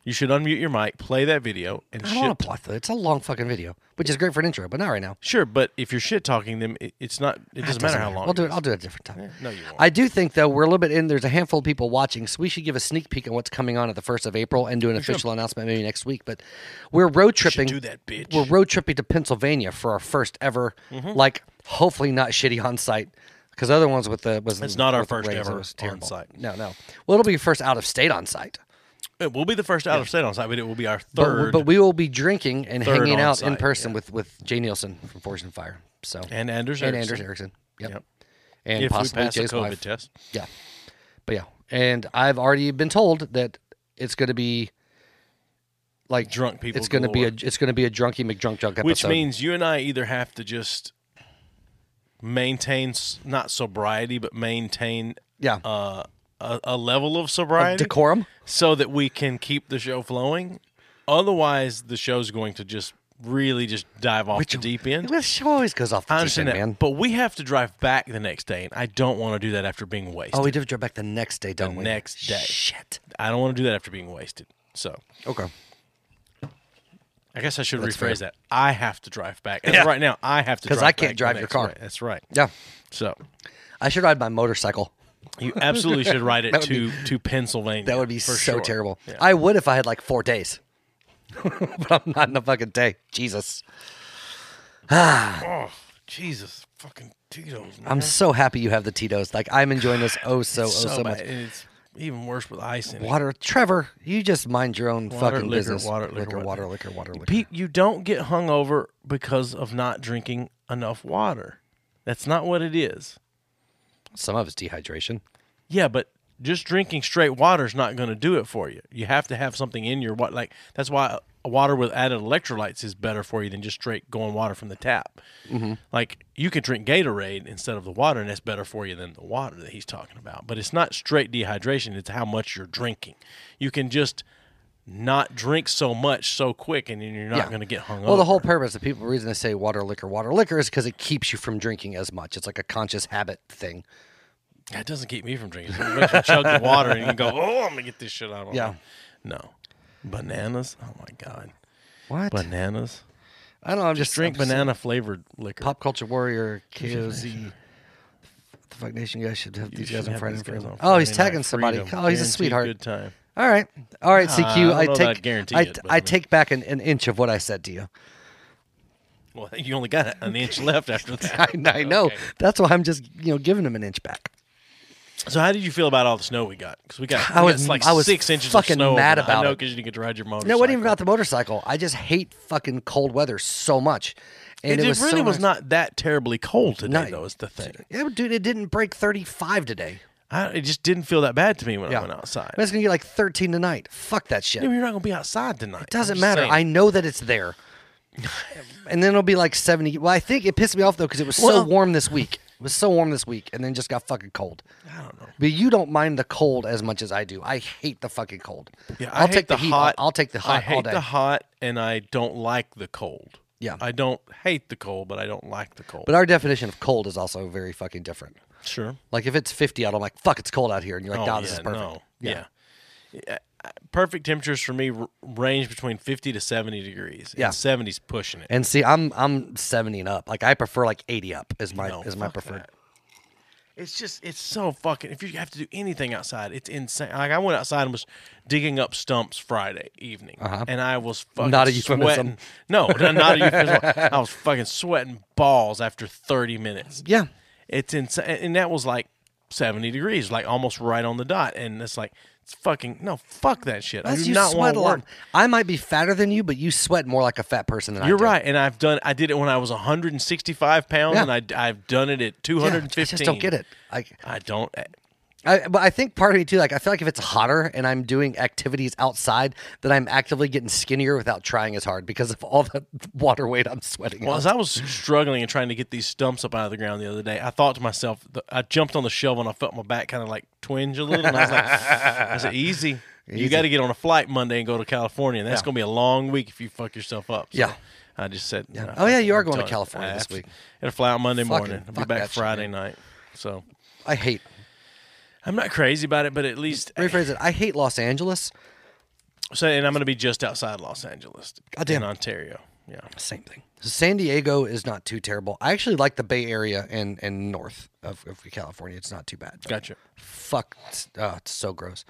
B: You should unmute your mic, play that video, and
D: Mm. I don't want
B: shit.
D: to plot that. It's a long fucking video, which is great for an intro, but not right now.
B: Sure, but if you're shit talking them, it, it's not. It doesn't, matter how long.
D: We'll do Ah, it.
B: is.
D: I'll do it a different time.
B: no, you won't.
D: I do think though we're a little bit in. There's a handful of people watching, so we should give a sneak peek on what's coming on at the first of April and do an official announcement maybe next week. But we're road tripping.
B: do that, bitch. Mm-hmm.
D: We're road tripping to Pennsylvania for our first ever, like hopefully not shitty on site. Because other ones with the was
B: It's not our
D: with the
B: first
D: rains,
B: ever
D: it was terrible.
B: on-site.
D: No, no. Well, it'll be your first out of state on site.
B: It will be the first out of state on site, but it will be our
D: But-
B: third.
D: But, we will be drinking and
B: Third
D: hanging out in
B: on-site,
D: person with with Jay Nielsen from Forge and Fire. So
B: and Anders
D: and
B: Ericsson.
D: Anders Ericsson. Yep.
B: Yep.
D: And
B: If we
D: possibly
B: pass the
D: Jay's
B: COVID
D: wife.
B: test,
D: Yeah. But yeah. And I've already been told that it's going to be like
B: Drunk people
D: It's going to be a
B: galore.
D: it's going to be a drunky McDrunk junk episode.
B: which means you and I either have to just maintain s- not sobriety, but maintain
D: yeah.
B: uh, a, a level of
D: Of
B: sobriety.
D: decorum.
B: so that we can keep the show flowing. Otherwise, the show's going to just really just dive off the deep end.
D: This show always goes off the
B: I
D: deep end,
B: understand that,
D: man.
B: but we have to drive back the next day, and I don't want to do that after being wasted.
D: Oh, we do drive back the next day, don't we?
B: next day.
D: Shit.
B: I don't want to do that after being wasted. So
D: Okay.
B: I guess I should rephrase
D: fair.
B: that. I have to drive back. As of
D: Yeah.
B: right now, I have to
D: 'Cause
B: because
D: I can't drive your car.
B: That's right.
D: Yeah.
B: So
D: I should ride my motorcycle.
B: you absolutely should ride it
D: That would
B: to to Pennsylvania.
D: That would be
B: for
D: so
B: sure.
D: terrible.
B: Yeah.
D: I would if I had like 4 days. but I'm not in a fucking day. Jesus.
B: Oh, Jesus, fucking Tito's. man.
D: I'm so happy you have the Tito's. Like I'm enjoying this oh so oh
B: so,
D: so much.
B: bad. And it's even worse with ice in it.
D: Water, Trevor, you just mind your own
B: Water,
D: fucking
B: liquor,
D: business.
B: water, liquor,
D: liquor,
B: water.
D: water, liquor, water, liquor.
B: Pete, you don't get hungover because of not drinking enough water. That's not what it is.
D: Some of it's dehydration.
B: Yeah, but just drinking straight water is not going to do it for you. You have to have something in your what like that's why water with added electrolytes is better for you than just straight going water from the tap.
D: Mm-hmm.
B: Like you could drink Gatorade instead of the water, and that's better for you than the water that he's talking about. But it's not straight dehydration; it's how much you're drinking. You can just not drink so much so quick, and then you're not
D: Yeah.
B: going to get hungover.
D: Well, the whole purpose, the people reason they say water, liquor, water, liquor is because it keeps you from drinking as much. It's like a conscious habit thing.
B: That doesn't keep me from drinking. It makes you chug the water and you can go, oh, I'm gonna get this shit out of
D: Yeah.
B: me. No, bananas. Oh my god,
D: What?
B: bananas.
D: I don't know. I'm just
B: Drink
D: I'm just-
B: banana flavored liquor.
D: Pop culture warrior KOZ. The fuck nation guys should have these
B: You
D: guys
B: should
D: on
B: have
D: Friday.
B: these
D: for
B: guys on
D: oh, he's
B: Friday Night
D: tagging somebody.
B: Freedom.
D: Oh, he's a
B: Guaranteed
D: sweetheart.
B: Good time.
D: All right, all right, CQ.
B: I don't know that I
D: take
B: guarantee
D: I,
B: it, but
D: I
B: I mean-
D: take back an, an inch of what I said to you.
B: Well, you only got an inch left after
D: I,
B: that.
D: I know.
B: Okay.
D: That's why I'm just you know giving him an inch back.
B: So, how did you feel about all the snow we got? Because we got,
D: I
B: we got
D: was-
B: like
D: I was
B: six inches
D: fucking
B: of snow. overnight.
D: mad about
B: I know
D: it.
B: because you didn't get to ride your motorcycle.
D: No, it wasn't even about the motorcycle. I just hate fucking cold weather so much. And
B: It,
D: it,
B: it
D: was so
B: really was
D: nice-
B: not that terribly cold today,
D: No.
B: though. Is the thing.
D: Yeah, dude, it didn't break 35 today.
B: I, it just didn't feel that bad to me when
D: Yeah.
B: I went outside.
D: I mean, it's going to get like 13 tonight. Fuck that shit.
B: Yeah, but You're not gonna be outside tonight. I'm
D: Doesn't
B: just
D: matter.
B: saying.
D: I know that it's there. and then it'll be like 70. Well, I think it pissed me off though because it was so
B: Well-
D: warm this week. It was so warm this week and then just got fucking cold.
B: I don't know.
D: But you don't mind the cold as much as I do. I hate the fucking cold.
B: Yeah, I
D: I'll
B: hate
D: take the, heat.
B: hot.
D: I'll, I'll take the hot
B: I hate
D: all day.
B: the hot, and I don't like the cold.
D: Yeah.
B: I don't hate the cold, but I don't like the cold.
D: But our definition of cold is also very fucking different.
B: sure.
D: Like if it's 50 out, I'm like, fuck, it's cold out here. And you're like,
B: Oh,
D: nah, this
B: yeah,
D: is perfect.
B: No. Yeah. Yeah, I- Perfect temperatures for me r- range between 50 to 70 degrees.
D: Yeah.
B: And 70's pushing it.
D: And see, I'm I'm 70 and up. Like I prefer like 80 up is my
B: No,
D: is my
B: fuck
D: preferred.
B: that. It's just, it's so fucking. If you have to do anything outside, it's insane. Like I went outside and was digging up stumps Friday evening, and I was fucking
D: Uh-huh. Not a
B: sweating.
D: euphemism.
B: No, no, not a euphemism. I was fucking sweating balls after thirty minutes.
D: Yeah.
B: it's insane, and that was like seventy degrees, like almost right on the dot. And it's like, it's fucking no, fuck that shit. I
D: Plus,
B: do
D: you
B: not want
D: sweat
B: to
D: a
B: work.
D: lot. I might be fatter than you, but you sweat more like a fat person than I
B: You're
D: do.
B: right, and I've done. I did it when I was 165 pounds,
D: Yeah.
B: and I, I've done it at
D: Yeah,
B: 215.
D: I just don't get it. Like,
B: I don't.
D: I, but I think part of me too. Like, I feel like if it's hotter and I'm doing activities outside, then I'm actively getting skinnier without trying as hard because of all the water weight I'm sweating.
B: Well,
D: out.
B: as I was struggling and trying to get these stumps up out of the ground the other day, I thought to myself, th- I jumped on the shovel and I felt my back kind of like twinge a little. And I was like, I said, easy. You got to get on a flight Monday and go to California. And that's
D: Yeah.
B: going to be a long week if you fuck yourself up. So
D: Yeah.
B: I just said,
D: Oh, yeah, you are going to
B: done.
D: California
B: I
D: this
B: have to-
D: week.
B: Gotta fly out Monday
D: Fucking
B: morning. I'll be
D: fuck
B: back
D: that shit,
B: Friday night. So
D: I hate.
B: I'm not crazy about it, but at least
D: Rephrase it. I hate Los Angeles.
B: so, and I'm going to be just outside Los Angeles,
D: Goddamn.
B: in Ontario. Yeah,
D: Same thing. San Diego is not too terrible. I actually like the Bay Area and and north of, of California. It's not too bad. but
B: gotcha.
D: Fuck, it's- oh, it's so gross.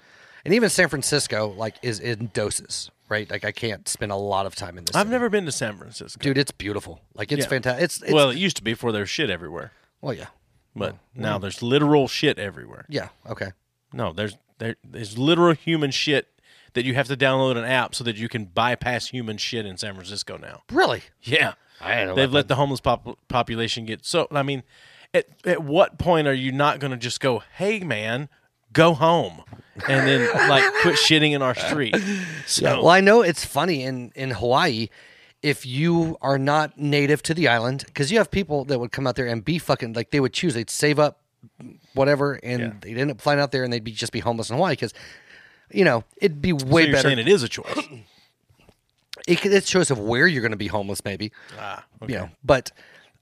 D: And even San Francisco, like, is in doses, right? Like, I can't spend a lot of time in this.
B: I've
D: city.
B: never been to San Francisco.
D: dude. It's beautiful. Like, it's
B: Yeah.
D: fantastic. It's, it's
B: well, it used to be before there was shit everywhere,
D: well, yeah,
B: but now there's literal shit everywhere.
D: Mm. yeah, okay.
B: No, there's there, there's literal human shit that you have to download an app so that you can bypass human shit in San Francisco now.
D: Really?
B: Yeah,
D: I didn't know
B: they've
D: about
B: let the homeless pop- population get so. I mean, at at what point are you not going to just go, "Hey, man, go home," and then like quit shitting in our street? So
D: Well, I know it's funny in in Hawaii. If you are not native to the island, because you have people that would come out there and be fucking like they would choose, they'd save up whatever, and they'd end up flying out there and they'd be just be homeless in Hawaii because, you know, it'd be way
B: you're
D: better.
B: saying it is a choice.
D: it, could- it's choice of where you're going to be homeless, maybe.
B: ah,
D: You know, but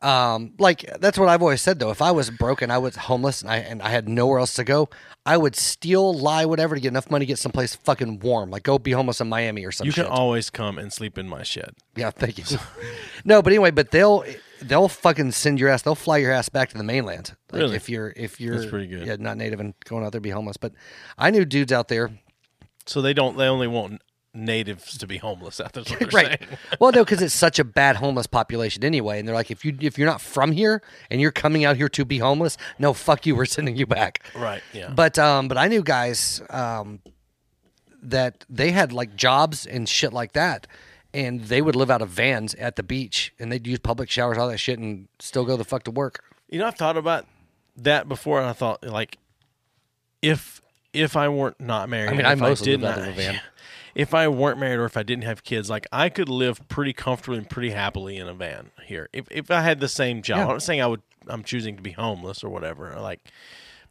D: um, like that's what I've always said though. If I was broke and I was homeless and I and I had nowhere else to go, I would steal, lie, whatever to get enough money to get someplace fucking warm. Like go be homeless in Miami or something.
B: you can always come and sleep in my shed.
D: Yeah, thank you. no, but anyway, but they'll they'll fucking send your ass. They'll fly your ass back to the mainland. Like,
B: Really?
D: If you're if you're
B: pretty good.
D: Yeah, not native and going out there to be homeless. But I knew dudes out there.
B: So they don't. They only want natives to be homeless. That's what they're
D: Right.
B: saying.
D: well, no, because it's such a bad homeless population anyway. And they're like, if you if you're not from here and you're coming out here to be homeless, no, fuck you. We're sending you back.
B: Right. Yeah.
D: But um, but I knew guys um, that they had like jobs and shit like that, and they would live out of vans at the beach, and they'd use public showers, all that shit, and still go the fuck to work.
B: You know, I've thought about that before, and I thought like, if if I weren't not married,
D: I mean,
B: if
D: I mostly
B: did
D: live out of
B: not-
D: a van.
B: If I weren't married or if I didn't have kids, like I could live pretty comfortably and pretty happily in a van here. If if I had the same job,
D: Yeah.
B: I'm not saying I would. I'm choosing to be homeless or whatever. Like,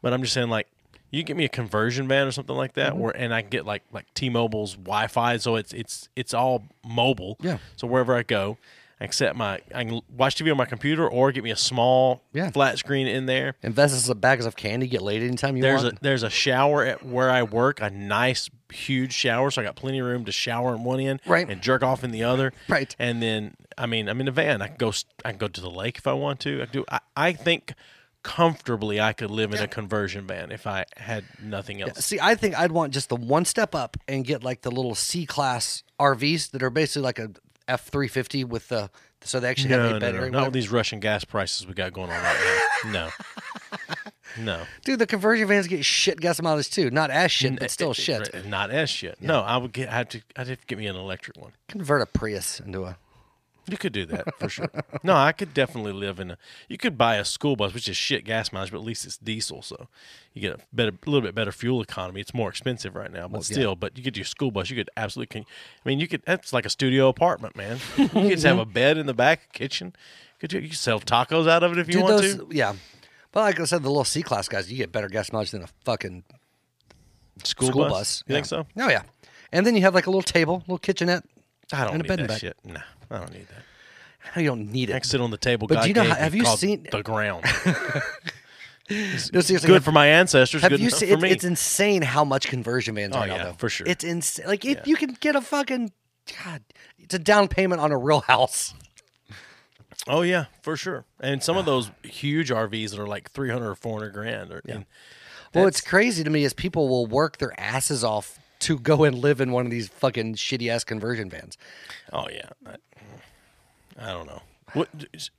B: but I'm just saying like. You give me a conversion van or something like
D: Mm-hmm.
B: that, where and I can get like like T-Mobile's Wi-Fi, so it's it's it's all mobile.
D: Yeah.
B: So wherever I go, I can set my I can watch TV on my computer or get me a small
D: Yeah.
B: flat screen in there.
D: Invest in some bags of candy, get laid anytime you
B: There's a
D: want.
B: there's a shower at where I work, a nice huge shower, so I got plenty of room to shower in one end
D: Right.
B: and jerk off in the other.
D: Right.
B: And then I mean I'm in a van. I can go s- I can go to the lake if I want to. I do I, I think comfortably I could live in a conversion van if I had nothing else.
D: See, I think I'd want just the one step up and get like the little C class RVs that are basically like a F three fifty with the so they actually
B: No,
D: have
B: no,
D: a
B: no,
D: battery.
B: Not with these Russian gas prices we got going on right now. No. No.
D: Dude, the conversion vans get shit gas mileage too. Not as shit, but still
B: It- it-
D: shit.
B: right, Not as shit. No, I would get. I had to. I'd have to get me an electric one.
D: Convert a Prius into a
B: You could do that for sure. no, I could definitely live in a. You could buy a school bus, which is shit gas mileage, but at least it's diesel, so you get a better, a little bit better fuel economy. It's more expensive right now, but still. But you get your school bus, you could absolutely. Can, I mean, you could. That's like a studio apartment, man. You could just have a bed in the back kitchen. Could you, you could sell tacos out of it if you
D: Dude,
B: want
D: those,
B: to?
D: Yeah. But like I said, the little C class guys, you get better gas mileage than a fucking
B: School,
D: school bus.
B: bus. You
D: yeah.
B: think so?
D: Oh yeah. And then you have like a little table, little kitchenette.
B: I don't
D: And a
B: need
D: bed and
B: that
D: back.
B: shit. No, I don't need that.
D: No, you don't need
B: I
D: it.
B: can sit on the table.
D: But
B: God
D: do you know
B: gave
D: how-
B: me
D: have you
B: called
D: seen-
B: the ground?
D: No, seriously,
B: good
D: have-
B: for my ancestors.
D: Have
B: good
D: you
B: enough
D: seen?
B: for
D: it's,
B: me.
D: it's insane how much conversion vans
B: Oh,
D: are now,
B: yeah,
D: though.
B: for sure.
D: It's insane. Like if you can get a fucking God, it's a down payment on a real house.
B: oh yeah, for sure. And some of those huge RVs that are like 300 or 400 grand. Or, and
D: Well, what's crazy to me is people will work their asses off to go and live in one of these fucking shitty ass conversion vans.
B: oh yeah, I, I don't know. What is-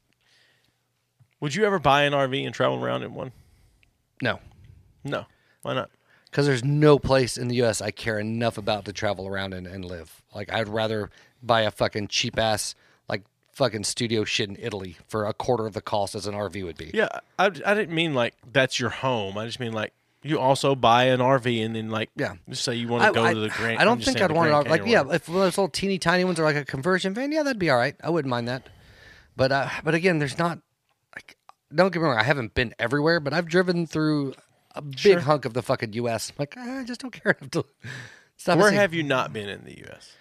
B: would you ever buy an RV and travel around in one?
D: No,
B: No, why not?
D: because there's no place in the U.S. I care enough about to travel around and, and live. Like I'd rather buy a fucking cheap ass like fucking studio shit in Italy for a quarter of the cost as an RV would be.
B: Yeah, I, I didn't mean like that's your home. I just mean like you also buy an RV and then like
D: Yeah.
B: just say you want to go to the Grand.
D: I
B: I'm
D: don't
B: just
D: think
B: saying the
D: I'd want it.
B: Grand
D: all- Like,
B: Canyon or
D: yeah, if those little teeny tiny ones are like a conversion van, yeah, that'd be all right. I wouldn't mind that. But uh, but again, there's not. Like, don't get me wrong. I haven't been everywhere, but I've driven through a big hunk of the fucking U.S. Like, I just don't care enough to. Stop
B: whatever. Where have you not been in the U.S.?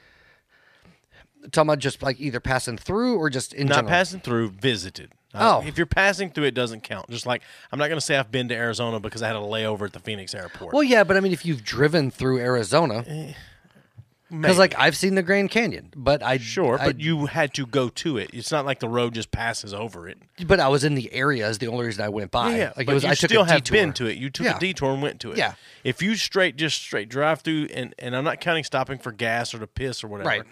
D: talking about just like either passing through or just in
B: Not
D: general.
B: passing through, visited. Uh,
D: Oh.
B: if you're passing through, it doesn't count. Just like I'm not going to say I've been to Arizona because I had a layover at the Phoenix airport.
D: Well, yeah, but I mean, if you've driven through Arizona,
B: Eh, Maybe.
D: because like I've seen the Grand Canyon, but I
B: sure,
D: I-
B: but you had to go to it. It's not like the road just passes over it.
D: but I was in the area is the only reason I went by. like
B: but
D: it was,
B: you
D: I took
B: still
D: a
B: have
D: detour.
B: been to it. You took
D: Yeah.
B: a detour and went to it.
D: Yeah.
B: If you straight just straight drive through, and and I'm not counting stopping for gas or to piss or whatever.
D: Right.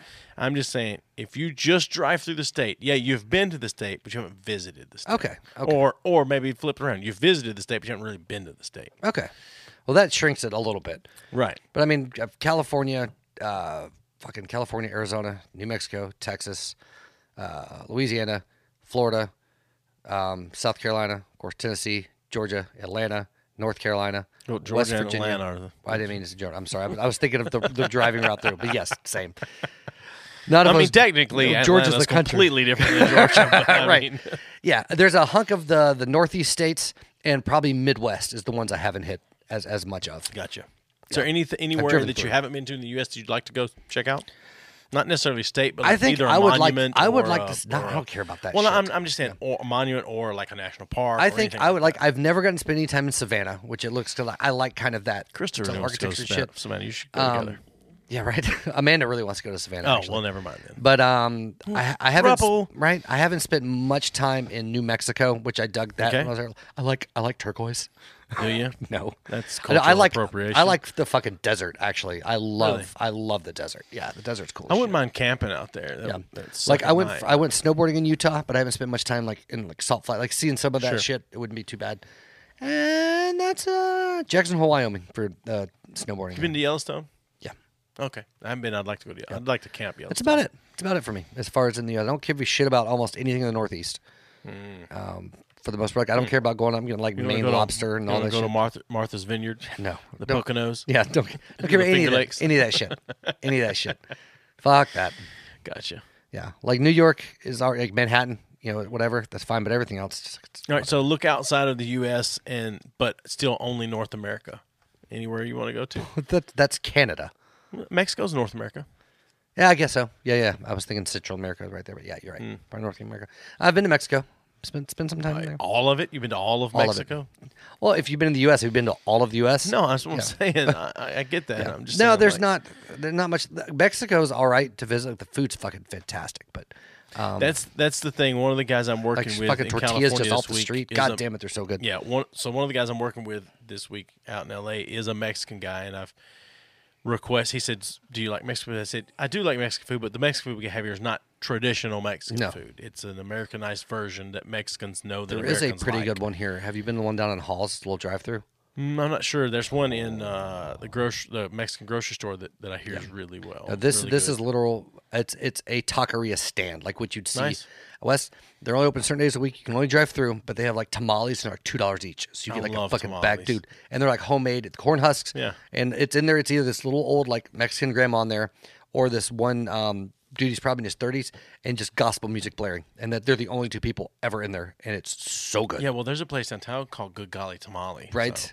B: I'm just saying if you just drive through the state, yeah, you've been to the state, but you haven't visited the state.
D: Okay, okay.
B: Or or maybe flip it around. You've visited the state, but you haven't really been to the state.
D: Okay, well that shrinks it a little bit.
B: Right.
D: But I mean, uh, California, uh, fucking California, Arizona, New Mexico, Texas, uh, Louisiana, Florida, um, South Carolina, of course, Tennessee, Georgia, Atlanta, North Carolina,
B: Well, Georgia
D: West
B: and
D: Virginia.
B: Atlanta are the-
D: I didn't mean it's Georgia. I'm sorry. I was, I was thinking of the, the driving route through, but yes, same. Not
B: I
D: if
B: mean,
D: was-
B: technically,
D: Georgia's
B: Atlanta's
D: the country.
B: completely different than Georgia. but I
D: right.
B: mean-
D: yeah, there's a hunk of the the Northeast states and probably Midwest is the ones I haven't hit as as much of.
B: Gotcha. Is there anything anywhere
D: driven
B: that
D: through.
B: you haven't been to in the U.S. that you'd like to go check out? Not necessarily state, but
D: I
B: like
D: think
B: either a
D: I would like-
B: monument.
D: I would
B: or
D: like
B: a-
D: to s- no,
B: or
D: I
B: a-
D: don't care about that
B: Well, no, I'm
D: shit.
B: I'm just saying or a monument or like a national park.
D: I
B: or
D: think
B: anything
D: I would
B: like.
D: like. I've never gotten to spend any time in Savannah, which it looks to like. I like kind of that
B: Christopher
D: to
B: knows
D: architecture
B: goes
D: shit.
B: Savannah, you should go together.
D: Yeah, right. Amanda really wants to go to Savannah.
B: Oh
D: Um, actually.
B: well, never mind then.
D: But um, I, I haven't s-
B: Mm. Rubble.
D: right. I haven't spent much time in New Mexico, which I dug that.
B: Okay.
D: when I, was there. I like I like turquoise.
B: Do you?
D: No,
B: That's
D: I, know, I
B: cultural
D: like
B: appropriation.
D: I like the fucking desert. Actually, I love
B: Really?
D: I love the desert. Yeah, the desert's cool.
B: I
D: as
B: wouldn't
D: shit.
B: mind camping out there. That,
D: Yeah.
B: that's
D: like I went,
B: night.
D: I went snowboarding in Utah, but I haven't spent much time like in like Salt Flat, like seeing some of that
B: Sure.
D: shit. It wouldn't be too bad. And that's uh Jackson Hole, Wyoming for uh, snowboarding.
B: You been to Yellowstone?
D: yeah,
B: Okay, I haven't been. I'd like to go to. I'd like to camp Yellowstone.
D: that's about it. That's about it for me as far as in the. I don't give a shit about almost anything in the Northeast. Um, for the most part, like, I don't care about going. I'm getting like
B: Hmm. You wanna
D: Maine
B: go to-
D: lobster and
B: you
D: all
B: wanna
D: that
B: Go
D: shit.
B: to Martha, Martha's Vineyard.
D: No.
B: the
D: Don't-
B: Poconos.
D: yeah, don't, don't care about any
B: Finger
D: of, that,
B: Lakes.
D: any of that shit. any of that shit. Fuck that.
B: Gotcha.
D: Yeah, like New York is our like Manhattan. You know, whatever. That's fine, but everything else. Just,
B: All right, so look outside of the U.S. and but still only North America. Anywhere you want to go to,
D: But that, that's Canada.
B: Mexico's North America.
D: Yeah, I guess so. Yeah, yeah. I was thinking Central America was right there, but yeah, you're right.
B: Hmm.
D: Probably North America. I've been to Mexico. Spent spent some time there.
B: All of it. You've been to all of
D: All of it.
B: Mexico.
D: Well, if you've been in the U.S., have you been to all of the U.S.?
B: No, that's what I'm saying. I, I I get that. I'm just
D: no.
B: saying,
D: There's
B: like,
D: not. There's not much. Mexico's all right to visit. Like, the food's fucking fantastic, but um,
B: That's that's the thing. One of the guys I'm
D: like
B: working with
D: fucking
B: in
D: tortillas
B: California
D: just off
B: this
D: the
B: week
D: street.
B: is
D: God
B: a-
D: damn it, they're so good.
B: Yeah. One, so one of the guys I'm working with this week out in L.A. is a Mexican guy, and I've request. He said, "Do you like Mexican food?" I said, "I do like Mexican food, but the Mexican food we have here is not traditional Mexican
D: No.
B: food. It's an Americanized version that Mexicans know that
D: There is a
B: Americans
D: pretty
B: like.
D: good one here. Have you been to the one down in Halls? It's a little drive-through.
B: Mm, I'm not sure. There's one in uh, the grocery, the Mexican grocery store that, that I hear is really well.
D: Uh, this
B: really
D: this
B: good.
D: is literal. It's it's a taqueria stand, like what you'd see.
B: Nice.
D: West, they're only open certain days a week. You can only drive through, but they have like tamales and are two dollars each. So you
B: I
D: get like a
B: love
D: fucking bag,
B: tamales.
D: dude. And they're like homemade. It's corn husks.
B: Yeah.
D: And it's in there. It's either this little old like Mexican grandma on there, or this one um, dude. He's probably in his thirties and just gospel music blaring. And that they're the only two people ever in there, and it's so good.
B: yeah. Well, there's a place downtown called Good Golly Tamale.
D: Right.
B: so,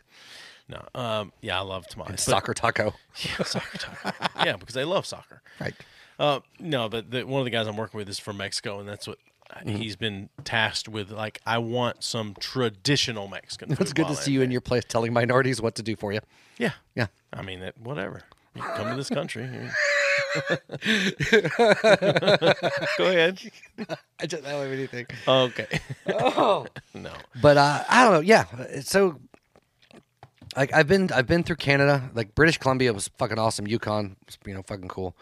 B: no. Um. Yeah, I love tamales. but-
D: Soccer taco.
B: Yeah, soccer taco. yeah, because they love soccer.
D: Right.
B: Uh, no, but the, one of the guys I'm working with is from Mexico, and that's what
D: Mm-hmm.
B: he's been tasked with. Like, I want some traditional Mexican.
D: It's
B: food
D: good to
B: while
D: see
B: I'm
D: you in
B: there.
D: your place telling minorities what to do for you.
B: Yeah,
D: Yeah.
B: I mean, that, whatever. You come to this country. you- Go ahead.
D: I just I don't have anything.
B: Okay. no.
D: but uh, I don't know. Yeah, it's so like I've been I've been through Canada. Like British Columbia was fucking awesome. Yukon, was, you know, fucking cool.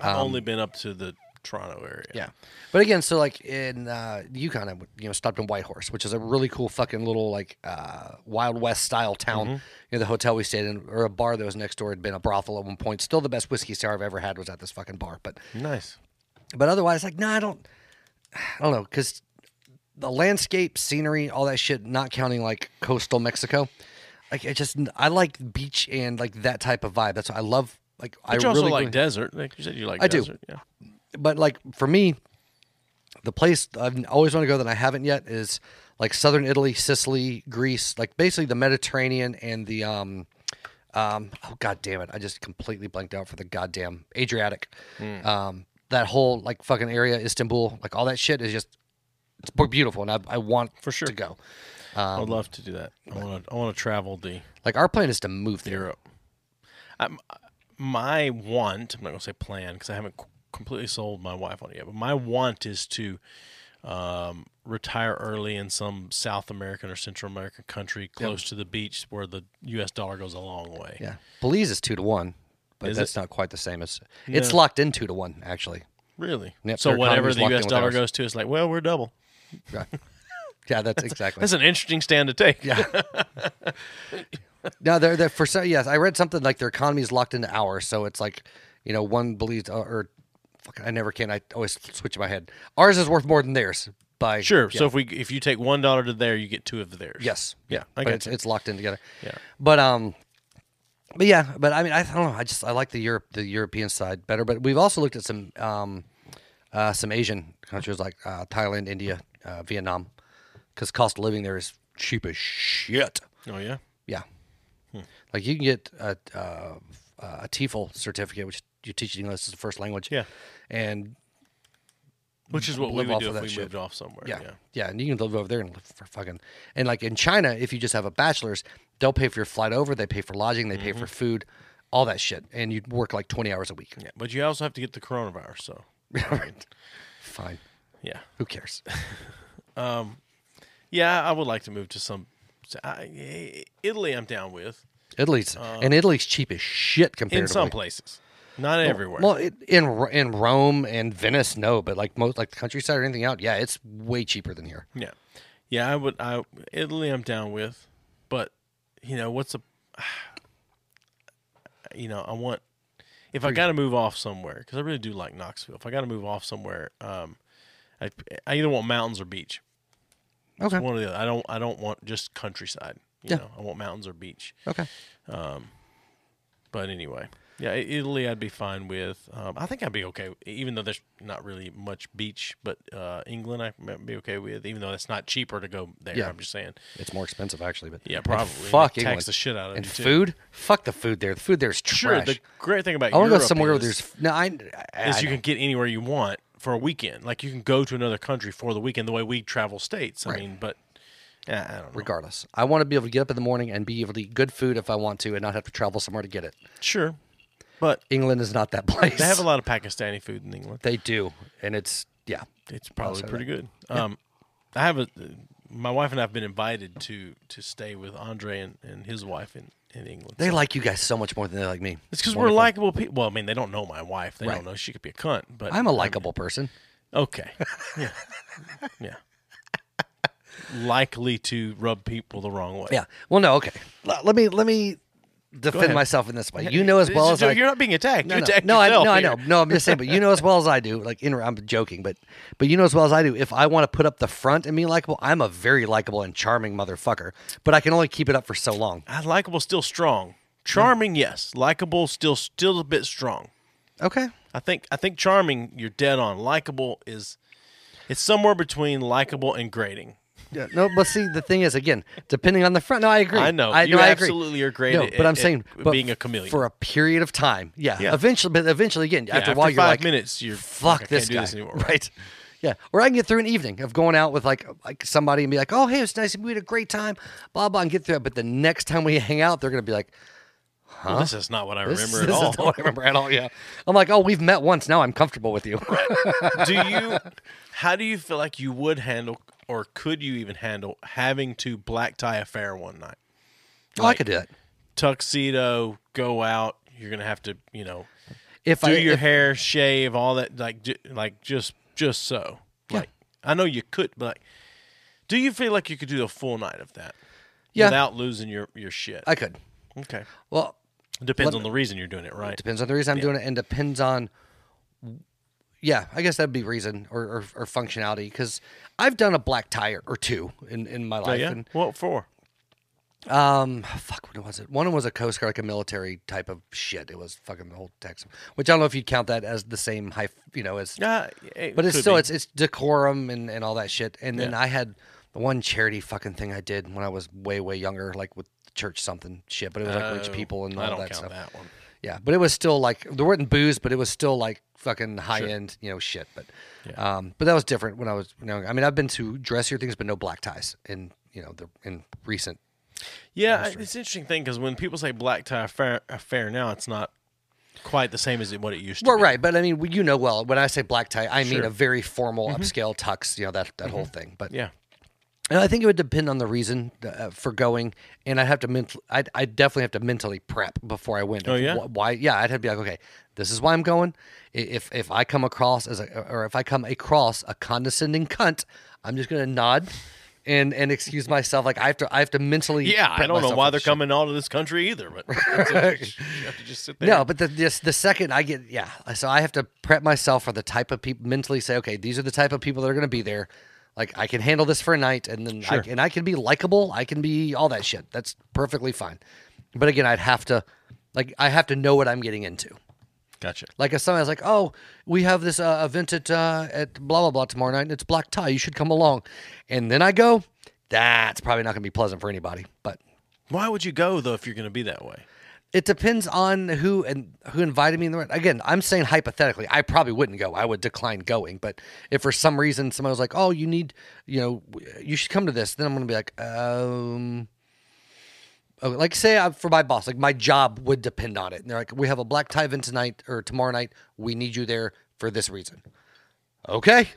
D: Um,
B: I've only been up to the Toronto area.
D: But again, so like in uh, Yukon, I you know stopped in Whitehorse, which is a really cool fucking little like uh, Wild West style town. You know, the hotel we stayed in or a bar that was next door had been a brothel at one point. Still the best whiskey sour I've ever had was at this fucking bar. But
B: Nice.
D: but otherwise, like, no, I don't, I don't know, because the landscape, scenery, all that shit, not counting like coastal Mexico, like, I just, I like beach and like that type of vibe. That's what I love. Like, I
B: But you also
D: really
B: like
D: gr-
B: desert. Like you said, you like
D: I do.
B: desert. Yeah.
D: but like for me, the place I've always want to go that I haven't yet is like southern Italy, Sicily, Greece, like basically the Mediterranean and the um,
B: Hmm.
D: um, oh god damn it, I just completely blanked out for the goddamn Adriatic, um, that whole like fucking area, Istanbul, like all that shit is just it's b- beautiful, and I, I want
B: For sure.
D: to go.
B: I'd
D: Um,
B: love to do that. I want to. I want to travel the
D: Like our plan is to move there.
B: Europe. I'm, my want. I'm not gonna say plan because I haven't c- completely sold my wife on it yet. But my want is to um, retire early in some South American or Central American country close to the beach where the U.S. dollar goes a long way.
D: Yeah, Belize is two to one, but
B: Is
D: that's
B: it?
D: not quite the same as it's
B: No.
D: locked in two to one actually.
B: Really.
D: Yep,
B: so
D: their
B: whatever
D: economy's
B: the
D: locked in
B: U.S.
D: with
B: dollar
D: ours.
B: goes to, it's like well we're double.
D: Yeah, yeah that's exactly.
B: That's an interesting stand to take. Yeah.
D: No, they're, they're for so yes, I read something like their economy is locked into ours, so it's like you know one believes or, or fuck, I never can. I always switch in my head. Ours is worth more than theirs by
B: Sure.
D: yeah.
B: So if we if you take one dollar to there, you get two of theirs.
D: yes, yeah,
B: I
D: but
B: got
D: it's, it's locked in together.
B: Yeah.
D: but um, but yeah, but I mean, I, don't know. I just I like the Europe the European side better, but we've also looked at some um, uh, some Asian countries like uh, Thailand, India, uh, Vietnam, because cost of living there is cheap as shit.
B: Oh yeah.
D: Yeah.
B: Hmm.
D: Like you can get a, uh, a TEFL certificate, which you teach in English as a first language.
B: Yeah.
D: And
B: Which is what we
D: Live
B: would
D: off
B: do
D: of
B: if
D: that
B: we
D: shit.
B: moved off somewhere.
D: yeah, yeah. And you can live over there and live for fucking. And like in China, if you just have a bachelor's, they'll pay for your flight over, they pay for lodging, they
B: Mm-hmm.
D: pay for food, all that shit. And you work like 20 hours a week.
B: Yeah, but you also have to get the coronavirus. So
D: Right. Fine.
B: yeah,
D: Who cares?
B: yeah, I would like to move to some I, Italy. I'm down with
D: Italy's, and Italy's cheap as shit compared
B: Uh, in
D: to
B: some places, not everywhere.
D: Well, it, in Ro- in Rome and Venice, no, but like most like the countryside or anything out, yeah, it's way cheaper than here.
B: yeah, yeah, I would. I Italy, I'm down with, but you know what's a, you know, I want if I got to move off somewhere because I really do like Knoxville. If I got to move off somewhere, um, I I either want mountains or beach.
D: Okay.
B: One or the other. I don't. I don't want just countryside. You
D: Yeah.
B: know, I want mountains or beach.
D: Okay.
B: But anyway, yeah, I- Italy I'd be fine with. Um, I think I'd be okay, even though there's not really much beach. But uh, England I might be okay with, even though it's not cheaper to go there.
D: Yeah.
B: I'm just saying.
D: It's more expensive actually, but
B: Yeah,
D: and
B: probably.
D: Fuck
B: They
D: England.
B: tax the shit out of
D: and
B: you, too.
D: food. Fuck the food there. The food there is trash.
B: Sure. The great thing about
D: I want to
B: Europe
D: go somewhere where
B: is,
D: there's no. I, I,
B: is
D: I
B: you
D: know.
B: can get anywhere you want for a weekend. Like you can go to another country for the weekend, the way we travel states. I
D: Right.
B: mean, but yeah, I don't know.
D: regardless. I want to be able to get up in the morning and be able to eat good food if I want to, and not have to travel somewhere to get it.
B: Sure, but
D: England is not that place.
B: they have a lot of Pakistani food in England.
D: They do, and it's yeah.
B: It's probably
D: say
B: pretty good. Um, I have a, my wife and I have been invited to to stay with Andre and, and his wife in, in England.
D: They like you guys so much more than they like me.
B: it's because we're likable people. Well, I mean, they don't know my wife. They
D: Right.
B: don't know she could be a cunt. But
D: I'm a likable person.
B: okay. Yeah, yeah. Likely to rub people the wrong way.
D: Yeah. Well, no. Okay. L- let me let me
B: ahead.
D: defend myself in this way. You know as well as
B: So
D: I.
B: you're not being attacked.
D: No,
B: you're
D: no,
B: attacking
D: no, I,
B: yourself
D: no I
B: here.
D: know. No, I'm just saying, but you know as well as I do. Like, in, I'm joking, but but you know as well as I do. If I want to put up the front and be likable, I'm a very likable and charming motherfucker. But I can only keep it up for so long.
B: I Ah, likable still strong, charming yes, likable still still a bit strong.
D: Okay.
B: I think I think charming you're dead on. Likable is it's somewhere between likable and grating.
D: Yeah. No, but see, the thing is, again, depending on the front. No, I agree.
B: I know.
D: I,
B: You
D: no, I agree.
B: absolutely are great
D: No,
B: at-
D: but I'm
B: at-
D: saying,
B: at
D: but
B: being a
D: f-
B: chameleon.
D: for a period of time. Yeah.
B: Yeah.
D: Eventually, but eventually, again,
B: Yeah,
D: after a while,
B: five
D: you're like,
B: minutes, you're
D: fuck
B: I
D: this
B: can't do
D: guy,
B: this anymore.
D: right? Yeah, or I can get through an evening of going out with like like somebody and be like, oh hey, it's nice, we had a great time, blah blah, and get through it. But the next time we hang out, they're gonna be like,
B: Well, this is not what I
D: this,
B: remember
D: this
B: at
D: is
B: all.
D: not what I remember at all. Yeah, I'm like, oh, we've met once, now I'm comfortable with you.
B: do you? How do you feel like you would handle, or could you even handle having to black tie a fair one night?
D: oh, I could do that
B: Tuxedo, go out. You're gonna have to, you know,
D: if
B: do
D: I
B: your
D: if-
B: hair, shave, all that. Like, ju- like just, just so. Like, I know you could, but like, do you feel like you could do a full night of that?
D: Yeah.
B: Without losing your your shit.
D: I could.
B: okay.
D: Well,
B: Depends
D: Let-
B: on the reason you're doing it, right?
D: depends on the reason I'm doing it, and depends on, yeah, I guess that'd be reason or or, or functionality because I've done a black tie or two in in my life.
B: Oh, yeah.
D: and
B: What for?
D: Um, fuck, what was it? One was a Coast Guard, like a military type of shit. It was fucking the whole Texas, which I don't know if you'd count that as the same high, you know, as.
B: Uh,
D: but it's still it's it's decorum and and all that shit. And then
B: Yeah.
D: I had the one charity fucking thing I did when I was way way younger, like with church something shit. But it was like rich people and all
B: Oh, I don't
D: that
B: count
D: stuff.
B: that one.
D: Yeah, but it was still like there weren't booze, but it was still like fucking high end, you know, shit. But, um, but that was different when I was, you know, I mean, I've been to dressier things, but no black ties in, you know, the in recent.
B: Yeah, it's an interesting thing because when people say black tie affair, affair now, it's not quite the same as it- what it used to.
D: Well,
B: be.
D: right, but I mean, you know, well, when I say black tie, I mean a very formal, upscale tux, you know, that that whole thing. But
B: Mm-hmm. Yeah.
D: And I think it would depend on the reason uh, for going, and I'd have to mental. I'd, I'd definitely have to mentally prep before I went.
B: Oh, yeah?
D: Wh- Why? Yeah, I'd have to be like, okay, this is why I'm going. I- If if I come across as a, or if I come across a condescending cunt, I'm just gonna nod, and and excuse myself. Like I have to I have to mentally.
B: Yeah, I
D: prep
B: don't know
D: myself
B: why
D: for
B: they're
D: this shit.
B: coming all to this country either, but that's it. you have to just sit there.
D: No, but the this, the second I get yeah, so I have to prep myself for the type of people mentally say, okay, these are the type of people that are going to be there. Like I can handle this for a night, and then I, and I can be likable. I can be all that shit. That's perfectly fine. But again, I'd have to like I have to know what I'm getting into.
B: gotcha.
D: Like if somebody's like, "Oh, we have this uh, event at uh, at blah blah blah tomorrow night, and it's black tie. You should come along," and then I go, that's probably not going to be pleasant for anybody. But
B: Why would you go though if you're going to be that way?
D: it depends on who and who invited me in the right. Again, I'm saying hypothetically, I probably wouldn't go. I would decline going. But if for some reason somebody was like, "Oh, you need, you know, you should come to this," then I'm going to be like, um, okay, like say I, for my boss, like my job would depend on it. And they're like, "We have a black tie event tonight or tomorrow night. We need you there for this reason." Okay,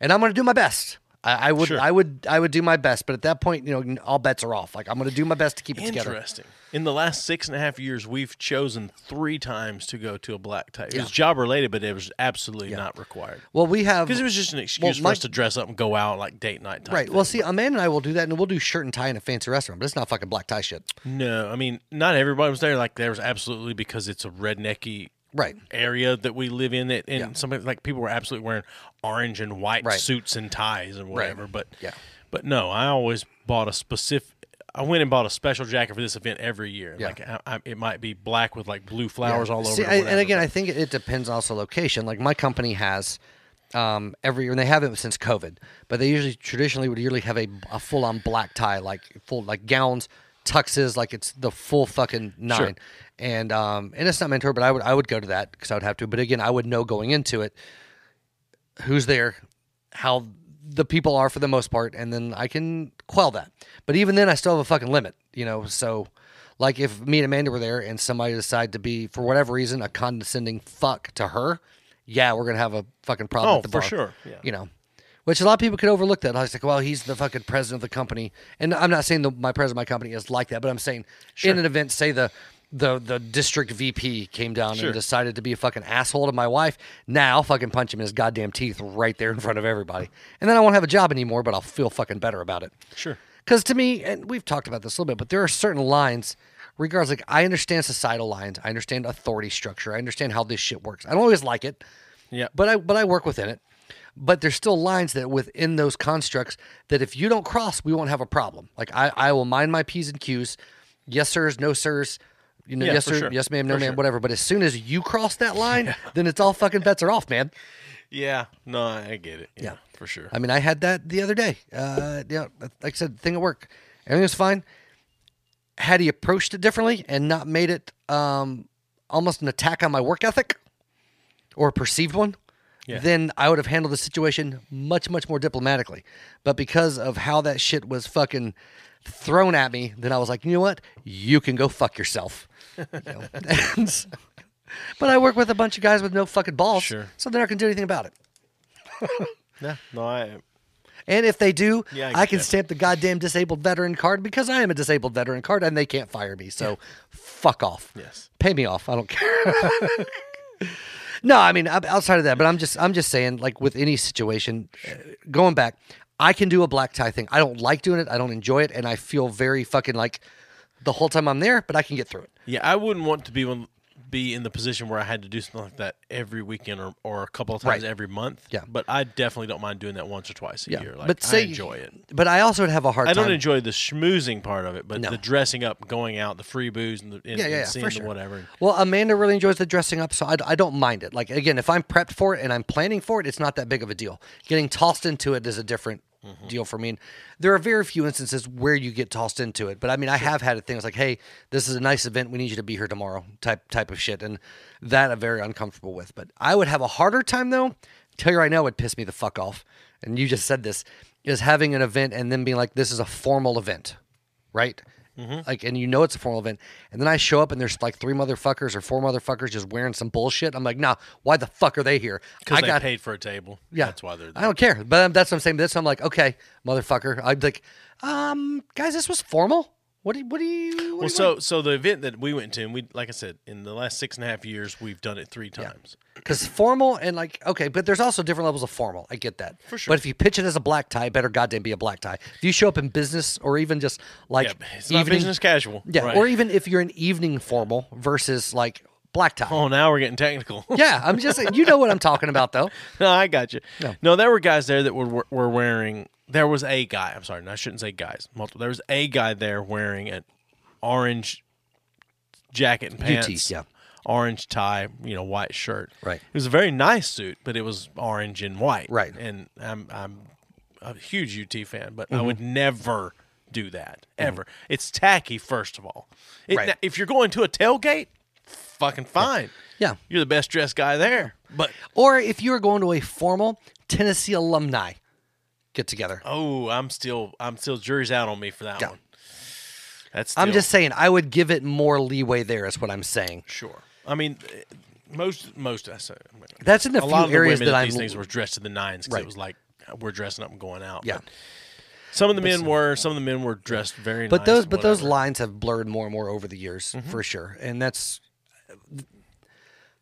D: and I'm going to do my best. I, I would, I would, I would do my best. But at that point, you know, all bets are off. Like I'm going to do my best to keep it together.
B: Interesting. In the last six and a half years, we've chosen three times to go to a black tie. It was job related, but it was absolutely not required
D: Well, we have
B: because it was just an excuse for
D: my-
B: us to dress up and go out like date night time.
D: Right. Well, see, Amanda and I will do that, and we'll do shirt and tie in a fancy restaurant, but it's not fucking black tie shit.
B: No, I mean not everybody was there. Like there was absolutely because it's a rednecky
D: Right.
B: area that we live in. That and
D: Yeah.
B: somebody like people were absolutely wearing orange and white
D: Right.
B: suits and ties and whatever. But
D: Yeah.
B: but no, I always bought a specific. I went and bought a special jacket for this event every year.
D: Yeah.
B: Like I, I, it might be black with like blue flowers all over.
D: See,
B: it or
D: I, and
B: whatever,
D: again,
B: but-
D: I think it depends also location. Like my company has um, every, and they haven't since COVID, but they usually traditionally would usually have a, a full on black tie, like full like gowns, tuxes, like it's the full fucking nine. And um, and it's not mentor, but I would I would go to that because I would have to. But again, I would know going into it who's there, how the people are for the most part, and then I can quell that. But even then, I still have a fucking limit, you know. So, like, if me and Amanda were there, and somebody decided to be for whatever reason a condescending fuck to her, yeah, we're gonna have a fucking problem.
B: Oh,
D: at the
B: for
D: bar,
B: sure, yeah.
D: You know. Which a lot of people could overlook that. I was like, well, he's the fucking president of the company, and I'm not saying the, my president of my company is like that, but I'm saying in an event, say the the the district VP came down
B: Sure.
D: and decided to be a fucking asshole to my wife. Now I'll fucking punch him in his goddamn teeth right there in front of everybody, and then I won't have a job anymore, but I'll feel fucking better about it.
B: sure.
D: Because to me, and we've talked about this a little bit, but there are certain lines, regards like I understand societal lines, I understand authority structure, I understand how this shit works. I don't always like it,
B: Yeah.
D: but I but I work within it. But there's still lines that within those constructs that if you don't cross, we won't have a problem. Like I, I will mind my p's and q's, yes sirs, no sirs, you know,
B: Yeah,
D: yes
B: for
D: sir,
B: sure.
D: yes ma'am, no
B: For
D: ma'am,
B: sure.
D: whatever. But as soon as you cross that line, then it's all fucking bets are off, man.
B: Yeah. No, I get it. Yeah.
D: Yeah.
B: For sure.
D: I mean, I had that the other day. Uh, yeah, like I said, thing at work, everything was fine. Had he approached it differently and not made it um, almost an attack on my work ethic or a perceived one,
B: Yeah.
D: then I would have handled the situation much, much more diplomatically. But because of how that shit was fucking thrown at me, then I was like, you know what? You can go fuck yourself. You know? And so- but I work with a bunch of guys with no fucking balls,
B: Sure.
D: so they're not gonna do anything about it.
B: no, no, I.
D: And if they do,
B: Yeah, I
D: I,
B: get
D: can
B: that.
D: stamp the goddamn disabled veteran card because I am a disabled veteran card and they can't fire me. So fuck off.
B: Yes.
D: Pay me off. I don't care. no, I mean I'm outside of that, but I'm just I'm just saying like with any situation uh, going back, I can do a black tie thing. I don't like doing it. I don't enjoy it and I feel very fucking like the whole time I'm there, but I can get through it.
B: Yeah, I wouldn't want to be one, be in the position where I had to do something like that every weekend or, or a couple of times
D: Right.
B: every month.
D: Yeah.
B: but I definitely don't mind doing that once or twice a year. Like,
D: but say
B: I enjoy it.
D: But I also would have a hard
B: I
D: time.
B: don't enjoy the schmoozing part of it, but
D: No.
B: the dressing up, going out, the free booze, and, the, and,
D: yeah, yeah,
B: and
D: yeah,
B: seeing
D: for
B: the
D: sure.
B: whatever.
D: Well, Amanda really enjoys the dressing up, so I, I don't mind it. Like again, if I'm prepped for it and I'm planning for it, it's not that big of a deal. Getting tossed into it is a different deal for me. And there are very few instances where you get tossed into it. But I mean, I have had a thing. It's like, hey, this is a nice event. We need you to be here tomorrow. Type type of shit, and that I'm very uncomfortable with. But I would have a harder time though. Tell you right now, it would piss me the fuck off. And you just said this is having an event and then being like, this is a formal event, right?
B: Mm-hmm.
D: Like, and you know it's a formal event, and then I show up and there's like three motherfuckers or four motherfuckers just wearing some bullshit. I'm like, nah, why the fuck are they here?
B: Because
D: I
B: they
D: got
B: paid for a table.
D: yeah,
B: that's why they're there.
D: I don't care, but um, that's what I'm saying. This I'm like, okay, motherfucker. I'm like, um, guys, this was formal. What do you, what do you? What do
B: Well,
D: you
B: so so the event that we went to, and we like I said, in the last six and a half years, we've done it three times.
D: because formal and like okay, but there's also different levels of formal. I get that for
B: sure.
D: But if you pitch it as a black tie, it better goddamn be a black tie. If you show up in business or even just like
B: Yeah, it's not
D: evening-
B: business casual.
D: yeah,
B: Right.
D: or e- even if you're an evening formal versus like black tie.
B: oh, now we're getting technical.
D: Yeah, I'm just saying, you know what I'm talking about though.
B: no, I got you.
D: No.
B: No. there were guys there that were were wearing. There was a guy. I'm sorry, no, I shouldn't say guys. Multiple. There was a guy there wearing an orange jacket and pants.
D: yeah.
B: Orange tie, you know, white shirt.
D: Right.
B: It was a very nice suit, but it was orange and white.
D: Right.
B: And I'm I'm a huge UT fan, but
D: Mm-hmm.
B: I would never do that ever. It's tacky, first of all. It,
D: Right.
B: If you're going to a tailgate, fucking fine.
D: Yeah.
B: You're the best dressed guy there, but
D: Or if you are going to a formal Tennessee alumni get together.
B: Oh, I'm still I'm still jury's out on me for that
D: Yeah.
B: one. That's
D: I'm
B: still-
D: just saying I would give it more leeway there is what I'm saying.
B: sure. I mean, eh, most most I say I mean,
D: That's in the
B: a
D: few
B: lot of the
D: areas
B: women
D: that
B: at
D: I'm
B: these things were dressed to the nines because
D: Right.
B: it was like we're dressing up and going out.
D: yeah.
B: but some of the men were some of the men were dressed very.
D: But
B: nice,
D: those but those
B: whatever. Mm-hmm.
D: lines have blurred more and more over the years for sure. And that's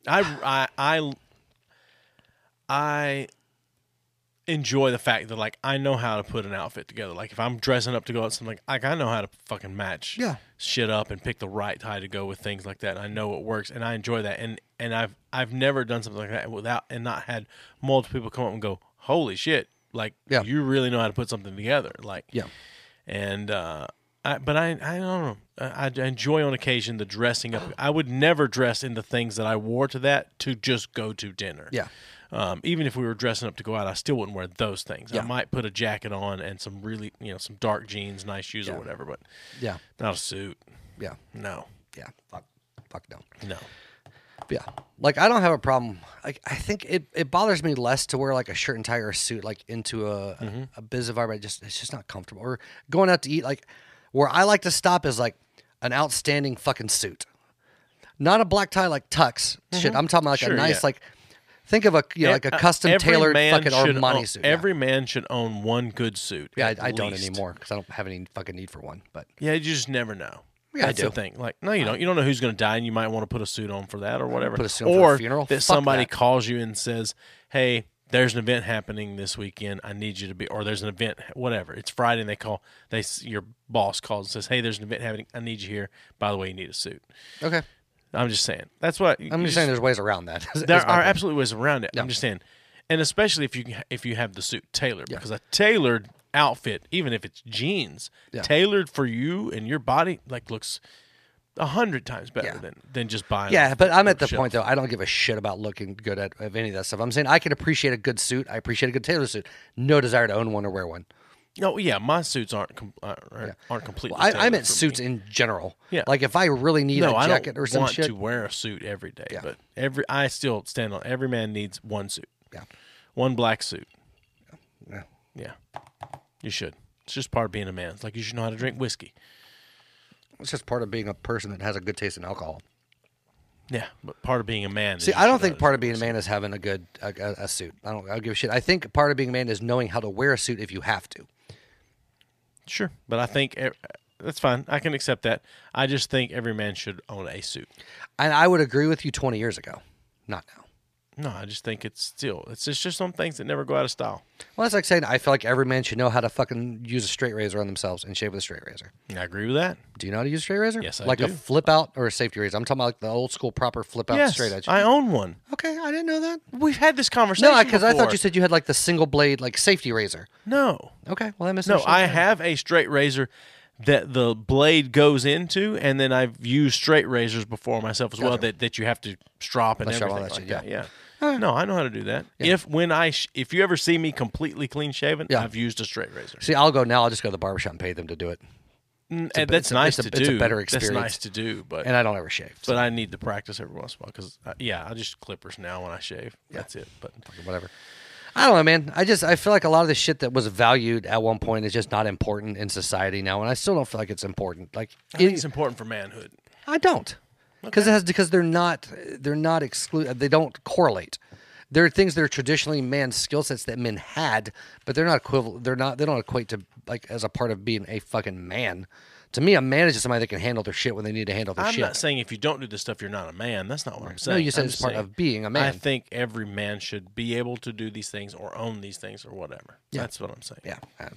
B: I I I I enjoy the fact that like I know how to put an outfit together. Like if I'm dressing up to go out something, like I know how to fucking match
D: Yeah.
B: shit up and pick the right tie to go with things like that. I know what works and I enjoy that. And and I've I've never done something like that without and not had multiple people come up and go, "Holy shit." Like
D: Yeah.
B: you really know how to put something together. Like
D: yeah.
B: and uh, I, but I, I don't know. I, I enjoy on occasion the dressing up. I would never dress in the things that I wore to that to just go to dinner.
D: Yeah.
B: Um, even if we were dressing up to go out, I still wouldn't wear those things.
D: Yeah.
B: I might put a jacket on and some really, you know, some dark jeans, nice shoes or whatever, but
D: Yeah.
B: not a suit.
D: Yeah.
B: No,
D: Yeah. Fuck fuck no.
B: no.
D: Yeah. Like I don't have a problem. Like I think it, it bothers me less to wear like a shirt and tie or a suit like into a
B: Mm-hmm.
D: a, a biz environment. Just it's just not comfortable. Or going out to eat like where I like to stop is like an outstanding fucking suit, not a black tie like tux shit. I'm talking about like
B: Mm-hmm. Sure,
D: a nice
B: yeah.
D: like think of a you know, like a
B: Uh,
D: custom
B: every
D: tailored
B: man
D: fucking
B: should
D: Armani
B: own-
D: suit. yeah.
B: Every man should own one good suit.
D: yeah,
B: at
D: I, I don't
B: least.
D: anymore because I don't have any fucking need for one. But
B: Yeah, you just never know.
D: Yeah, I
B: That's
D: do.
B: the thing. Like, no, you don't. You don't know who's going to die, and you might want to put a suit on for that or whatever.
D: Mm, Put a suit on
B: or
D: for the funeral?
B: that
D: Fuck
B: somebody
D: that.
B: calls you and says, "Hey, there's an event happening this weekend. I need you to be." Or there's an event, whatever. It's Friday, and they call. They s- your boss calls and says, "Hey, there's an event happening. I need you here. By the way, you need a suit."
D: okay,
B: I'm just saying. That's what
D: I'm just saying there's ways around that. Is-
B: there
D: is my
B: are
D: point.
B: absolutely ways around it. I'm just saying, and especially if you if you have the suit tailored, because a tailored outfit, even if it's jeans,
D: Yeah.
B: tailored for you and your body, like looks a hundred times better
D: Yeah.
B: than than just buying.
D: Yeah, but I'm at the
B: Shelf.
D: point though. I don't give a shit about looking good at of any of that stuff. I'm saying I can appreciate a good suit. I appreciate a good tailor suit. No desire to own one or wear one.
B: No, yeah, my suits aren't com- uh, aren't, aren't completely.
D: I, I
B: tailored
D: meant
B: for
D: suits
B: Me.
D: in general.
B: Yeah.
D: Like if I really need
B: No,
D: a
B: I
D: jacket
B: don't
D: or some
B: want
D: shit.
B: to wear a suit every day, but every I still stand on. Every man needs one suit.
D: Yeah.
B: one black suit.
D: Yeah.
B: Yeah, you should. It's just part of being a man. It's like you should know how to drink whiskey.
D: It's just part of being a person that has a good taste in alcohol.
B: Yeah, but part of being a man. is
D: See,
B: you
D: I don't
B: should
D: think
B: know-
D: part of being a man is having a good a, a, a suit. I don't. I don't give a shit. I think part of being a man is knowing how to wear a suit if you have to.
B: Sure, but I think e- that's fine. I can accept that. I just think every man should own a suit.
D: And I would agree with you 20 years ago, not now.
B: No, I just think it's still it's just, it's just some things that never go out of style.
D: Well, that's like saying I feel like every man should know how to fucking use a straight razor on themselves and shave with a straight razor.
B: I agree with that.
D: Do you know how to use a straight razor?
B: Yes, I
D: like a
B: do.
D: flip out or a safety razor. I'm talking about like the old school proper flip out
B: yes,
D: straight edge.
B: I own one.
D: okay, I didn't know that.
B: We've had this conversation.
D: No, because I thought
B: before.
D: you said you had like the single blade like safety razor.
B: no,
D: Okay, well I missed.
B: no. I have a straight razor that the blade goes into, and then I've used straight razors before myself as well. That that you have to strop and
D: Let's strop all
B: everything.
D: that
B: like
D: shit,
B: that. yeah. No, I know how to do that. If when I sh- if you ever see me completely clean shaven,
D: Yeah.
B: I've used a straight razor.
D: See, I'll go now. I'll just go to the barbershop and pay them to do it,
B: And and that's
D: b- it's a-
B: nice
D: it's a-
B: to
D: it's a
B: do.
D: better
B: That's
D: experience.
B: nice to do, but
D: and I don't ever shave. So
B: but I need to practice every once in a while because yeah, I just clippers now when I shave. That's it. But
D: whatever. I don't know, man. I just I feel like a lot of the shit that was valued at one point is just not important in society now, and I still don't feel like it's important. Like
B: I think it's important for manhood.
D: I don't, because it has because they're not they're not exclude they don't correlate. There are things that are traditionally man's skill sets that men had, but they're not equivalent. They're not they don't equate to like as a part of being a fucking man. To me, a man is just somebody that can handle their shit when they need to handle their
B: I'm
D: shit.
B: not saying if you don't do this stuff, you're not a man. That's not what I'm
D: no,
B: saying.
D: you said
B: I'm
D: it's
B: just
D: part
B: saying
D: of being a
B: I
D: man.
B: think every man should be able to do these things or own these things or whatever. That's what I'm saying.
D: yeah, Uh,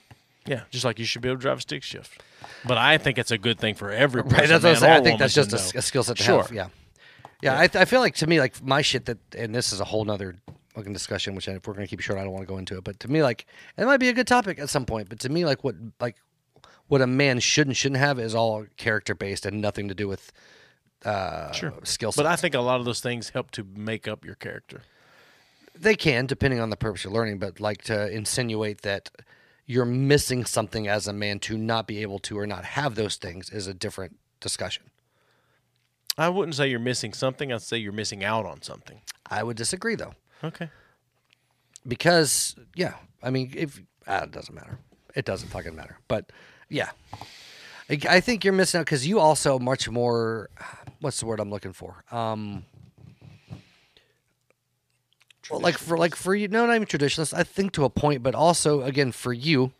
B: Yeah, just like you should be able to drive a stick shift. But I think it's a good thing for every person,
D: right. That's what I'm
B: man
D: saying.
B: or
D: I think
B: woman,
D: that's just
B: to
D: a, s-
B: know.
D: a skill set to
B: Sure.
D: have. Yeah, yeah. I, th- I feel like to me, like my shit that, and this is a whole nother fucking discussion. Which I- if we're gonna keep it short, I don't want to go into it. But to me, like it might be a good topic at some point. But to me, like what like what a man should and shouldn't have is all character based and nothing to do with uh, skill set.
B: But I think a lot of those things help to make up your character.
D: They can, depending on the purpose you're learning, but like to insinuate that you're missing something as a man to not be able to or not have those things is a different discussion.
B: I wouldn't say you're missing something. I'd say you're missing out on something.
D: I would disagree though.
B: Okay.
D: because yeah, I mean, if ah, it doesn't matter, it doesn't fucking matter. But yeah, I, I think you're missing out because you also much more. What's the word I'm looking for? Um, well, like for like for you, no, not even traditionalist. I think to a point, but also again for you,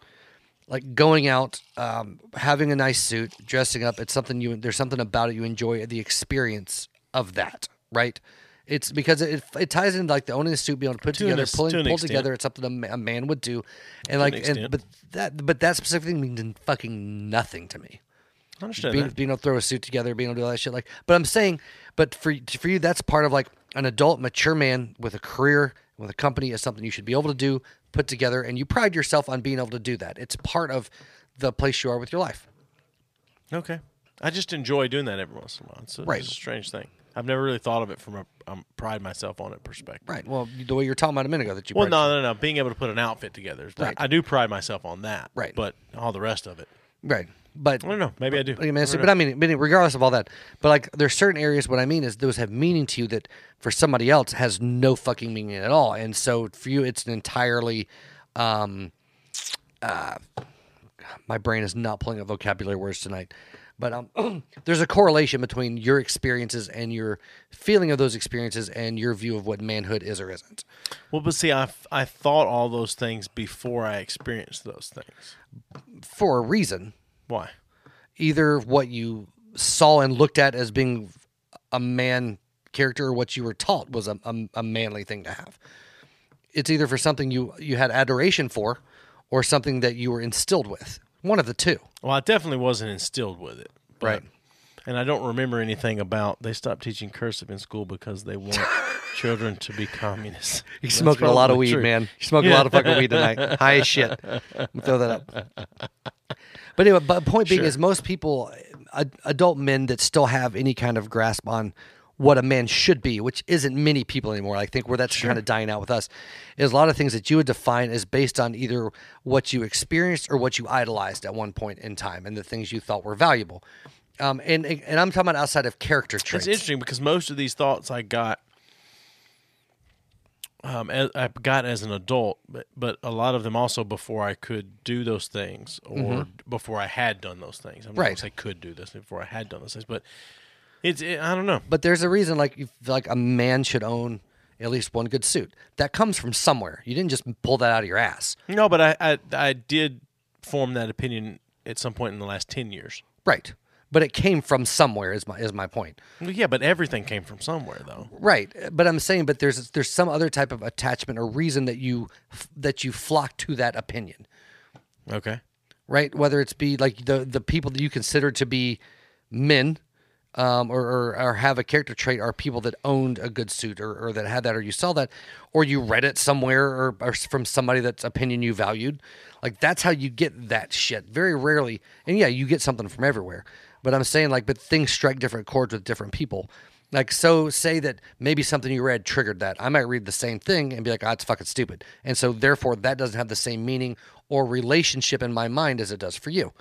D: like going out, um, having a nice suit, dressing up. It's something you there's something about it you enjoy the experience of that, right? It's because it, it ties into like the owning the suit, being able to put
B: To an
D: together,
B: ex-
D: pulling
B: to an
D: pull
B: extent.
D: together. It's something a, ma- a man would do, and like, and,
B: extent.
D: but that but that specific thing means fucking nothing to me
B: I understand
D: being,
B: that.
D: being able to throw a suit together, being able to do all that shit. Like, but I'm saying, but for for you, that's part of like an adult, mature man with a career, with a company is something you should be able to do, put together, and you pride yourself on being able to do that. It's part of the place you are with your life.
B: Okay. I just enjoy doing that every once in a while. It's a,
D: Right.
B: it's a strange thing. I've never really thought of it from a um, pride myself on it perspective.
D: Right. Well, the way you were talking about a minute ago that you.
B: Well,
D: pride
B: no,
D: yourself-
B: no, no. Being able to put an outfit together. is-
D: Right.
B: I do pride myself on that.
D: Right.
B: But all the rest of it.
D: Right. But
B: I don't know. Maybe I do.
D: Like I mean,
B: I
D: so-
B: don't
D: but I mean, I mean, regardless of all that, but like there's certain areas. What I mean is those have meaning to you that for somebody else has no fucking meaning at all, and so for you, it's an entirely. Um, uh, my brain is not pulling up vocabulary words tonight, but um, there's a correlation between your experiences and your feeling of those experiences and your view of what manhood is or isn't.
B: Well, but see, I, f- I thought all those things before I experienced those things.
D: For a reason,
B: Why?
D: either what you saw and looked at as being a man character or what you were taught was a, a, a manly thing to have. It's either for something you you had adoration for or something that you were instilled with. One of the two.
B: Well, I definitely wasn't instilled with it. but-
D: Right.
B: And I don't remember anything about they stopped teaching cursive in school because they want children to be communists.
D: You're
B: That's
D: smoking a lot of
B: probably
D: weed,
B: true.
D: man. You're smoking a lot of fucking weed tonight. High as shit. I'm gonna throw that up. But anyway, but point being is most people, ad- adult men that still have any kind of grasp on what a man should be, which isn't many people anymore. I think where that's kind of dying out with us is a lot of things that you would define as based on either what you experienced or what you idolized at one point in time, and the things you thought were valuable. Um, and and I'm talking about outside of character
B: It's
D: traits.
B: interesting because most of these thoughts I got, um, as, I got as an adult, but but a lot of them also before I could do those things or before I had done those things. I'm not gonna
D: Right.
B: say could do this before I had done those things, but it's it, I don't know.
D: But there's a reason, like you feel like a man should own at least one good suit. That comes from somewhere. You didn't just pull that out of your ass,
B: No, but I, I I did form that opinion at some point in the last ten years.
D: right? But it came from somewhere. Is my is my point,
B: Well, yeah, but everything came from somewhere though.
D: right? But I'm saying, but there's there's some other type of attachment or reason that you that you flock to that opinion,
B: Okay.
D: right? Whether it's be like the the people that you consider to be men. Um, or, or, or have a character trait are people that owned a good suit or, or that had that or you saw that or you read it somewhere or, or from somebody that's opinion you valued like that's how you get that shit very rarely and yeah you get something from everywhere but i'm saying like but things strike different chords with different people Like, so say that maybe something you read triggered that. I might read the same thing and be like, oh, it's fucking stupid. And so, therefore, that doesn't have the same meaning or relationship in my mind as it does for you.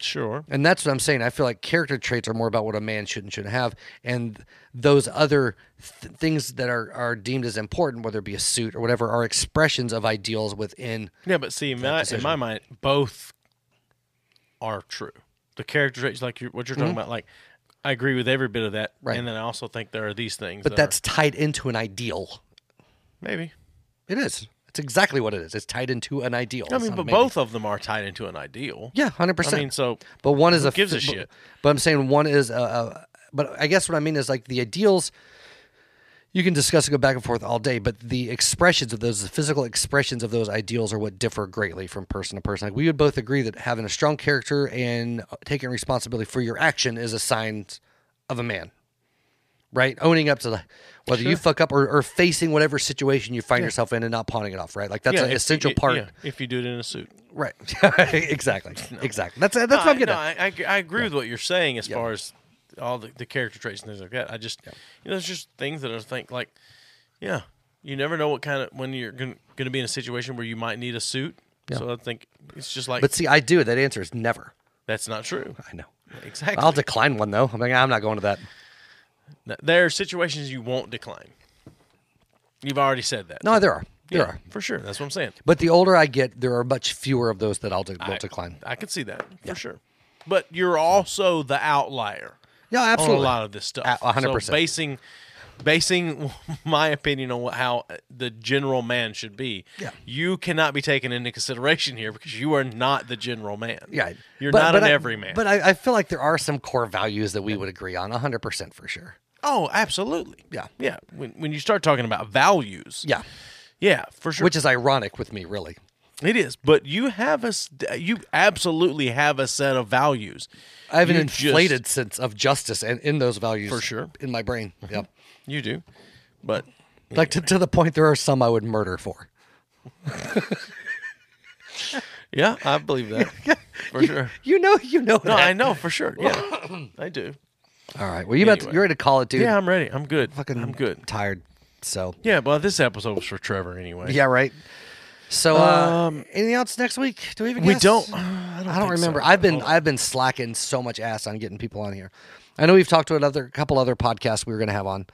B: Sure.
D: And that's what I'm saying. I feel like character traits are more about what a man should and shouldn't have. And those other th- things that are, are deemed as important, whether it be a suit or whatever, are expressions of ideals within.
B: Yeah, but see, in my, in my mind, both are true. The character traits, like you're, what you're talking about, like I agree with every bit of that,
D: Mm-hmm. Right.
B: and then I also think there are these things.
D: But
B: that are-
D: that's tied into an ideal.
B: maybe.
D: It is. It's exactly what it is. It's tied into an ideal.
B: I
D: It's
B: mean,
D: not
B: but
D: maybe.
B: both of them are tied into an ideal.
D: Yeah, hundred
B: I mean,
D: percent.
B: so
D: But one is a
B: gives a
D: but-
B: shit?
D: But I'm saying one is a, a. But I guess what I mean is like the ideals. You can discuss and go back and forth all day, but the expressions of those, the physical expressions of those ideals, are what differ greatly from person to person. Like we would both agree that having a strong character and taking responsibility for your action is a sign of a man, right? Owning up to the whether you fuck up or, or facing whatever situation you find yourself in and not pawning it off, right? Like that's
B: yeah,
D: an
B: if-
D: essential
B: i-
D: part,
B: yeah, if you do it in a suit.
D: right? exactly, exactly. That's that's what
B: No,
D: I'm getting. at.
B: I, no, I, I, agree- I agree with what you're saying as far as all the, the character traits and things like that. I just, you know, it's just things that I think like, yeah, you never know what kind of when you're going to be in a situation where you might need a suit. So I think it's just like
D: But see, I do. That answer is never.
B: that's not true.
D: I know.
B: Exactly.
D: I'll decline one though. I'm like, I'm not going to that.
B: Th- there are situations you won't decline. You've already said that.
D: No, there are. There
B: Yeah,
D: are.
B: for sure. That's what I'm saying.
D: But the older I get, there are much fewer of those that I'll de- will decline.
B: I can see that for sure. But you're also the outlier.
D: Yeah,
B: On
D: absolutely.
B: a lot of this stuff.
D: A- a hundred
B: So
D: percent.
B: Basing, basing my opinion on what, how uh, the general man should be.
D: Yeah.
B: You cannot be taken into consideration here because you are not the general man.
D: Yeah.
B: You're
D: But-
B: not
D: but
B: an
D: I-
B: everyman.
D: But I, I feel like there are some core values that we would agree on 100% for sure.
B: oh, absolutely.
D: Yeah.
B: Yeah. When when you start talking about values.
D: Yeah.
B: Yeah, for sure.
D: Which is ironic with me, really.
B: It is, but you have a s- you absolutely have a set of values.
D: I have an
B: You just-
D: inflated sense of justice and in those values
B: For sure. Mm-hmm.
D: in my brain. Yeah.
B: You do, but
D: Like to, to the point there are some I would murder for.
B: yeah, I believe that for sure.
D: You know, you know.
B: No,
D: that.
B: I know for sure. Yeah, I do.
D: All right. Well, you about to,
B: Anyway.
D: you're ready to call it, dude.
B: Yeah, I'm ready. I'm good.
D: fucking
B: I'm good.
D: tired. So
B: Yeah, well, this episode was for Trevor anyway.
D: Yeah, right. So,
B: Um,
D: uh, anything else next week? Do we even?
B: we
D: guess?
B: don't.
D: I
B: I don't,
D: don't,
B: think so.
D: remember. I've been I've been slacking so much ass on getting people on here. I know we've talked to another couple other podcasts we were going to have on.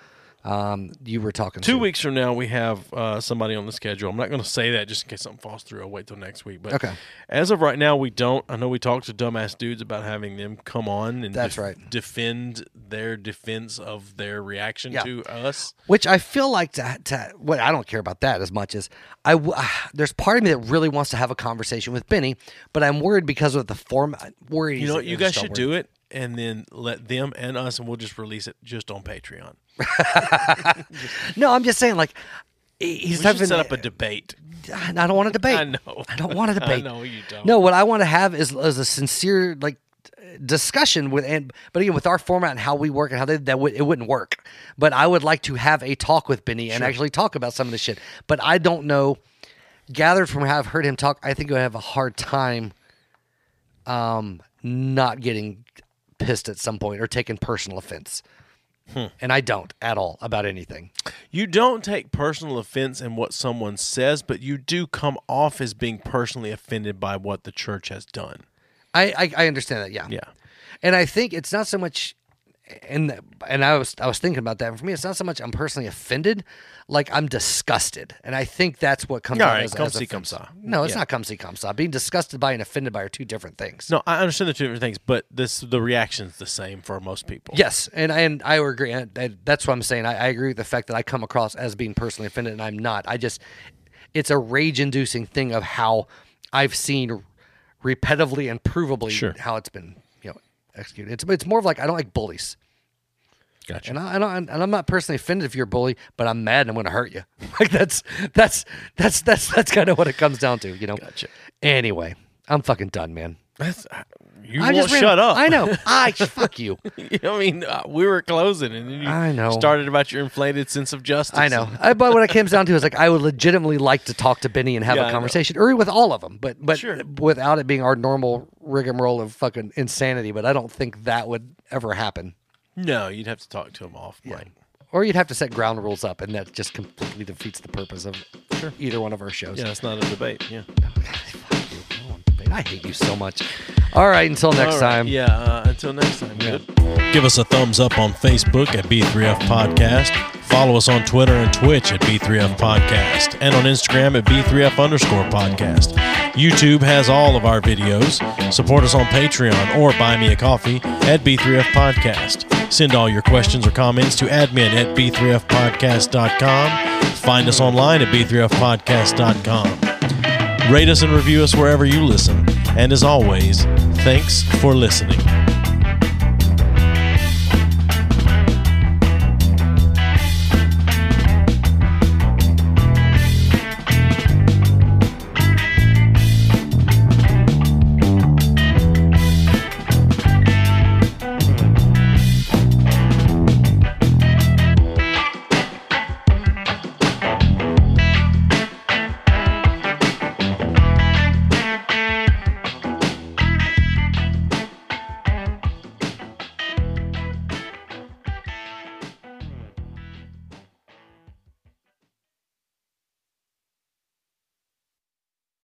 D: Um, you were talking
B: Two
D: to.
B: weeks from now, we have uh, somebody on the schedule. I'm not going to say that just in case something falls through. I'll wait till next week. But
D: Okay.
B: as of right now, we don't. I know we talked to dumbass dudes about having them come on and
D: That's right.
B: defend their defense of their reaction
D: Yeah.
B: to us.
D: Which I feel like to, to what I don't care about that as much as I w- uh, there's part of me that really wants to have a conversation with Benny, but I'm worried because of the form. Worries.
B: You know what?
D: that
B: You
D: it's
B: guys
D: so
B: should
D: weird.
B: do it and then let them and us, and we'll just release it just on Patreon.
D: No, I'm just saying like he- he's
B: We should
D: having
B: set up a debate.
D: I I don't want to debate.
B: I know.
D: I don't want to
B: I
D: debate.
B: know you don't.
D: No, what I want to have is, is a sincere like discussion with and but again with our format and how we work and how they, that would it wouldn't work. But I would like to have a talk with Benny and actually talk about some of this shit. But I don't know. Gathered from how I've heard him talk, I think I would have a hard time, um, not getting pissed at some point or taking personal offense.
B: Hmm.
D: And I don't at all about anything.
B: You don't take personal offense in what someone says, but you do come off as being personally offended by what the church has done.
D: I, I I understand that. Yeah.
B: Yeah.
D: And I think it's not so much, and and I was I was thinking about that. And for me, it's not so much I'm personally offended, like I'm disgusted, and I think that's what comes
B: All
D: out
B: right,
D: as,
B: come
D: as
B: see,
D: offense.
B: come saw.
D: No, it's
B: Yeah.
D: not come see, come saw. Being disgusted by and offended by are two different things.
B: No, I understand the two different things, but this the reaction's the same for most people.
D: Yes, and and I would agree. And that- that's what I'm saying. I, I agree with the fact that I come across as being personally offended, and I'm not. I just, it's a rage-inducing thing of how I've seen repetitively and provably
B: Sure.
D: how it's been, you know, executed. It's it's more of like I don't like bullies.
B: Gotcha.
D: And I, I don't, and I'm not personally offended if you're a bully, but I'm mad and I'm going to hurt you. Like that's that's that's that's that's kind of what it comes down to, you know.
B: Gotcha.
D: Anyway, I'm fucking done, man.
B: That's, uh, you
D: I
B: won't
D: just ran-
B: shut up.
D: I know. I fuck you.
B: You know what I mean, uh, we were closing, and then you
D: I know.
B: started about your inflated sense of justice.
D: I know. I, but what it comes down to is like I would legitimately like to talk to Benny and have
B: Yeah, I
D: a
B: know.
D: conversation, or with all of them, but but
B: Sure.
D: without it being our normal rigmarole of fucking insanity. But I don't think that would ever happen.
B: No, you'd have to talk to him off mic.
D: Or you'd have to set ground rules up, and that just completely defeats the purpose of either one of our shows.
B: Yeah, that's not a debate. Yeah.
D: I hate you so much. All right, until next
B: All right,
D: time.
B: Yeah, uh, until next time. Give us a thumbs up on Facebook at B3F Podcast. Follow us on Twitter and Twitch at B3F Podcast and on Instagram at B3F underscore podcast. YouTube has all of our videos. Support us on Patreon or buy me a coffee at B3F Podcast. Send all your questions or comments to admin at B3Fpodcast.com. Find us online at B3Fpodcast.com. Rate us and review us wherever you listen. And as always, thanks for listening.